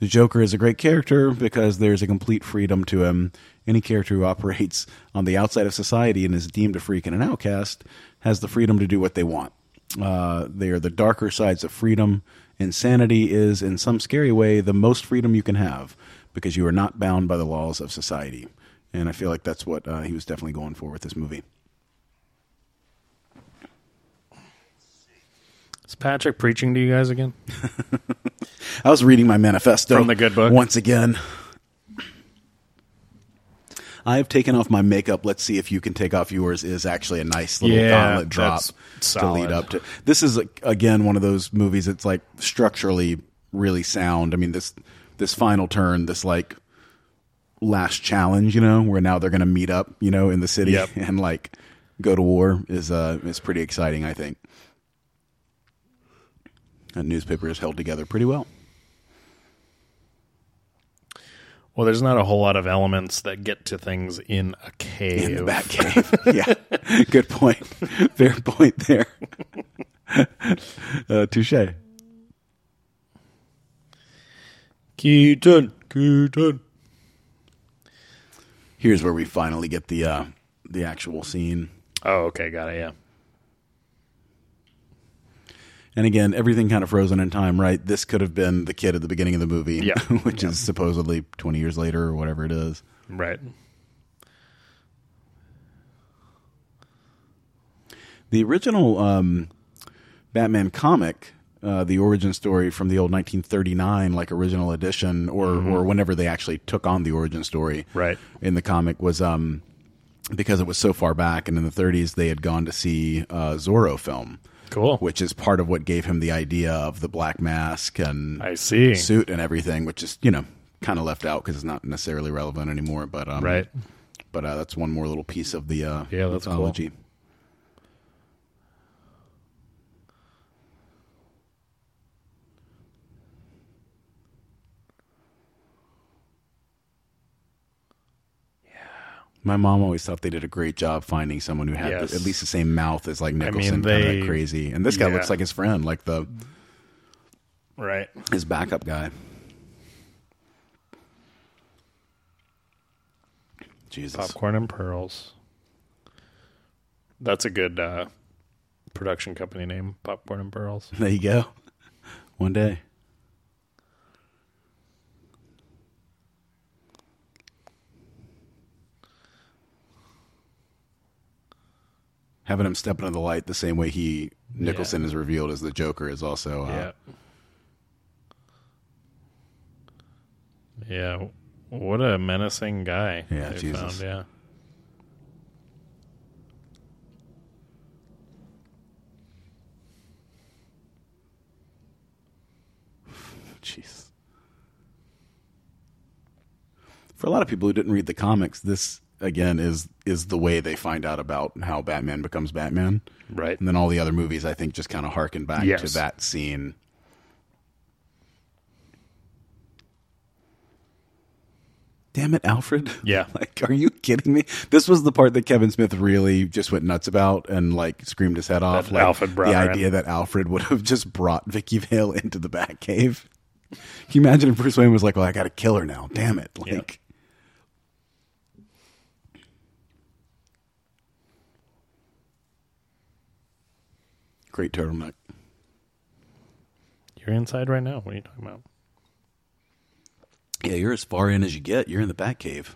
Speaker 6: The Joker is a great character because there's a complete freedom to him. Any character who operates on the outside of society and is deemed a freak and an outcast has the freedom to do what they want. Uh, they are the darker sides of freedom. Insanity is, in some scary way, the most freedom you can have because you are not bound by the laws of society. And I feel like that's what uh, he was definitely going for with this movie.
Speaker 7: Is Patrick preaching to you guys again?
Speaker 6: I was reading my manifesto
Speaker 7: From the good book?
Speaker 6: once again. I've taken off my makeup. Let's see if you can take off yours. Is actually a nice little
Speaker 7: Yeah,
Speaker 6: gauntlet drop
Speaker 7: that's
Speaker 6: to lead
Speaker 7: solid.
Speaker 6: up to. This is like, again one of those movies that's like structurally really sound. I mean this this final turn, this like last challenge, you know, where now they're going to meet up, you know, in the city
Speaker 7: Yep.
Speaker 6: and like go to war is uh is pretty exciting. I think. That newspaper is held together pretty well.
Speaker 7: Well, there's not a whole lot of elements that get to things in a cave.
Speaker 6: in the back cave. yeah, good point. Fair point there. uh, touche.
Speaker 7: Keaton, Keaton.
Speaker 6: Here's where we finally get the uh, the actual scene.
Speaker 7: Oh, okay, got it. Yeah.
Speaker 6: And again, everything kind of frozen in time, right? This could have been the kid at the beginning of the movie,
Speaker 7: Yeah.
Speaker 6: which is supposedly 20 years later or whatever it is.
Speaker 7: Right.
Speaker 6: The original um, Batman comic, uh, the origin story from the old 1939, like original edition, or or whenever they actually took on the origin story,
Speaker 7: Mm-hmm. Right.
Speaker 6: in the comic was um, because it was so far back, and in the 30s they had gone to see uh, Zorro film,
Speaker 7: Cool.
Speaker 6: which is part of what gave him the idea of the black mask and
Speaker 7: I see.
Speaker 6: suit and everything, which is you know kind of left out because it's not necessarily relevant anymore. But um,
Speaker 7: Right.
Speaker 6: But uh, that's one more little piece of the uh,
Speaker 7: Yeah, that's cool.
Speaker 6: mythology. My mom always thought they did a great job finding someone who had
Speaker 7: Yes.
Speaker 6: the, at least the same mouth as like Nicholson, kind of
Speaker 7: they-
Speaker 6: that crazy. And this guy
Speaker 7: yeah.
Speaker 6: looks like his friend, like the
Speaker 7: Right.
Speaker 6: his backup guy. Jesus,
Speaker 7: Popcorn and pearls. That's a good uh, production company name. Popcorn and pearls.
Speaker 6: there you go. One day. Having him step into the light the same way he Nicholson is revealed as the Joker is also uh,
Speaker 7: Yeah. Yeah. What a menacing guy.
Speaker 6: Yeah,
Speaker 7: they
Speaker 6: Jesus.
Speaker 7: Found. Yeah.
Speaker 6: Jeez. For a lot of people who didn't read the comics, this again is is the way they find out about how Batman becomes Batman.
Speaker 7: Right.
Speaker 6: And then all the other movies I think just kind of harken back to
Speaker 7: Yes.
Speaker 6: that scene. Damn it, Alfred.
Speaker 7: Yeah.
Speaker 6: like, are you kidding me? This was the part that Kevin Smith really just went nuts about and like screamed his head off.
Speaker 7: That
Speaker 6: like
Speaker 7: Alfred brought
Speaker 6: the
Speaker 7: her in.
Speaker 6: idea that Alfred would have just brought Vicky Vale into the Batcave. Can you imagine if Bruce Wayne was like, "Well, I got to kill her now. Damn it!" Like,
Speaker 7: Yeah.
Speaker 6: great turtleneck.
Speaker 7: You're inside right now. What are you talking about?
Speaker 6: Yeah, you're as far in as you get. You're in the Batcave.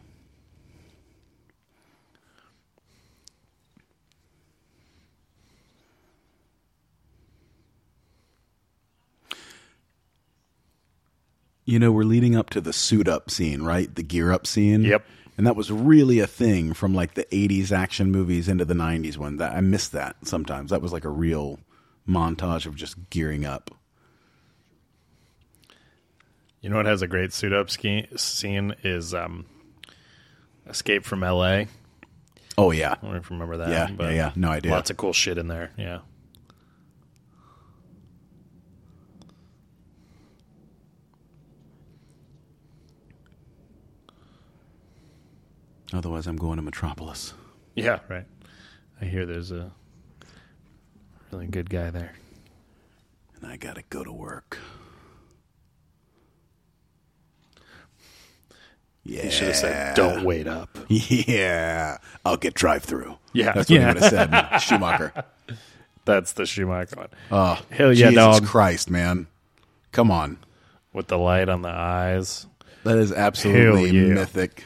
Speaker 6: You know, we're leading up to the suit up scene, right? The gear up scene.
Speaker 7: Yep.
Speaker 6: And that was really a thing from like the 80s action movies into the 90s one. That I miss that sometimes. That was like a real montage of just gearing up.
Speaker 7: You know what has a great suit up ski- scene is um, Escape from L.A.
Speaker 6: Oh yeah.
Speaker 7: I don't know if you remember that.
Speaker 6: Yeah, yeah, yeah. No idea.
Speaker 7: Lots of cool shit in there. Yeah.
Speaker 6: Otherwise, I'm going to Metropolis.
Speaker 7: Yeah. Right. I hear there's a really good guy there.
Speaker 6: and I gotta go to work. Yeah.
Speaker 7: He should have said, "Don't wait up."
Speaker 6: Yeah. I'll get drive through.
Speaker 7: Yeah.
Speaker 6: That's what
Speaker 7: Yeah.
Speaker 6: he would have said. Schumacher.
Speaker 7: That's the Schumacher one.
Speaker 6: Oh,
Speaker 7: Hell yeah,
Speaker 6: Jesus
Speaker 7: dog.
Speaker 6: Christ, man. Come on.
Speaker 7: With the light on the eyes.
Speaker 6: That is absolutely
Speaker 7: Hell yeah.
Speaker 6: mythic.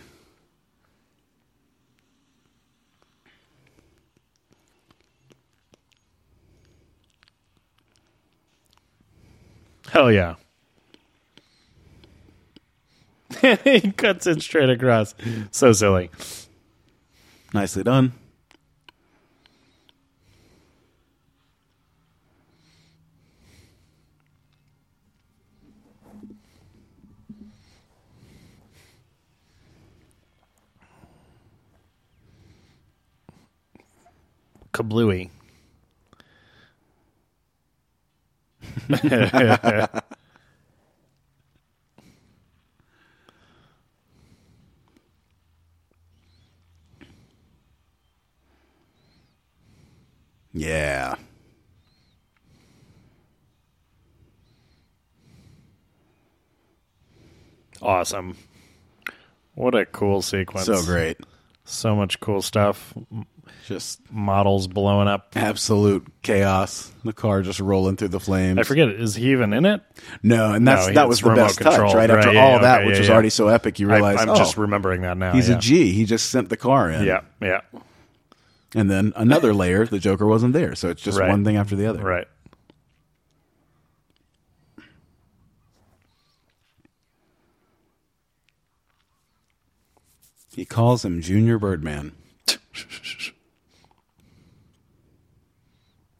Speaker 7: Hell yeah. he cuts it straight across. So silly.
Speaker 6: Nicely done.
Speaker 7: Kablooey.
Speaker 6: Yeah.
Speaker 7: Awesome. What a cool sequence.
Speaker 6: So great.
Speaker 7: So much cool stuff. M-
Speaker 6: Just
Speaker 7: Models blowing up.
Speaker 6: absolute chaos. The car just rolling through the flames.
Speaker 7: I forget, is he even in it?
Speaker 6: No, and that's
Speaker 7: No,
Speaker 6: that
Speaker 7: it's
Speaker 6: was the
Speaker 7: remote
Speaker 6: best touch,
Speaker 7: controlled,
Speaker 6: right? After
Speaker 7: right, yeah,
Speaker 6: all
Speaker 7: yeah,
Speaker 6: that,
Speaker 7: okay,
Speaker 6: which
Speaker 7: yeah,
Speaker 6: was
Speaker 7: yeah.
Speaker 6: already so epic, you realize
Speaker 7: I, am
Speaker 6: oh,
Speaker 7: just remembering that now.
Speaker 6: he's
Speaker 7: yeah.
Speaker 6: a G. He just sent the car in.
Speaker 7: Yeah, yeah,
Speaker 6: And then another layer, the Joker wasn't there. So it's just
Speaker 7: Right.
Speaker 6: one thing after the other.
Speaker 7: right.
Speaker 6: He calls him Junior Birdman.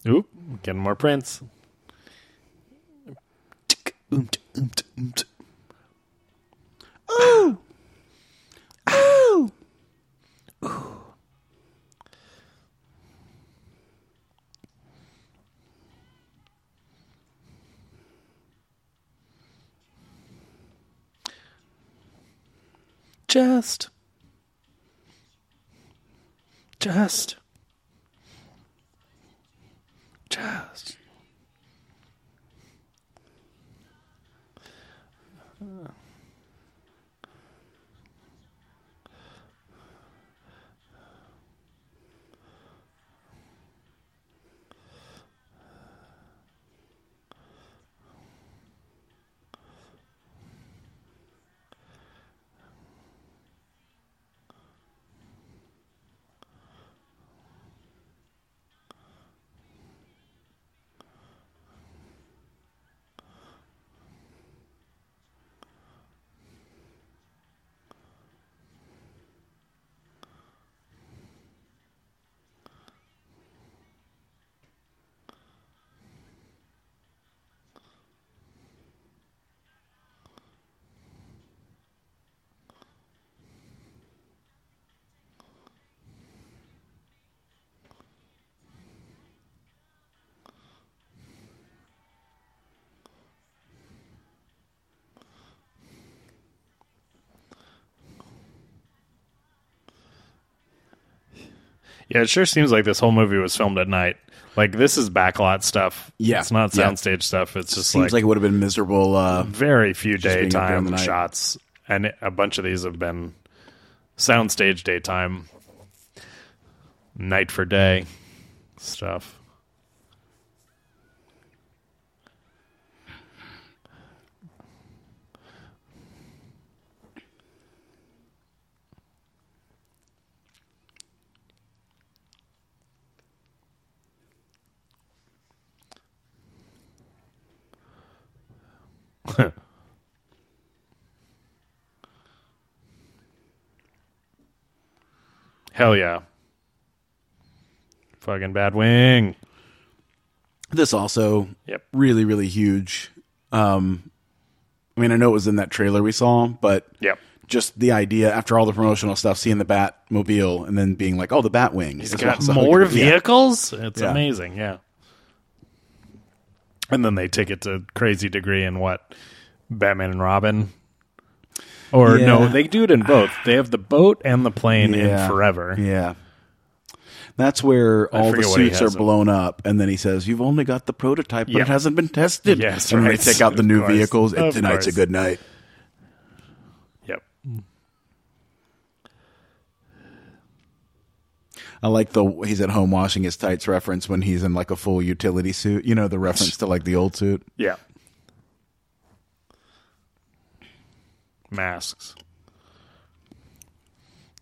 Speaker 7: Oop, getting more prints. Just, just, just. Yeah, it sure seems like this whole movie was filmed at night. Like this is backlot stuff.
Speaker 6: Yeah,
Speaker 7: it's not
Speaker 6: yeah.
Speaker 7: soundstage stuff. It's just
Speaker 6: Seems like,
Speaker 7: like,
Speaker 6: it would have been miserable. Uh,
Speaker 7: very few
Speaker 6: being up there in the
Speaker 7: daytime
Speaker 6: night.
Speaker 7: shots, and a bunch of these have been soundstage daytime, night for day stuff. Hell yeah! Fucking bad wing.
Speaker 6: this also
Speaker 7: Yep.
Speaker 6: really, really huge. Um, I mean, I know it was in that trailer we saw, but
Speaker 7: Yep.
Speaker 6: just the idea after all the promotional stuff, seeing the Batmobile and then being like, oh, the Batwing.
Speaker 7: He's got more vehicles. It's
Speaker 6: Yeah.
Speaker 7: amazing. Yeah. And then they take it to crazy degree in what Batman and Robin. Or no,
Speaker 6: Yeah.
Speaker 7: they do it in both. They have the boat and the plane in forever.
Speaker 6: Yeah. That's where all the
Speaker 7: forget what he
Speaker 6: suits are
Speaker 7: has in-
Speaker 6: blown up, and then he says, "You've only got the prototype, but
Speaker 7: Yeah.
Speaker 6: it hasn't been tested."
Speaker 7: Yes,
Speaker 6: and
Speaker 7: right.
Speaker 6: they take out the new
Speaker 7: Of course.
Speaker 6: vehicles, and
Speaker 7: Of
Speaker 6: tonight's
Speaker 7: course.
Speaker 6: a good night.
Speaker 7: Yep.
Speaker 6: I like the he's at home washing his tights reference when he's in like a full utility suit. You know the reference to like the old suit.
Speaker 7: Yeah. Masks.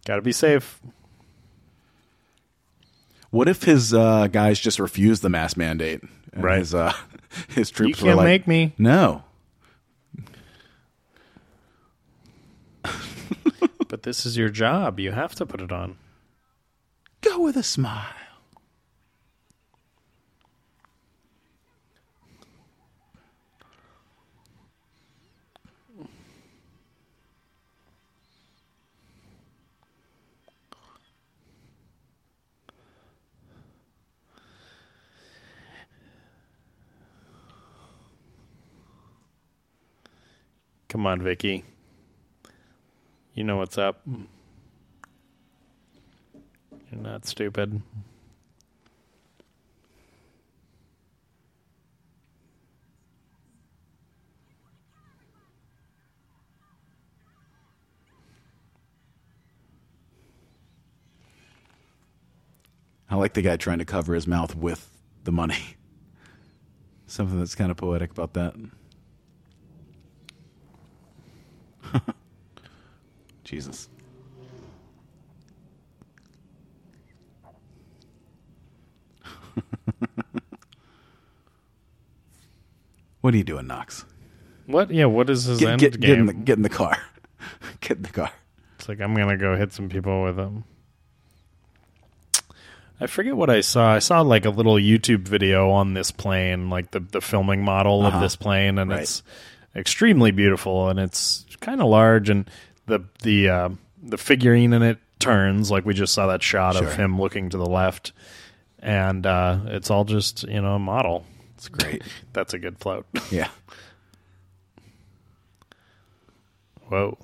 Speaker 7: Got to be safe.
Speaker 6: What if his uh, guys just refused the mask mandate? And
Speaker 7: Right.
Speaker 6: His, uh, his troops
Speaker 7: can't
Speaker 6: were like,
Speaker 7: make me.
Speaker 6: No.
Speaker 7: But this is your job. You have to put it on.
Speaker 6: Go with a smile.
Speaker 7: Come on, Vicky. You know what's up. You're not stupid.
Speaker 6: I like the guy trying to cover his mouth with the money. Something that's kind of poetic about that. Jesus. what are you doing, Knox?
Speaker 7: What? Yeah. What is his
Speaker 6: Get,
Speaker 7: end
Speaker 6: get,
Speaker 7: game?
Speaker 6: get, in the, get in the car. get in the car.
Speaker 7: It's like I'm gonna go hit some people with them. I forget what I saw. I saw like a little YouTube video on this plane, like the the filming model of this plane, and
Speaker 6: Uh-huh. Right.
Speaker 7: it's extremely beautiful and it's kind of large and the the uh, the figurine in it turns like we just saw that shot
Speaker 6: Sure.
Speaker 7: of him looking to the left, and uh, it's all just you know a model.
Speaker 6: It's great.
Speaker 7: That's a good float.
Speaker 6: yeah.
Speaker 7: Whoa.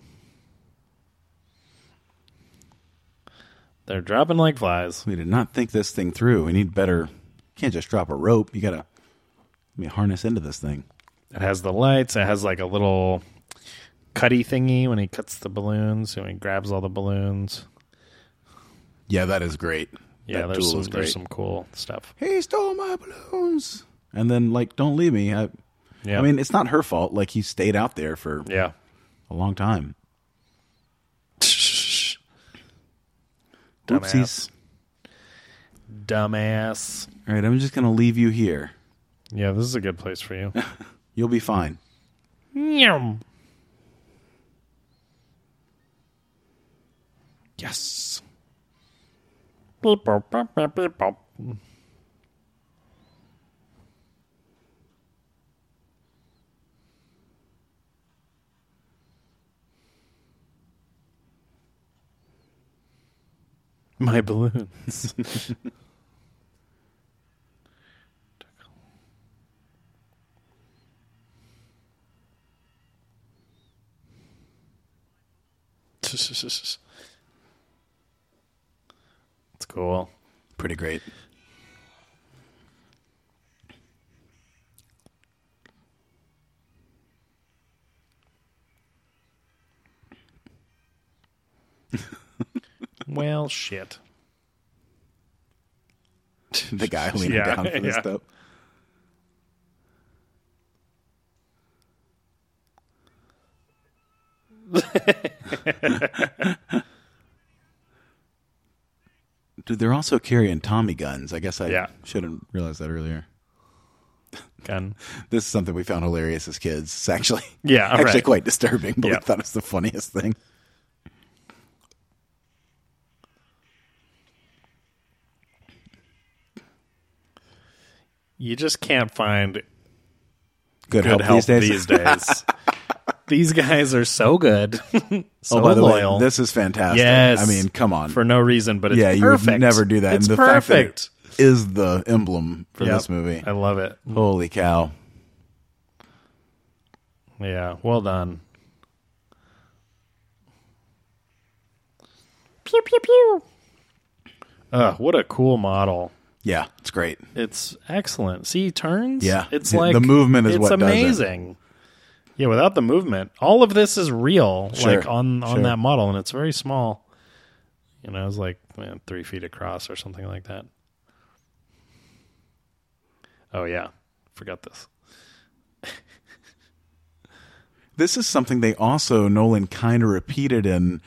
Speaker 7: They're dropping like flies.
Speaker 6: We did not think this thing through. We need better. Can't just drop a rope. You gotta, I mean, harness into this thing.
Speaker 7: It has the lights. It has like a little cutty thingy when he cuts the balloons and he grabs all the balloons.
Speaker 6: Yeah, that is great.
Speaker 7: Yeah,
Speaker 6: that
Speaker 7: there's
Speaker 6: duel
Speaker 7: some
Speaker 6: is
Speaker 7: there's some cool stuff.
Speaker 6: He stole my balloons, and then like, don't leave me. I,
Speaker 7: Yeah,
Speaker 6: I mean, it's not her fault. Like he stayed out there for
Speaker 7: yeah,
Speaker 6: a long time.
Speaker 7: Dumbass.
Speaker 6: Oopsies.
Speaker 7: dumbass.
Speaker 6: All right, I'm just gonna leave you here.
Speaker 7: Yeah, this is a good place for you.
Speaker 6: You'll be fine.
Speaker 7: Yum. Yes. Beep, boop, boop, boop, beep, boop. My balloons. it's cool.
Speaker 6: Pretty great.
Speaker 7: Well, shit.
Speaker 6: The guy leaning
Speaker 7: Yeah,
Speaker 6: down for this
Speaker 7: yeah.
Speaker 6: dope. Dude, they're also carrying Tommy guns. I guess I
Speaker 7: Yeah.
Speaker 6: should have realized that earlier.
Speaker 7: Gun.
Speaker 6: This is something we found hilarious as kids. It's actually
Speaker 7: Yeah,
Speaker 6: actually
Speaker 7: right.
Speaker 6: quite disturbing, but
Speaker 7: Yeah.
Speaker 6: we thought it was the funniest thing.
Speaker 7: You just can't find
Speaker 6: Good,
Speaker 7: good
Speaker 6: help, these days.
Speaker 7: These, days. These guys are so good, so
Speaker 6: oh, by the
Speaker 7: loyal.
Speaker 6: way, this is fantastic.
Speaker 7: yes,
Speaker 6: I mean, come on.
Speaker 7: for no reason, but it's
Speaker 6: yeah, you
Speaker 7: perfect.
Speaker 6: would never do that.
Speaker 7: It's
Speaker 6: and the
Speaker 7: perfect
Speaker 6: Fact that it is the emblem for
Speaker 7: Yep.
Speaker 6: this movie.
Speaker 7: I love it.
Speaker 6: Holy cow!
Speaker 7: Yeah, well done.
Speaker 3: Pew, pew, pew.
Speaker 7: Uh, what a cool model.
Speaker 6: Yeah, it's great.
Speaker 7: It's excellent. See, he turns.
Speaker 6: Yeah.
Speaker 7: it's
Speaker 6: The-
Speaker 7: like
Speaker 6: the movement is
Speaker 7: it's
Speaker 6: what does it.
Speaker 7: amazing. Yeah, without the movement, all of this is real.
Speaker 6: Sure,
Speaker 7: Like on on
Speaker 6: sure.
Speaker 7: that model, and it's very small. You know, it's like man, three feet across or something like that. Oh yeah, forgot this.
Speaker 6: This is something they also Nolan kind of repeated in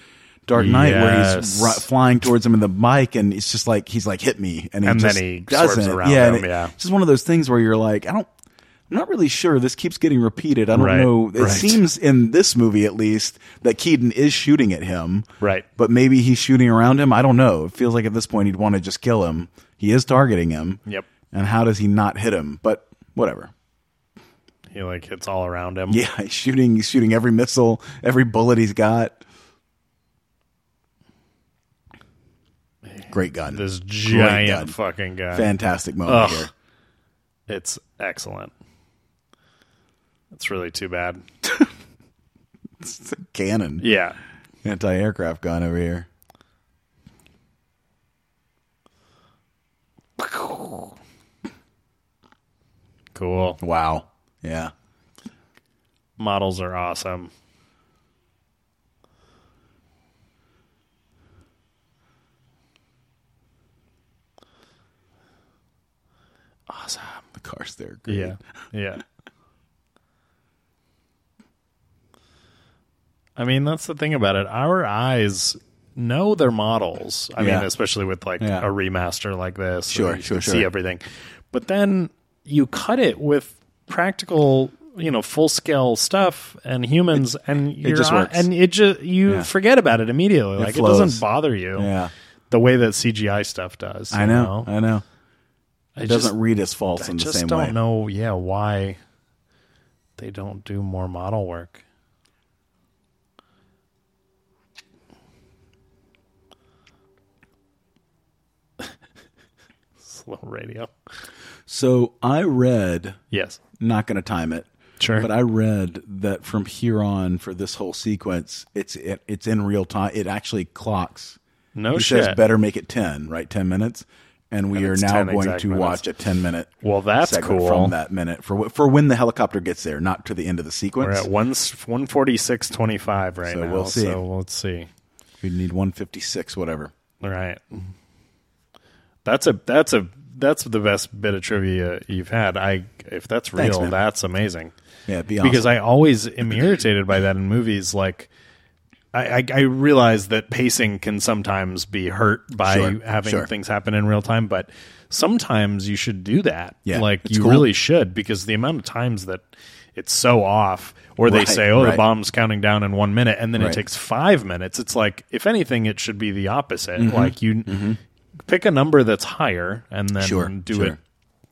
Speaker 6: Dark Knight, where he's
Speaker 7: Yes.
Speaker 6: ri flying towards him in the mic, and it's just like he's like hit me, and, he
Speaker 7: And then
Speaker 6: just
Speaker 7: he swerves
Speaker 6: doesn't.
Speaker 7: around
Speaker 6: yeah, and
Speaker 7: him, yeah.
Speaker 6: it's just one of those things where you're like, I don't. I'm I'm not really sure. This keeps getting repeated. I don't
Speaker 7: Right,
Speaker 6: know. It
Speaker 7: right.
Speaker 6: seems in this movie, at least, that Keaton is shooting at him.
Speaker 7: Right.
Speaker 6: But maybe he's shooting around him. I don't know. It feels like at this point he'd want to just kill him. He is targeting him.
Speaker 7: Yep.
Speaker 6: And how does he not hit him? But whatever.
Speaker 7: He like hits all around him.
Speaker 6: Yeah, he's shooting, he's shooting every missile, every bullet he's got. Great gun.
Speaker 7: This
Speaker 6: Great gun.
Speaker 7: giant fucking guy.
Speaker 6: Fantastic moment
Speaker 7: Ugh.
Speaker 6: here.
Speaker 7: It's excellent. It's really too bad.
Speaker 6: It's a cannon.
Speaker 7: Yeah.
Speaker 6: Anti aircraft gun over here.
Speaker 7: Cool.
Speaker 6: Wow. Yeah.
Speaker 7: Models are awesome.
Speaker 6: The cars there. are great.
Speaker 7: Yeah. Yeah. I mean, that's the thing about it. Our eyes know their models. I
Speaker 6: Yeah.
Speaker 7: mean, especially with like
Speaker 6: Yeah.
Speaker 7: a remaster like this.
Speaker 6: Sure,
Speaker 7: where you
Speaker 6: sure,
Speaker 7: can
Speaker 6: sure.
Speaker 7: See everything. But then you cut it with practical, you know, full scale stuff and humans and your
Speaker 6: just
Speaker 7: eye-
Speaker 6: works.
Speaker 7: and it just you
Speaker 6: Yeah.
Speaker 7: forget about it immediately. like
Speaker 6: flows.
Speaker 7: it doesn't bother you.
Speaker 6: Yeah.
Speaker 7: The way that CGI stuff does.
Speaker 6: I
Speaker 7: you
Speaker 6: know. I know.
Speaker 7: I
Speaker 6: It
Speaker 7: just-
Speaker 6: doesn't read as false
Speaker 7: I
Speaker 6: in the
Speaker 7: just
Speaker 6: same
Speaker 7: don't
Speaker 6: way.
Speaker 7: know, yeah, why they don't do more model work. Slow radio.
Speaker 6: So I read,
Speaker 7: Yes.
Speaker 6: not going to time it.
Speaker 7: Sure.
Speaker 6: But I read that from here on for this whole sequence, it's it, it's in real time. It actually clocks.
Speaker 7: No
Speaker 6: he
Speaker 7: shit.
Speaker 6: says better make it 10, right? 10 minutes. And we
Speaker 7: And
Speaker 6: are
Speaker 7: it's
Speaker 6: now
Speaker 7: 10
Speaker 6: going
Speaker 7: exact
Speaker 6: to
Speaker 7: minutes.
Speaker 6: watch a 10 minute
Speaker 7: Well, that's
Speaker 6: segment
Speaker 7: cool.
Speaker 6: from that minute for wh- for when the helicopter gets there, not to the end of the
Speaker 7: We're
Speaker 6: sequence.
Speaker 7: at one one forty six twenty five right
Speaker 6: So
Speaker 7: now.
Speaker 6: we'll see.
Speaker 7: So let's see.
Speaker 6: We need 156 whatever.
Speaker 7: All right. That's a that's a that's the best bit of trivia you've had. I if that's real,
Speaker 6: Thanks, man.
Speaker 7: that's amazing.
Speaker 6: Yeah, be honest.
Speaker 7: because I always am irritated by that in movies. Like, I, I, I realize that pacing can sometimes be hurt by
Speaker 6: Sure,
Speaker 7: having
Speaker 6: sure.
Speaker 7: things happen in real time, but sometimes you should do that.
Speaker 6: Yeah,
Speaker 7: like
Speaker 6: it's
Speaker 7: you
Speaker 6: cool.
Speaker 7: really should because the amount of times that it's so off, or they
Speaker 6: Right,
Speaker 7: say, "Oh,
Speaker 6: right.
Speaker 7: the bomb's counting down in one minute," and then
Speaker 6: Right.
Speaker 7: it takes five minutes. It's like, if anything, it should be the opposite.
Speaker 6: Mm-hmm,
Speaker 7: Like you. Pick a number that's higher and then
Speaker 6: Sure,
Speaker 7: do
Speaker 6: sure.
Speaker 7: it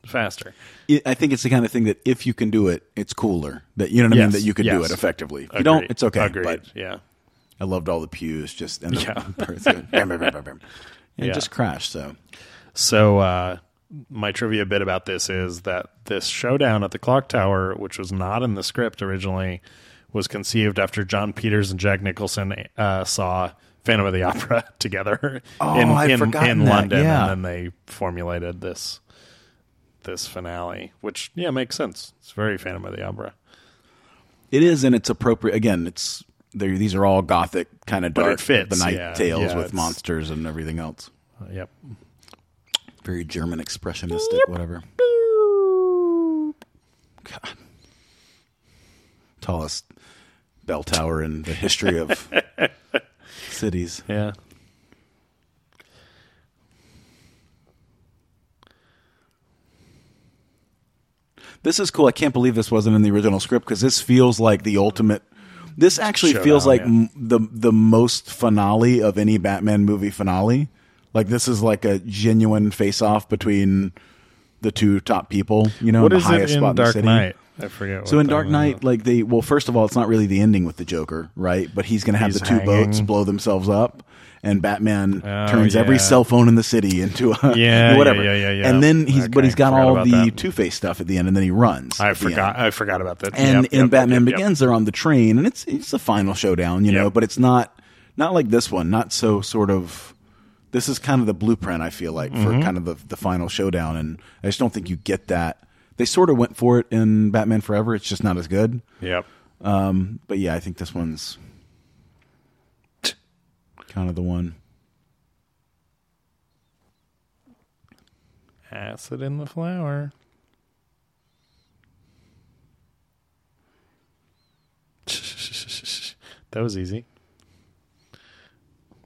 Speaker 7: faster.
Speaker 6: it, I think it's the kind of thing that if you can do it, it's cooler. That you know what I mean.
Speaker 7: Yes,
Speaker 6: That you can do
Speaker 7: yes.
Speaker 6: it effectively. If you don't,
Speaker 7: Agreed.
Speaker 6: it's okay.
Speaker 7: Agreed.
Speaker 6: But
Speaker 7: yeah.
Speaker 6: I loved all the pews just and the
Speaker 7: Yeah.
Speaker 6: bam, bam, bam, bam, bam. And
Speaker 7: Yeah.
Speaker 6: It just crashed. So
Speaker 7: So uh, my trivia bit about this is that this showdown at the clock tower, which was not in the script originally, was conceived after John Peters and Jack Nicholson uh, saw Phantom of the Opera together
Speaker 6: Oh,
Speaker 7: in
Speaker 6: I'd
Speaker 7: in,
Speaker 6: forgotten
Speaker 7: in
Speaker 6: that,
Speaker 7: London,
Speaker 6: yeah.
Speaker 7: and then they formulated this this finale, which yeah makes sense. It's very Phantom of the Opera.
Speaker 6: it is, and it's appropriate. Again, it's they're- these are all gothic kind of
Speaker 7: But it
Speaker 6: dark,
Speaker 7: fits,
Speaker 6: the night
Speaker 7: yeah,
Speaker 6: tales
Speaker 7: yeah,
Speaker 6: with
Speaker 7: it's-
Speaker 6: monsters and everything else.
Speaker 7: Uh, yep.
Speaker 6: Very German expressionistic, whatever. God. Tallest bell tower in the history of cities.
Speaker 7: Yeah.
Speaker 6: This is cool. I can't believe this wasn't in the original script because this feels like the ultimate. This actually
Speaker 7: Showdown,
Speaker 6: feels like
Speaker 7: yeah.
Speaker 6: m- the the most finale of any Batman movie finale. Like this is like a genuine face off between the two top people. You know,
Speaker 7: What
Speaker 6: the
Speaker 7: is it
Speaker 6: highest spot in
Speaker 7: in
Speaker 6: the
Speaker 7: Dark
Speaker 6: city.
Speaker 7: Knight? I forget. what
Speaker 6: So in
Speaker 7: that
Speaker 6: Dark
Speaker 7: one
Speaker 6: Knight,
Speaker 7: is.
Speaker 6: like they well, first of all, it's not really the ending with the Joker, right? But he's going to have
Speaker 7: He's
Speaker 6: the two boats
Speaker 7: hanging.
Speaker 6: blow themselves up, and Batman
Speaker 7: Oh,
Speaker 6: turns every
Speaker 7: yeah.
Speaker 6: cell phone in the city into a
Speaker 7: Yeah,
Speaker 6: whatever.
Speaker 7: yeah, yeah, yeah, yeah.
Speaker 6: And then he's but
Speaker 7: Okay,
Speaker 6: he's got
Speaker 7: forgot
Speaker 6: all
Speaker 7: about
Speaker 6: the
Speaker 7: that.
Speaker 6: Two Face stuff at the end, and then he runs.
Speaker 7: I
Speaker 6: at the end.
Speaker 7: forgot. I forgot about that.
Speaker 6: And
Speaker 7: Yep,
Speaker 6: in
Speaker 7: yep,
Speaker 6: Batman
Speaker 7: yep, yep.
Speaker 6: Begins, they're on the train, and it's it's the final showdown, you know.
Speaker 7: Yep.
Speaker 6: But it's not not like this one. Not so sort of. This is kind of the blueprint I feel like for
Speaker 7: Mm-hmm.
Speaker 6: kind of the the final showdown, and I just don't think you get that. They sort of went for it in Batman Forever. It's just not as good.
Speaker 7: Yep.
Speaker 6: Um, but yeah, I think this one's kind of the one.
Speaker 7: Acid in the flower. that was easy.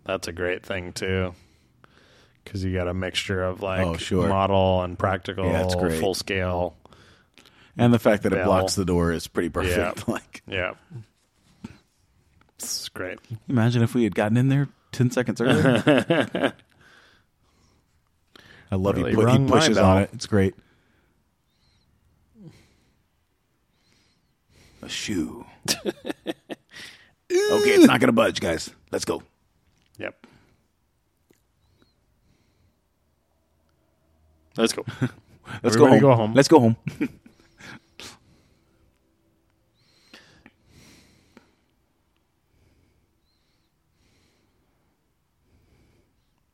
Speaker 7: That's a great thing too, because you got a mixture of like
Speaker 6: Oh, sure.
Speaker 7: model and practical,
Speaker 6: Yeah, that's great.
Speaker 7: full scale.
Speaker 6: and the fact that it
Speaker 7: Bell.
Speaker 6: blocks the door is pretty perfect.
Speaker 7: Yeah.
Speaker 6: Like,
Speaker 7: Yeah. It's great.
Speaker 6: imagine if we had gotten in there ten seconds earlier. I love
Speaker 7: Really
Speaker 6: he, pu- he
Speaker 7: rung my
Speaker 6: pushes
Speaker 7: bell.
Speaker 6: on it. It's great. A shoe. okay, it's not gonna budge, guys. Let's go.
Speaker 7: Yep. Let's go.
Speaker 6: Let's
Speaker 7: Everybody
Speaker 6: go home.
Speaker 7: go home.
Speaker 6: Let's go home.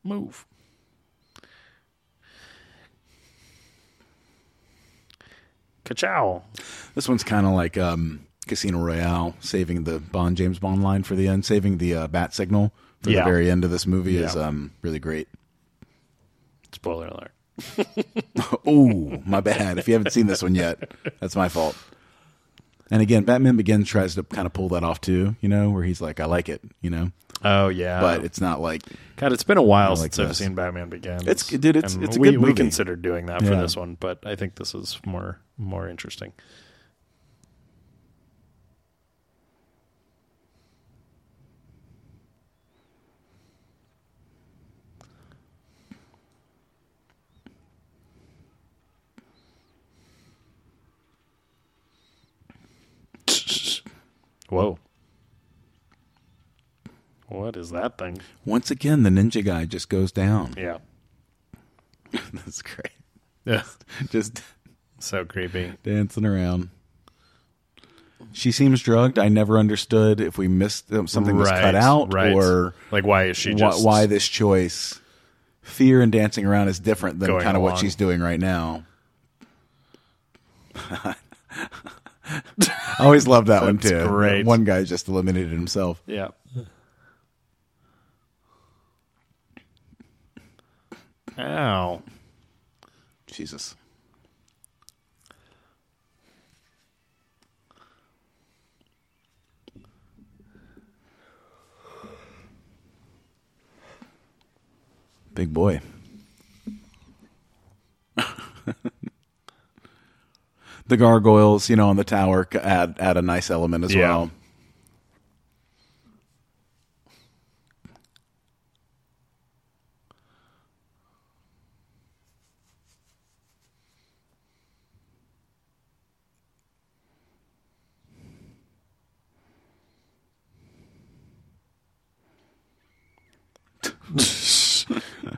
Speaker 7: Move. Ka-chow.
Speaker 6: This one's kind of like um, Casino Royale, saving the Bond James Bond line for the end, saving the uh, bat signal for
Speaker 7: Yeah.
Speaker 6: the very end of this movie is
Speaker 7: Yeah.
Speaker 6: um, really great.
Speaker 7: Spoiler alert.
Speaker 6: Oh, my bad. If you haven't seen this one yet, that's my fault. And again, Batman Begins tries to kind of pull that off too, you know, where he's like, "I like it," you know,
Speaker 7: Oh yeah,
Speaker 6: but it's not like
Speaker 7: God, it's been a while
Speaker 6: I like
Speaker 7: since I've
Speaker 6: this.
Speaker 7: seen Batman Begins.
Speaker 6: It's- dude, it's-
Speaker 7: And
Speaker 6: it's a
Speaker 7: we,
Speaker 6: good
Speaker 7: we
Speaker 6: movie.
Speaker 7: considered doing that for
Speaker 6: Yeah.
Speaker 7: this one, but I think this is more more interesting. Whoa. What is that thing?
Speaker 6: once again the ninja guy just goes down.
Speaker 7: Yeah.
Speaker 6: that's great.
Speaker 7: Yeah.
Speaker 6: Just
Speaker 7: So creepy.
Speaker 6: dancing around. She seems drugged. I never understood if we missed um, something was cut out or
Speaker 7: like why is she
Speaker 6: wh-
Speaker 7: just
Speaker 6: why this choice. Fear and dancing around is different than
Speaker 7: Going
Speaker 6: kind of what
Speaker 7: along.
Speaker 6: she's doing right now. I always love that one
Speaker 7: That's
Speaker 6: too.
Speaker 7: great.
Speaker 6: One guy just eliminated himself.
Speaker 7: yeah ow
Speaker 6: Jesus. Big boy. the gargoyles, you know, on the tower c- add add a nice element as
Speaker 7: Yeah.
Speaker 6: well.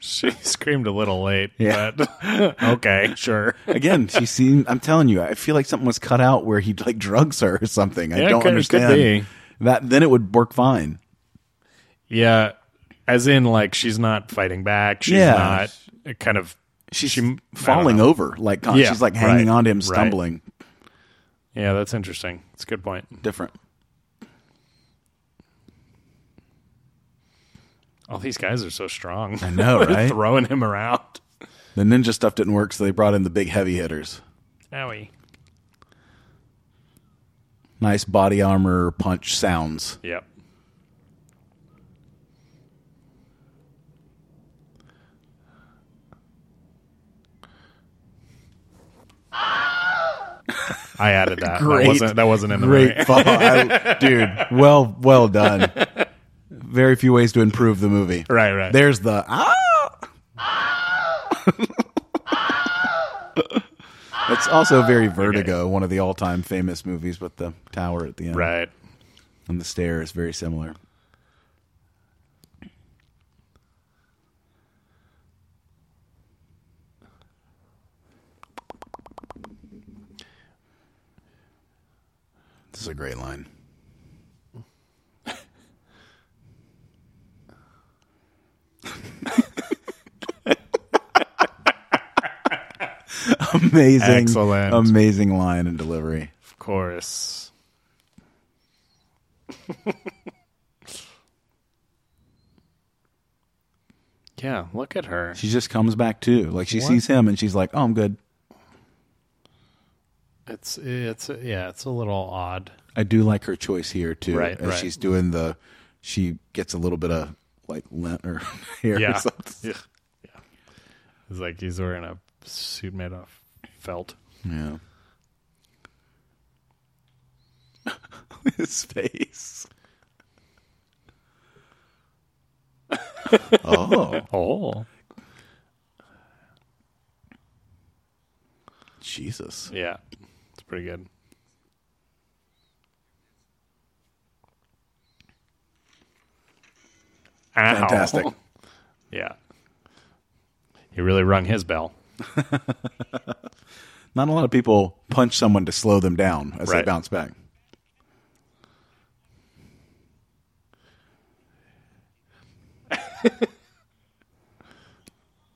Speaker 7: she screamed a little late
Speaker 6: Yeah.
Speaker 7: but okay sure
Speaker 6: Again, she seemed. I'm telling you, I feel like something was cut out where he like drugs her or something. I
Speaker 7: Yeah, it
Speaker 6: don't
Speaker 7: could- it could
Speaker 6: understand
Speaker 7: be.
Speaker 6: that. Then it would work fine.
Speaker 7: yeah as in like she's not fighting back she's
Speaker 6: Yeah.
Speaker 7: not it kind of
Speaker 6: she's
Speaker 7: she- I don't
Speaker 6: falling
Speaker 7: know.
Speaker 6: over like con-
Speaker 7: Yeah,
Speaker 6: she's like hanging
Speaker 7: right,
Speaker 6: on to him
Speaker 7: right.
Speaker 6: stumbling
Speaker 7: yeah that's interesting it's a good point
Speaker 6: different
Speaker 7: all these guys are so strong i
Speaker 6: know, right?
Speaker 7: throwing him around
Speaker 6: the ninja stuff didn't work so they brought in the big heavy hitters
Speaker 7: owie
Speaker 6: nice body armor punch sounds
Speaker 7: yep I added that.
Speaker 6: Great.
Speaker 7: That wasn't, that wasn't in the right.
Speaker 6: great fall. I- dude well well done very few ways to improve the movie
Speaker 7: Right, right.
Speaker 6: there's the ah! it's also very vertigo one of the all-time famous movies with the tower at the end
Speaker 7: Right.
Speaker 6: and the stair is very similar This is a great line. amazing,
Speaker 7: Excellent.
Speaker 6: amazing line and delivery.
Speaker 7: Of course. yeah, look at her.
Speaker 6: She just comes back too. Like she
Speaker 7: What?
Speaker 6: sees him and she's like, "Oh, I'm good.
Speaker 7: It's it's yeah, it's a little odd.
Speaker 6: I do like her choice here too.
Speaker 7: Right,
Speaker 6: as
Speaker 7: right.
Speaker 6: she's doing the, she gets a little bit of like lint or hair. Or
Speaker 7: Yeah.
Speaker 6: something.
Speaker 7: yeah. Yeah. It's like he's wearing a suit made of felt.
Speaker 6: yeah. his face. oh,
Speaker 7: Oh,
Speaker 6: Jesus.
Speaker 7: yeah, it's pretty good. Ow.
Speaker 6: Fantastic.
Speaker 7: Yeah, he really rung his bell.
Speaker 6: Not a lot of people punch someone to slow them down as
Speaker 7: Right.
Speaker 6: they bounce back.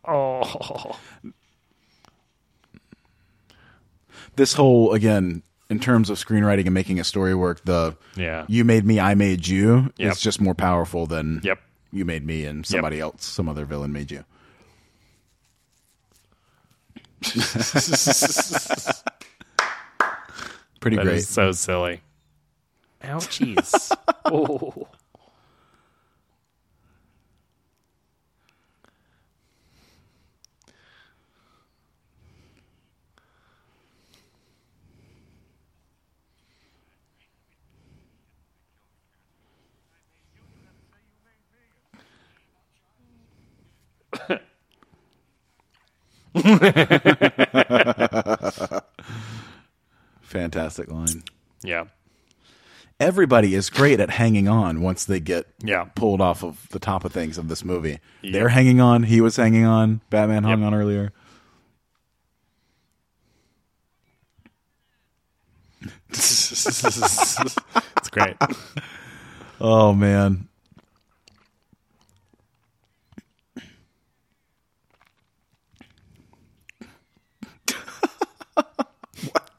Speaker 7: Oh,
Speaker 6: This whole, again, in terms of screenwriting and making a story work, the
Speaker 7: Yeah.
Speaker 6: you made me, I made you
Speaker 7: Yep.
Speaker 6: is just more powerful than
Speaker 7: Yep.
Speaker 6: you made me and somebody else, some other villain made you. Pretty
Speaker 7: that is
Speaker 6: great.
Speaker 7: so silly. Ouchies. oh.
Speaker 6: Fantastic line.
Speaker 7: Yeah.
Speaker 6: everybody is great at hanging on once they get
Speaker 7: Yeah.
Speaker 6: pulled off of the top of things of this movie. They're hanging on. He was hanging on. Batman hung on earlier.
Speaker 7: It's great.
Speaker 6: Oh man.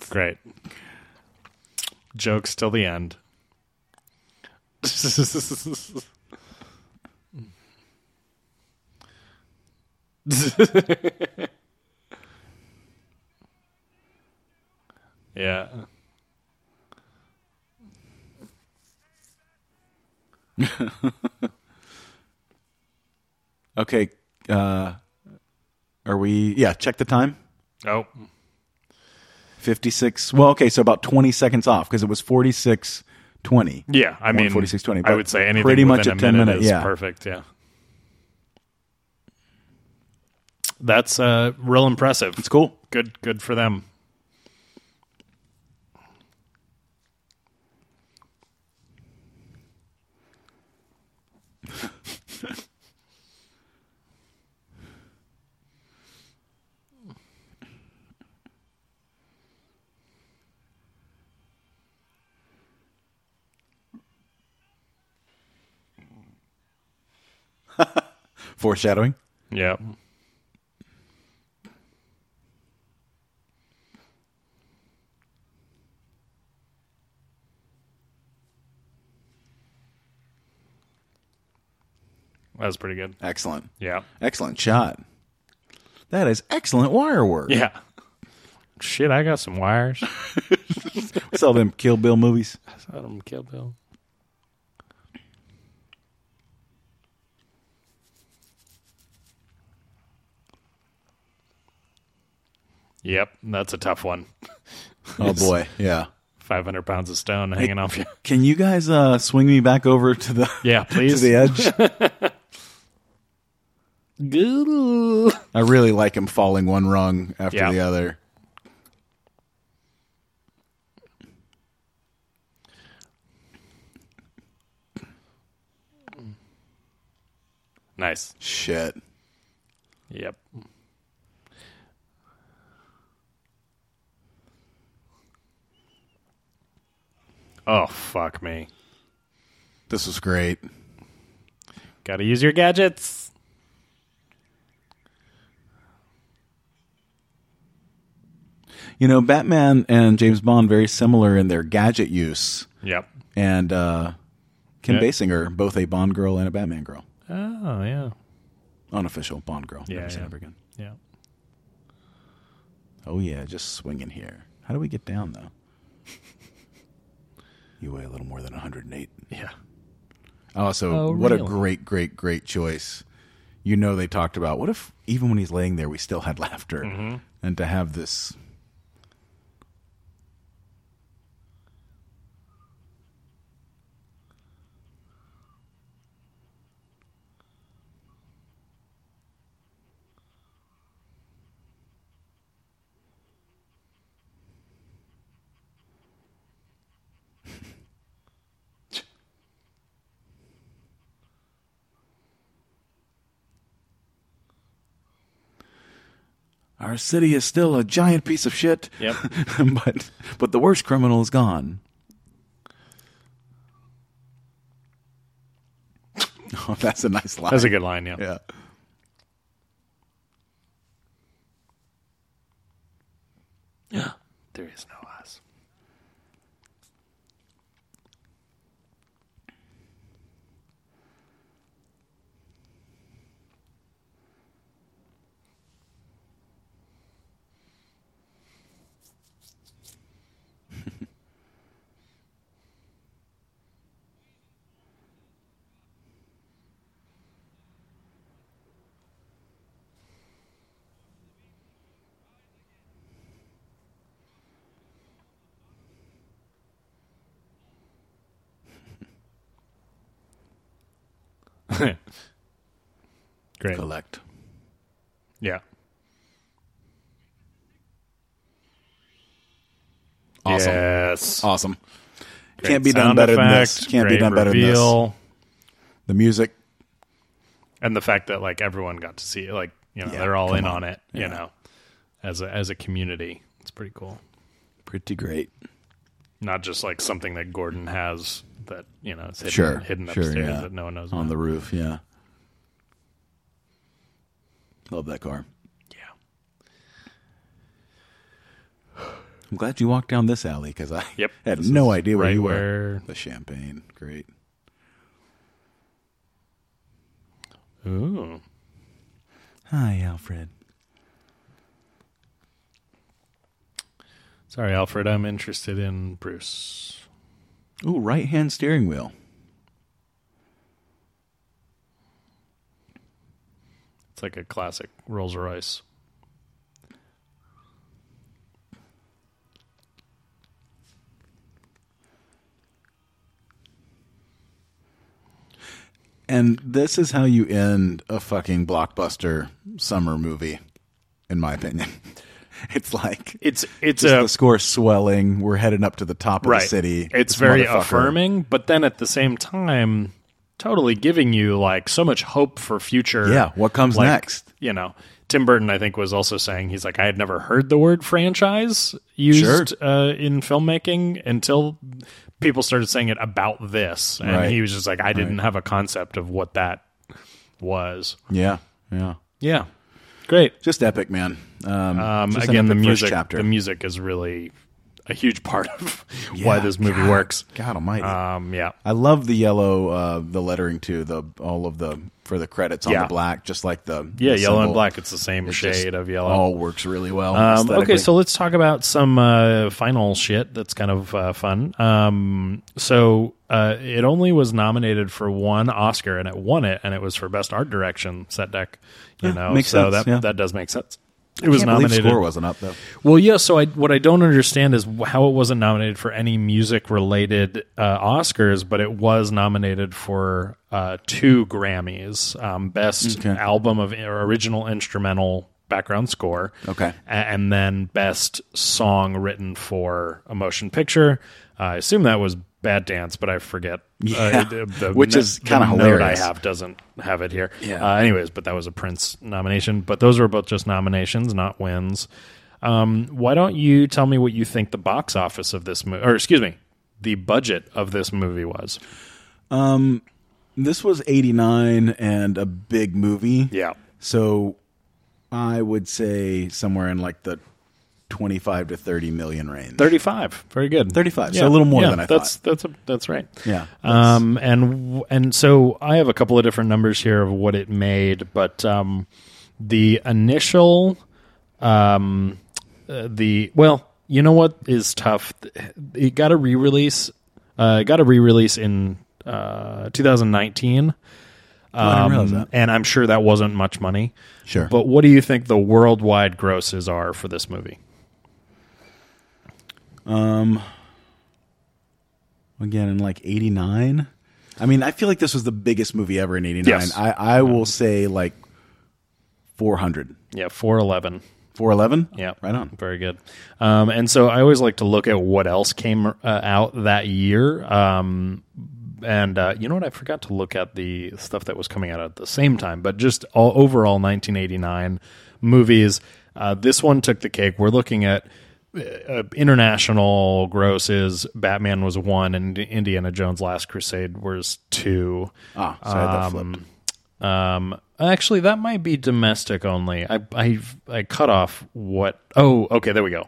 Speaker 7: Great. Jokes till the end. yeah.
Speaker 6: Okay. Uh, are we? Yeah. Check the time.
Speaker 7: Oh.
Speaker 6: Fifty-six. Well, okay. So about twenty seconds off because it was forty-six twenty.
Speaker 7: Yeah, I mean,
Speaker 6: 146.20,
Speaker 7: I
Speaker 6: but
Speaker 7: would say anything
Speaker 6: pretty much
Speaker 7: within
Speaker 6: a
Speaker 7: a
Speaker 6: 10
Speaker 7: minute,
Speaker 6: minute,
Speaker 7: is
Speaker 6: yeah.
Speaker 7: perfect. Yeah, that's uh, real impressive.
Speaker 6: It's cool.
Speaker 7: Good, good for them.
Speaker 6: Foreshadowing.
Speaker 7: Yeah. That was pretty good.
Speaker 6: Excellent.
Speaker 7: Yeah.
Speaker 6: Excellent shot. That is excellent wire work.
Speaker 7: Yeah. Shit, I got some wires.
Speaker 6: Sell them Kill Bill movies.
Speaker 7: I don't kill Bill. Yep, that's a tough one.
Speaker 6: Oh boy. Yeah.
Speaker 7: 500 pounds of stone hanging off you.
Speaker 6: Can you guys uh, swing me back over to the
Speaker 7: Yeah,
Speaker 6: to
Speaker 7: please.
Speaker 6: the edge?
Speaker 7: Goodle.
Speaker 6: I really like him falling one rung after
Speaker 7: Yeah.
Speaker 6: the other.
Speaker 7: Nice.
Speaker 6: Shit.
Speaker 7: Yep. Oh, fuck me.
Speaker 6: This was great.
Speaker 7: Gotta use your gadgets.
Speaker 6: You know, Batman and James Bond very similar in their gadget use.
Speaker 7: Yep.
Speaker 6: And uh, Kim
Speaker 7: Yeah.
Speaker 6: Basinger, both a Bond girl and a Batman girl,
Speaker 7: Oh, yeah.
Speaker 6: unofficial Bond girl.
Speaker 7: Yeah,
Speaker 6: Never seen
Speaker 7: yeah.
Speaker 6: her again.
Speaker 7: Yeah.
Speaker 6: Oh yeah, just swinging here. How do we get down though? you weigh a little more than 108.
Speaker 7: Yeah.
Speaker 6: Also,
Speaker 7: Oh,
Speaker 6: what a
Speaker 7: really?
Speaker 6: great, great, great choice. You know, they talked about what if even when he's laying there, we still had laughter,
Speaker 7: Mm-hmm.
Speaker 6: and to have this. our city is still a giant piece of shit.
Speaker 7: Yep.
Speaker 6: but but the worst criminal is gone. Oh, that's a nice line.
Speaker 7: That's a good line, yeah.
Speaker 6: yeah.
Speaker 7: There is no us. Great.
Speaker 6: Collect.
Speaker 7: Yeah.
Speaker 6: Awesome.
Speaker 7: Yes.
Speaker 6: Awesome.
Speaker 7: Great
Speaker 6: Can't be done
Speaker 7: sound
Speaker 6: better than this.
Speaker 7: effect,
Speaker 6: Can't be
Speaker 7: great
Speaker 6: done better than this.
Speaker 7: reveal,
Speaker 6: The music.
Speaker 7: And the fact that like everyone got to see it, like you know,
Speaker 6: Yeah,
Speaker 7: they're all
Speaker 6: come
Speaker 7: in
Speaker 6: on.
Speaker 7: on, it, you know, as a as a community. It's pretty cool.
Speaker 6: Pretty great.
Speaker 7: Not just like something that Gordon has that you know it's hidden,
Speaker 6: Sure.
Speaker 7: hidden
Speaker 6: sure,
Speaker 7: upstairs
Speaker 6: yeah.
Speaker 7: that no one knows
Speaker 6: On
Speaker 7: about.
Speaker 6: the roof, yeah. Love that car.
Speaker 7: yeah.
Speaker 6: I'm glad you walked down this alley because I
Speaker 7: Yep.
Speaker 6: had
Speaker 7: This
Speaker 6: no
Speaker 7: is
Speaker 6: idea where
Speaker 7: right
Speaker 6: you were.
Speaker 7: where-
Speaker 6: The champagne. Great.
Speaker 7: Ooh.
Speaker 6: Hi, Alfred.
Speaker 7: Sorry, Alfred. I'm interested in Bruce.
Speaker 6: Ooh, right hand steering wheel.
Speaker 7: It's like a classic Rolls Royce.
Speaker 6: And this is how you end a fucking blockbuster summer movie, in my opinion. It's like
Speaker 7: It's it's
Speaker 6: just
Speaker 7: a
Speaker 6: the score swelling. We're headed up to the top of the city.
Speaker 7: It's
Speaker 6: This
Speaker 7: very
Speaker 6: motherfucker-
Speaker 7: affirming, but then at the same time, totally giving you like so much hope for future.
Speaker 6: Yeah, what comes
Speaker 7: like,
Speaker 6: next?
Speaker 7: You know, Tim Burton, I think, was also saying he's like, I had never heard the word franchise used uh, in filmmaking until people started saying it about this, and
Speaker 6: Right.
Speaker 7: he was just like, I didn't have a concept of what that was.
Speaker 6: Yeah, yeah.
Speaker 7: Yeah, great.
Speaker 6: Just epic, man. Um,
Speaker 7: Um,
Speaker 6: just an
Speaker 7: again, the
Speaker 6: epic first
Speaker 7: music,
Speaker 6: chapter.
Speaker 7: the music is really a huge part of why
Speaker 6: Yeah,
Speaker 7: this movie
Speaker 6: God,
Speaker 7: works.
Speaker 6: God Almighty.
Speaker 7: Um, yeah.
Speaker 6: I love the yellow, uh, the lettering too. The all of the for the credits on
Speaker 7: Yeah.
Speaker 6: the black, just like the
Speaker 7: Yeah,
Speaker 6: the
Speaker 7: yellow and
Speaker 6: symbol.
Speaker 7: black. It's the same
Speaker 6: It's
Speaker 7: shade
Speaker 6: just
Speaker 7: of yellow.
Speaker 6: All works really well.
Speaker 7: Um, okay,
Speaker 6: aesthetically.
Speaker 7: so let's talk about some uh, final shit that's kind of uh, fun. Um, so uh, it only was nominated for one Oscar, and it won it, and it was for best art direction set deck. You know,
Speaker 6: makes
Speaker 7: so
Speaker 6: sense,
Speaker 7: that
Speaker 6: yeah.
Speaker 7: that does make sense. It was
Speaker 6: Can't believe
Speaker 7: nominated.
Speaker 6: score wasn't up though.
Speaker 7: Well, yeah. So I, what I don't understand is how it wasn't nominated for any music-related uh, Oscars, but it was nominated for uh, two Grammys: um, Best Album of or Original Instrumental Background Score,
Speaker 6: Okay.
Speaker 7: a- and then Best Song Written for a Motion Picture. I assume that was Bad Dance, but I forget. uh,
Speaker 6: Yeah,
Speaker 7: the-
Speaker 6: which
Speaker 7: the-
Speaker 6: is
Speaker 7: the
Speaker 6: kinda
Speaker 7: note
Speaker 6: hilarious.
Speaker 7: I have doesn't have it here.
Speaker 6: Yeah.
Speaker 7: Uh, anyways, but that was a Prince nomination. But those were both just nominations, not wins. Um, why don't you tell me what you think the box office of this movie, or excuse me, the budget of this movie was?
Speaker 6: This was '89 and a big movie.
Speaker 7: Yeah.
Speaker 6: So I would say somewhere in like the 25 to 30 million range.
Speaker 7: 35. Very good.
Speaker 6: 35, so a little more
Speaker 7: yeah,
Speaker 6: than I
Speaker 7: that's, That's, a, that's right.
Speaker 6: Yeah.
Speaker 7: Um, and, w- and so I have a couple of different numbers here of what it made, but, um, the initial, um, uh, the, well, you know what is tough? It got a re-release, uh, it got a re-release in, uh, 2019.
Speaker 6: I didn't realize
Speaker 7: Um,
Speaker 6: that.
Speaker 7: and I'm sure that wasn't much money,
Speaker 6: Sure.
Speaker 7: but what do you think the worldwide grosses are for this movie?
Speaker 6: Again, in like 89. I mean, I feel like this was the biggest movie ever in 89.
Speaker 7: Yes.
Speaker 6: I, I will say like 400.
Speaker 7: Yeah. 411.
Speaker 6: 411?
Speaker 7: Yeah,
Speaker 6: Right on.
Speaker 7: Very good. Um, and so I always like to look at what else came uh, out that year. Um, and uh, you know what? I forgot to look at the stuff that was coming out at the same time, but just all overall 1989 movies. Uh, this one took the cake. We're looking at uh, uh, international grosses. Batman was one, and Indiana Jones: Last Crusade was two.
Speaker 6: Ah, so I had that flipped.
Speaker 7: Um, actually, that might be domestic only. I I I cut off what. Oh, okay, there we go.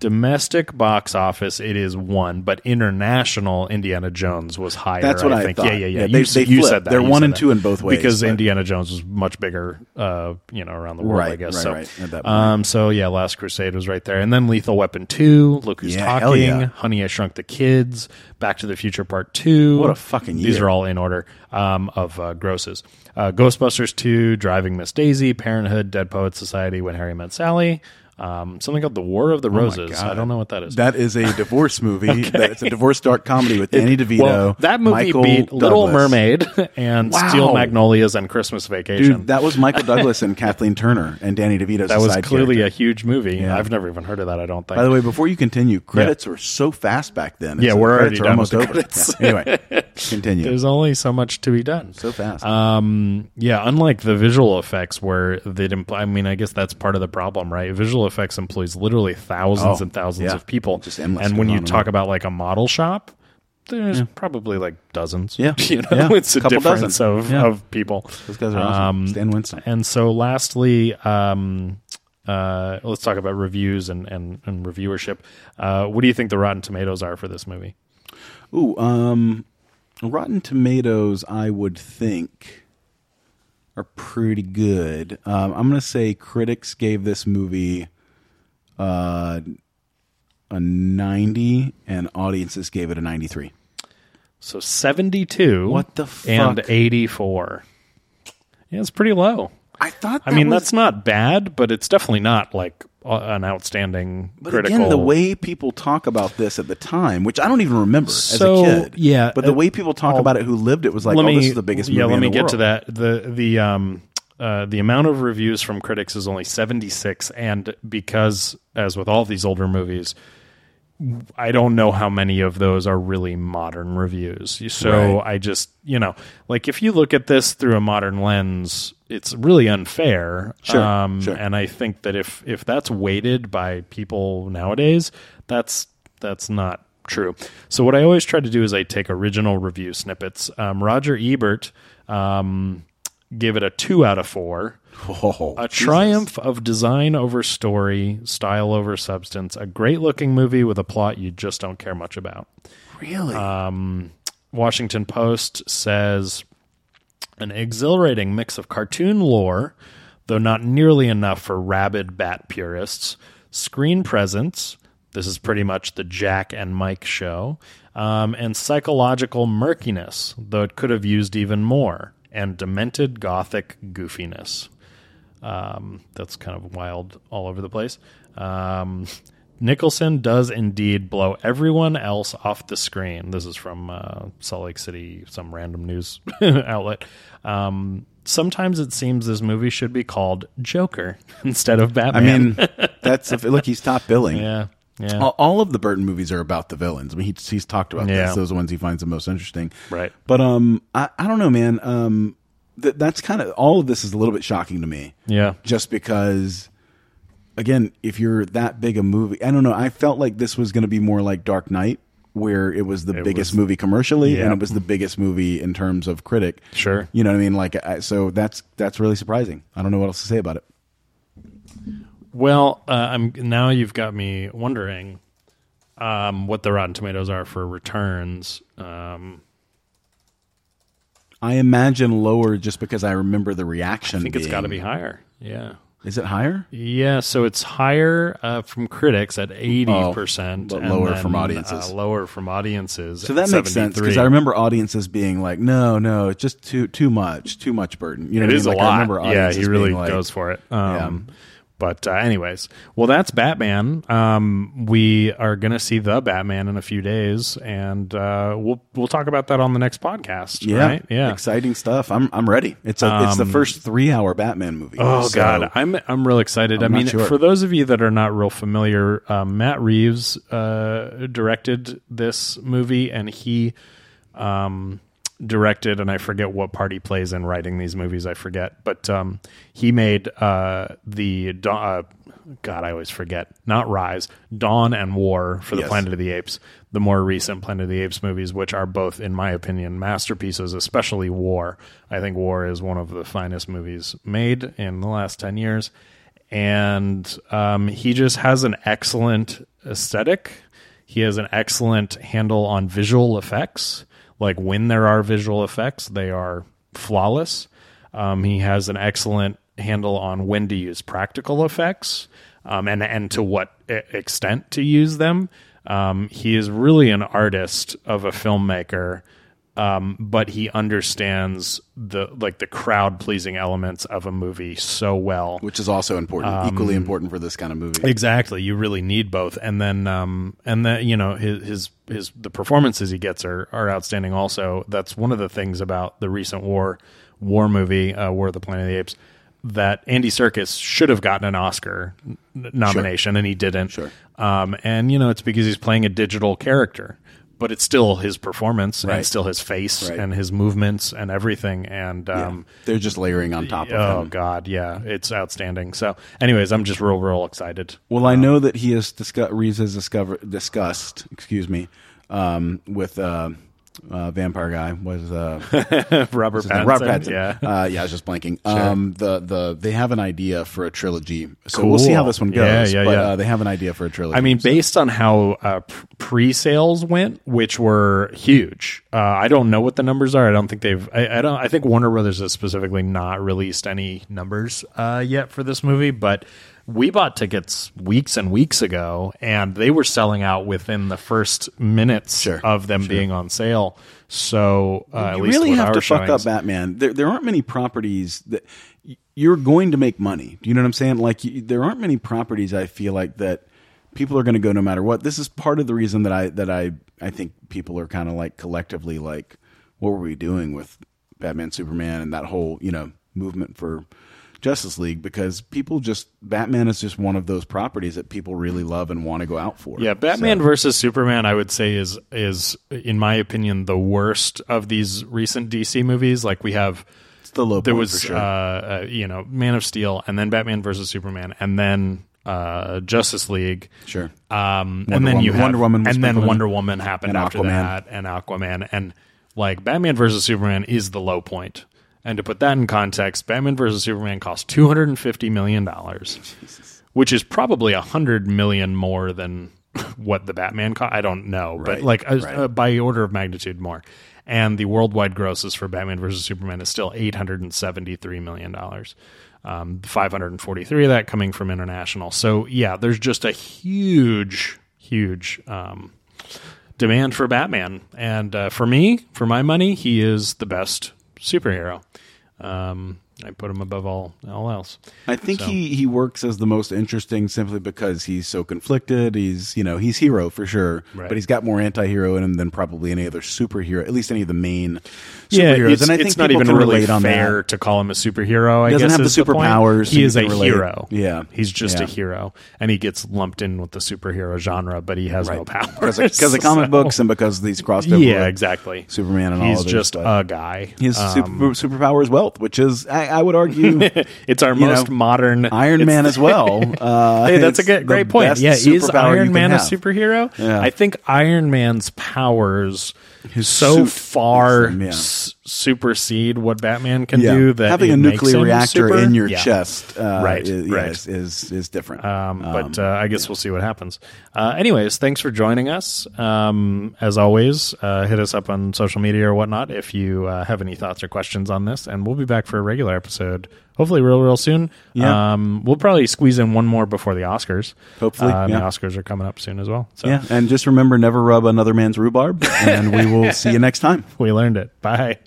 Speaker 7: Domestic box office, it is one, but international Indiana Jones was higher.
Speaker 6: That's what I
Speaker 7: think.
Speaker 6: thought.
Speaker 7: Yeah, yeah, yeah.
Speaker 6: Yeah, they-
Speaker 7: you, s-
Speaker 6: they
Speaker 7: you
Speaker 6: flip.
Speaker 7: said that.
Speaker 6: They're
Speaker 7: You
Speaker 6: one
Speaker 7: said
Speaker 6: and
Speaker 7: that.
Speaker 6: two in both ways,
Speaker 7: because
Speaker 6: but-
Speaker 7: Indiana Jones was much bigger, uh, you know, around the world. I
Speaker 6: Right,
Speaker 7: guess
Speaker 6: right,
Speaker 7: so.
Speaker 6: right, at that point.
Speaker 7: Um, so yeah, Last Crusade was right there, and then Lethal Weapon two, Look Who's
Speaker 6: Yeah, hell
Speaker 7: Talking,
Speaker 6: yeah.
Speaker 7: Honey I Shrunk the Kids, Back to the Future Part two.
Speaker 6: What a fucking
Speaker 7: These
Speaker 6: year.
Speaker 7: are all in order um, of uh, grosses. Uh, Ghostbusters 2, Driving Miss Daisy, Parenthood, Dead Poets Society, When Harry Met Sally, um, something called The War of the Roses. I don't know what that is.
Speaker 6: Oh That is a divorce movie. That's a divorce dark comedy with Danny DeVito.
Speaker 7: well, that movie
Speaker 6: Michael
Speaker 7: beat Little
Speaker 6: Douglas.
Speaker 7: Mermaid and
Speaker 6: Wow.
Speaker 7: Steel Magnolias and Christmas Vacation.
Speaker 6: Dude, that was Michael Douglas and Kathleen Turner and Danny DeVito's
Speaker 7: That was
Speaker 6: side
Speaker 7: clearly
Speaker 6: character.
Speaker 7: a huge movie. I've never even heard of that, I don't think.
Speaker 6: By the way, before you continue, credits were so fast back then. It's
Speaker 7: Yeah,
Speaker 6: like
Speaker 7: we're
Speaker 6: credits
Speaker 7: already
Speaker 6: are
Speaker 7: done
Speaker 6: almost
Speaker 7: with the
Speaker 6: over.
Speaker 7: credits.
Speaker 6: Yeah, Anyway, continue.
Speaker 7: There's only so much to be done.
Speaker 6: so fast.
Speaker 7: Um, yeah, unlike the visual effects where that imply, I mean, I guess that's part of the problem, right? Visual effects employs literally thousands
Speaker 6: Oh,
Speaker 7: and thousands
Speaker 6: yeah.
Speaker 7: of people.
Speaker 6: Just endless
Speaker 7: and when you
Speaker 6: amount of
Speaker 7: talk about like a model shop, there's probably like dozens.
Speaker 6: Yeah.
Speaker 7: You know,
Speaker 6: Yeah.
Speaker 7: it's a
Speaker 6: Couple
Speaker 7: difference
Speaker 6: dozen.
Speaker 7: of,
Speaker 6: Yeah.
Speaker 7: of people.
Speaker 6: Those guys are awesome. Stan Winston.
Speaker 7: um, And so lastly, um, uh, let's talk about reviews and, and, and reviewership. Uh, what do you think the Rotten Tomatoes are for this movie?
Speaker 6: Ooh, um, Rotten Tomatoes, I would think, are pretty good. Um, I'm going to say critics gave this movie uh, a 90, and audiences gave it a 93.
Speaker 7: So 72
Speaker 6: What the fuck?
Speaker 7: and 84. Yeah, it's pretty low.
Speaker 6: I thought.
Speaker 7: I
Speaker 6: that
Speaker 7: mean,
Speaker 6: was-
Speaker 7: that's not bad, but it's definitely not like uh, an outstanding
Speaker 6: But
Speaker 7: critical.
Speaker 6: again, the way people talk about this at the time, which I don't even remember
Speaker 7: So,
Speaker 6: as a kid,
Speaker 7: yeah,
Speaker 6: But the
Speaker 7: uh,
Speaker 6: way people talk
Speaker 7: I'll-
Speaker 6: about it, who lived it, was like,
Speaker 7: let
Speaker 6: "Oh,
Speaker 7: me
Speaker 6: this is the biggest movie."
Speaker 7: yeah, let
Speaker 6: in
Speaker 7: me
Speaker 6: the
Speaker 7: get
Speaker 6: world.
Speaker 7: to that. The the um uh, the amount of reviews from critics is only 76 and because as with all of these older movies I don't know how many of those are really modern reviews. So I just, you know, like if you look at this through a modern lens, it's really unfair. Um,
Speaker 6: Sure, sure.
Speaker 7: And I think that if if that's weighted by people nowadays, that's that's not true. So what I always try to do is I take original review snippets. Um, Roger Ebert um, gave it a two out of four.
Speaker 6: Oh,
Speaker 7: A triumph of design over story, style over substance. A great looking movie with a plot you just don't care much about. Um,
Speaker 6: really?
Speaker 7: Washington Post says an exhilarating mix of cartoon lore, though not nearly enough for rabid bat purists, screen presence. This is pretty much the Jack and Mike show, um, and psychological murkiness, though it could have used even more, and demented gothic goofiness. Um, that's kind of wild all over the place. Um, Nicholson does indeed blow everyone else off the screen. This is from uh, Salt Lake City, some random news outlet. Um, sometimes it seems this movie should be called Joker instead of
Speaker 6: I
Speaker 7: Batman.
Speaker 6: mean, uh, that's if, look, he's top billing.
Speaker 7: yeah, yeah.
Speaker 6: All, all of the Burton movies are about the villains. I mean, he's, he's talked about
Speaker 7: Yeah.
Speaker 6: this. Those are the ones he finds the most interesting.
Speaker 7: Right.
Speaker 6: But um, I, I don't know, man. Um, th- that's kind of all of this is a little bit shocking to me.
Speaker 7: Yeah.
Speaker 6: Just because, again, if you're that big a movie, I don't know. I felt like this was going to be more like Dark Knight, where it was the biggest
Speaker 7: was-
Speaker 6: movie commercially
Speaker 7: Yeah.
Speaker 6: and it was the biggest movie in terms of critic.
Speaker 7: Sure.
Speaker 6: You know what I mean? Like, I, so that's that's really surprising. I don't know what else to say about it.
Speaker 7: Well, uh, I'm now you've got me wondering um, what the Rotten Tomatoes are for returns. Um,
Speaker 6: I imagine lower just because I remember the reaction.
Speaker 7: I think it's
Speaker 6: being-
Speaker 7: got to be higher. Yeah.
Speaker 6: Is it higher?
Speaker 7: Yeah, so it's higher uh, from critics at eighty percent,
Speaker 6: Oh,
Speaker 7: uh,
Speaker 6: but lower from audiences.
Speaker 7: lower from audiences.
Speaker 6: So that
Speaker 7: at
Speaker 6: makes sense because
Speaker 7: 73.
Speaker 6: I remember audiences being like, "No, no, it's just too too much, too much burden." You know,
Speaker 7: it
Speaker 6: what
Speaker 7: is
Speaker 6: I mean?
Speaker 7: a
Speaker 6: like, I
Speaker 7: lot.
Speaker 6: remember
Speaker 7: yeah,
Speaker 6: audiences
Speaker 7: he really
Speaker 6: being like,
Speaker 7: goes for it. Um, But uh, anyways, well, that's Batman. Um, we are gonna see the Batman in a few days, and uh, we'll we'll talk about that on the next podcast.
Speaker 6: "Yeah,
Speaker 7: right? yeah. Um,
Speaker 6: exciting stuff." I'm I'm ready. It's a it's the first three hour Batman movie.
Speaker 7: Oh
Speaker 6: So-
Speaker 7: God, I'm I'm real excited. i
Speaker 6: I'm not
Speaker 7: mean,
Speaker 6: sure.
Speaker 7: for those of you that are not real familiar, um, Matt uh, Reeves uh, directed this movie, and he um, directed, and I forget what part he plays in writing these movies. I forget, but um, he made uh, the Da- uh, God. I always forget. Not Rise, Dawn, and War for the
Speaker 6: Yes.
Speaker 7: Planet of the Apes. The more recent Planet of the Apes movies, which are both, in my opinion, masterpieces. Especially War. I think War is one of the finest movies made in the last ten years, and um, he just has an excellent aesthetic. He has an excellent handle on visual effects. Like when there are visual effects, they are flawless. Um, he has an excellent handle on when to use practical effects um, and and to what e- extent to use them. Um, he is really an artist of a filmmaker, um, but he understands the like the crowd pleasing elements of a movie so well.
Speaker 6: which is also important,
Speaker 7: Um,
Speaker 6: equally important for this kind of movie.
Speaker 7: Exactly. You really need both. And then um and then you know his his his the performances he gets are are outstanding also. That's one of the things about the recent war war movie uh, War of the Planet of the Apes that Andy Serkis should have gotten an Oscar n- nomination and he didn't. Sure. Um and you know it's because he's playing a digital character, but it's still his performance and
Speaker 6: Right.
Speaker 7: still his face
Speaker 6: Right.
Speaker 7: and his movements and everything and um
Speaker 6: They're just layering on top of
Speaker 7: Oh
Speaker 6: him.
Speaker 7: God, yeah, it's outstanding. So, anyways, I'm just real, real excited.
Speaker 6: Well, I know that he has discussed, Reeves has discover, discussed, excuse me, um, with uh, uh, vampire guy was uh,
Speaker 7: Robert
Speaker 6: what's his name?
Speaker 7: Pattinson.
Speaker 6: Rob Pattinson.
Speaker 7: Yeah.
Speaker 6: uh, yeah, I was just blanking. Um, the the they have an idea for a trilogy, so we'll see how
Speaker 7: Cool.
Speaker 6: this one
Speaker 7: Yeah,
Speaker 6: goes.
Speaker 7: yeah,
Speaker 6: but
Speaker 7: yeah.
Speaker 6: Uh, they have an idea for a trilogy.
Speaker 7: I mean, based on how uh, p- pre-sales went, which were huge. Uh, I don't know what the numbers are. I don't think they've. I, I don't. I think Warner Brothers has specifically not released any numbers uh, yet for this movie. But we bought tickets weeks and weeks ago, and they were selling out within the first minutes
Speaker 6: Sure,
Speaker 7: of them being on sale. So uh, at
Speaker 6: you
Speaker 7: least
Speaker 6: really
Speaker 7: with
Speaker 6: have
Speaker 7: our
Speaker 6: to fuck up
Speaker 7: showings-
Speaker 6: Batman. There, there aren't many properties that y- you're going to make money. Do you know what I'm saying? Like you, there aren't many properties I feel like that people are going to go no matter what. This is part of the reason that I that I I think people are kind of like collectively like what were we doing with Batman Superman and that whole, you know, movement for Justice League because people just Batman is just one of those properties that people really love and want to go out for.
Speaker 7: Yeah, Batman versus Superman, I would say is is in my opinion the worst of these recent DC movies. Like we have,
Speaker 6: It's the low
Speaker 7: there
Speaker 6: point
Speaker 7: was
Speaker 6: for sure.
Speaker 7: uh, uh, you know Man of Steel, and then Batman versus Superman, and then uh, Justice League.
Speaker 6: sure.
Speaker 7: Um,
Speaker 6: Wonder
Speaker 7: and then
Speaker 6: Woman-
Speaker 7: you have,
Speaker 6: Wonder Woman was
Speaker 7: and then
Speaker 6: sprinkled in.
Speaker 7: Wonder Woman happened
Speaker 6: And
Speaker 7: after
Speaker 6: Aquaman.
Speaker 7: that, and Aquaman, and like Batman versus Superman is the low point. And to put that in context, Batman versus Superman cost two hundred and fifty million dollars, which is probably a hundred million more than what the Batman cost. I don't know, but
Speaker 6: Right,
Speaker 7: like uh,
Speaker 6: right.
Speaker 7: uh, by order of magnitude more. And the worldwide grosses for Batman versus Superman is still eight hundred and seventy-three million dollars. Um, Five hundred and forty-three of that coming from international. So yeah, there's just a huge, huge um, demand for Batman. And uh, for me, for my money, he is the best superhero. Um, I put him above all all else.
Speaker 6: I think he he works as the most interesting simply because he's so conflicted. He's you know he's hero for sure,
Speaker 7: Right.
Speaker 6: but he's got more anti-hero in him than probably any other superhero, at least any of the main superheroes.
Speaker 7: it's,
Speaker 6: and I think
Speaker 7: it's not
Speaker 6: people
Speaker 7: even
Speaker 6: can
Speaker 7: really
Speaker 6: relate on
Speaker 7: fair
Speaker 6: that.
Speaker 7: to call him a superhero. I
Speaker 6: Doesn't
Speaker 7: guess
Speaker 6: have the
Speaker 7: is point.
Speaker 6: superpowers, so
Speaker 7: He
Speaker 6: you
Speaker 7: is a
Speaker 6: can relate.
Speaker 7: hero.
Speaker 6: Yeah.
Speaker 7: he's just
Speaker 6: Yeah.
Speaker 7: a hero, and he gets lumped in with the superhero genre, but he has no power
Speaker 6: because of, 'cause of comic books and because these crossed over.
Speaker 7: Yeah,
Speaker 6: with
Speaker 7: exactly.
Speaker 6: Superman and
Speaker 7: he's
Speaker 6: all of
Speaker 7: just
Speaker 6: but
Speaker 7: a guy. Um,
Speaker 6: his super, superpower is wealth, which is I, I would argue
Speaker 7: it's our
Speaker 6: you
Speaker 7: most
Speaker 6: know,
Speaker 7: modern
Speaker 6: Iron
Speaker 7: it's-
Speaker 6: Man as well. Uh,
Speaker 7: Hey, that's a
Speaker 6: it's
Speaker 7: good,
Speaker 6: the
Speaker 7: great point.
Speaker 6: best
Speaker 7: Yeah, is
Speaker 6: superpower you
Speaker 7: Iron
Speaker 6: can
Speaker 7: Man a
Speaker 6: have.
Speaker 7: superhero?
Speaker 6: Yeah.
Speaker 7: I think Iron Man's powers so
Speaker 6: suit
Speaker 7: far
Speaker 6: makes him, yeah.
Speaker 7: s- supersede what Batman can
Speaker 6: Yeah.
Speaker 7: do that
Speaker 6: having
Speaker 7: it
Speaker 6: a
Speaker 7: makes
Speaker 6: nuclear
Speaker 7: him
Speaker 6: reactor
Speaker 7: super-
Speaker 6: in your
Speaker 7: Yeah.
Speaker 6: chest, uh,
Speaker 7: Right,
Speaker 6: is,
Speaker 7: right.
Speaker 6: Is, is is different.
Speaker 7: Um, but uh, I guess we'll see what happens. Uh, anyways, thanks for joining us. Um, as always, uh, hit us up on social media or whatnot if you uh, have any thoughts or questions on this, and we'll be back for a regular episode. Hopefully, real, real soon.
Speaker 6: Yeah.
Speaker 7: Um, we'll probably squeeze in one more before the Oscars.
Speaker 6: Hopefully,
Speaker 7: Uh, and
Speaker 6: yeah.
Speaker 7: the Oscars are coming up soon as well. So
Speaker 6: Yeah, and just remember never rub another man's rhubarb, and we will see you next time.
Speaker 7: we learned it. Bye.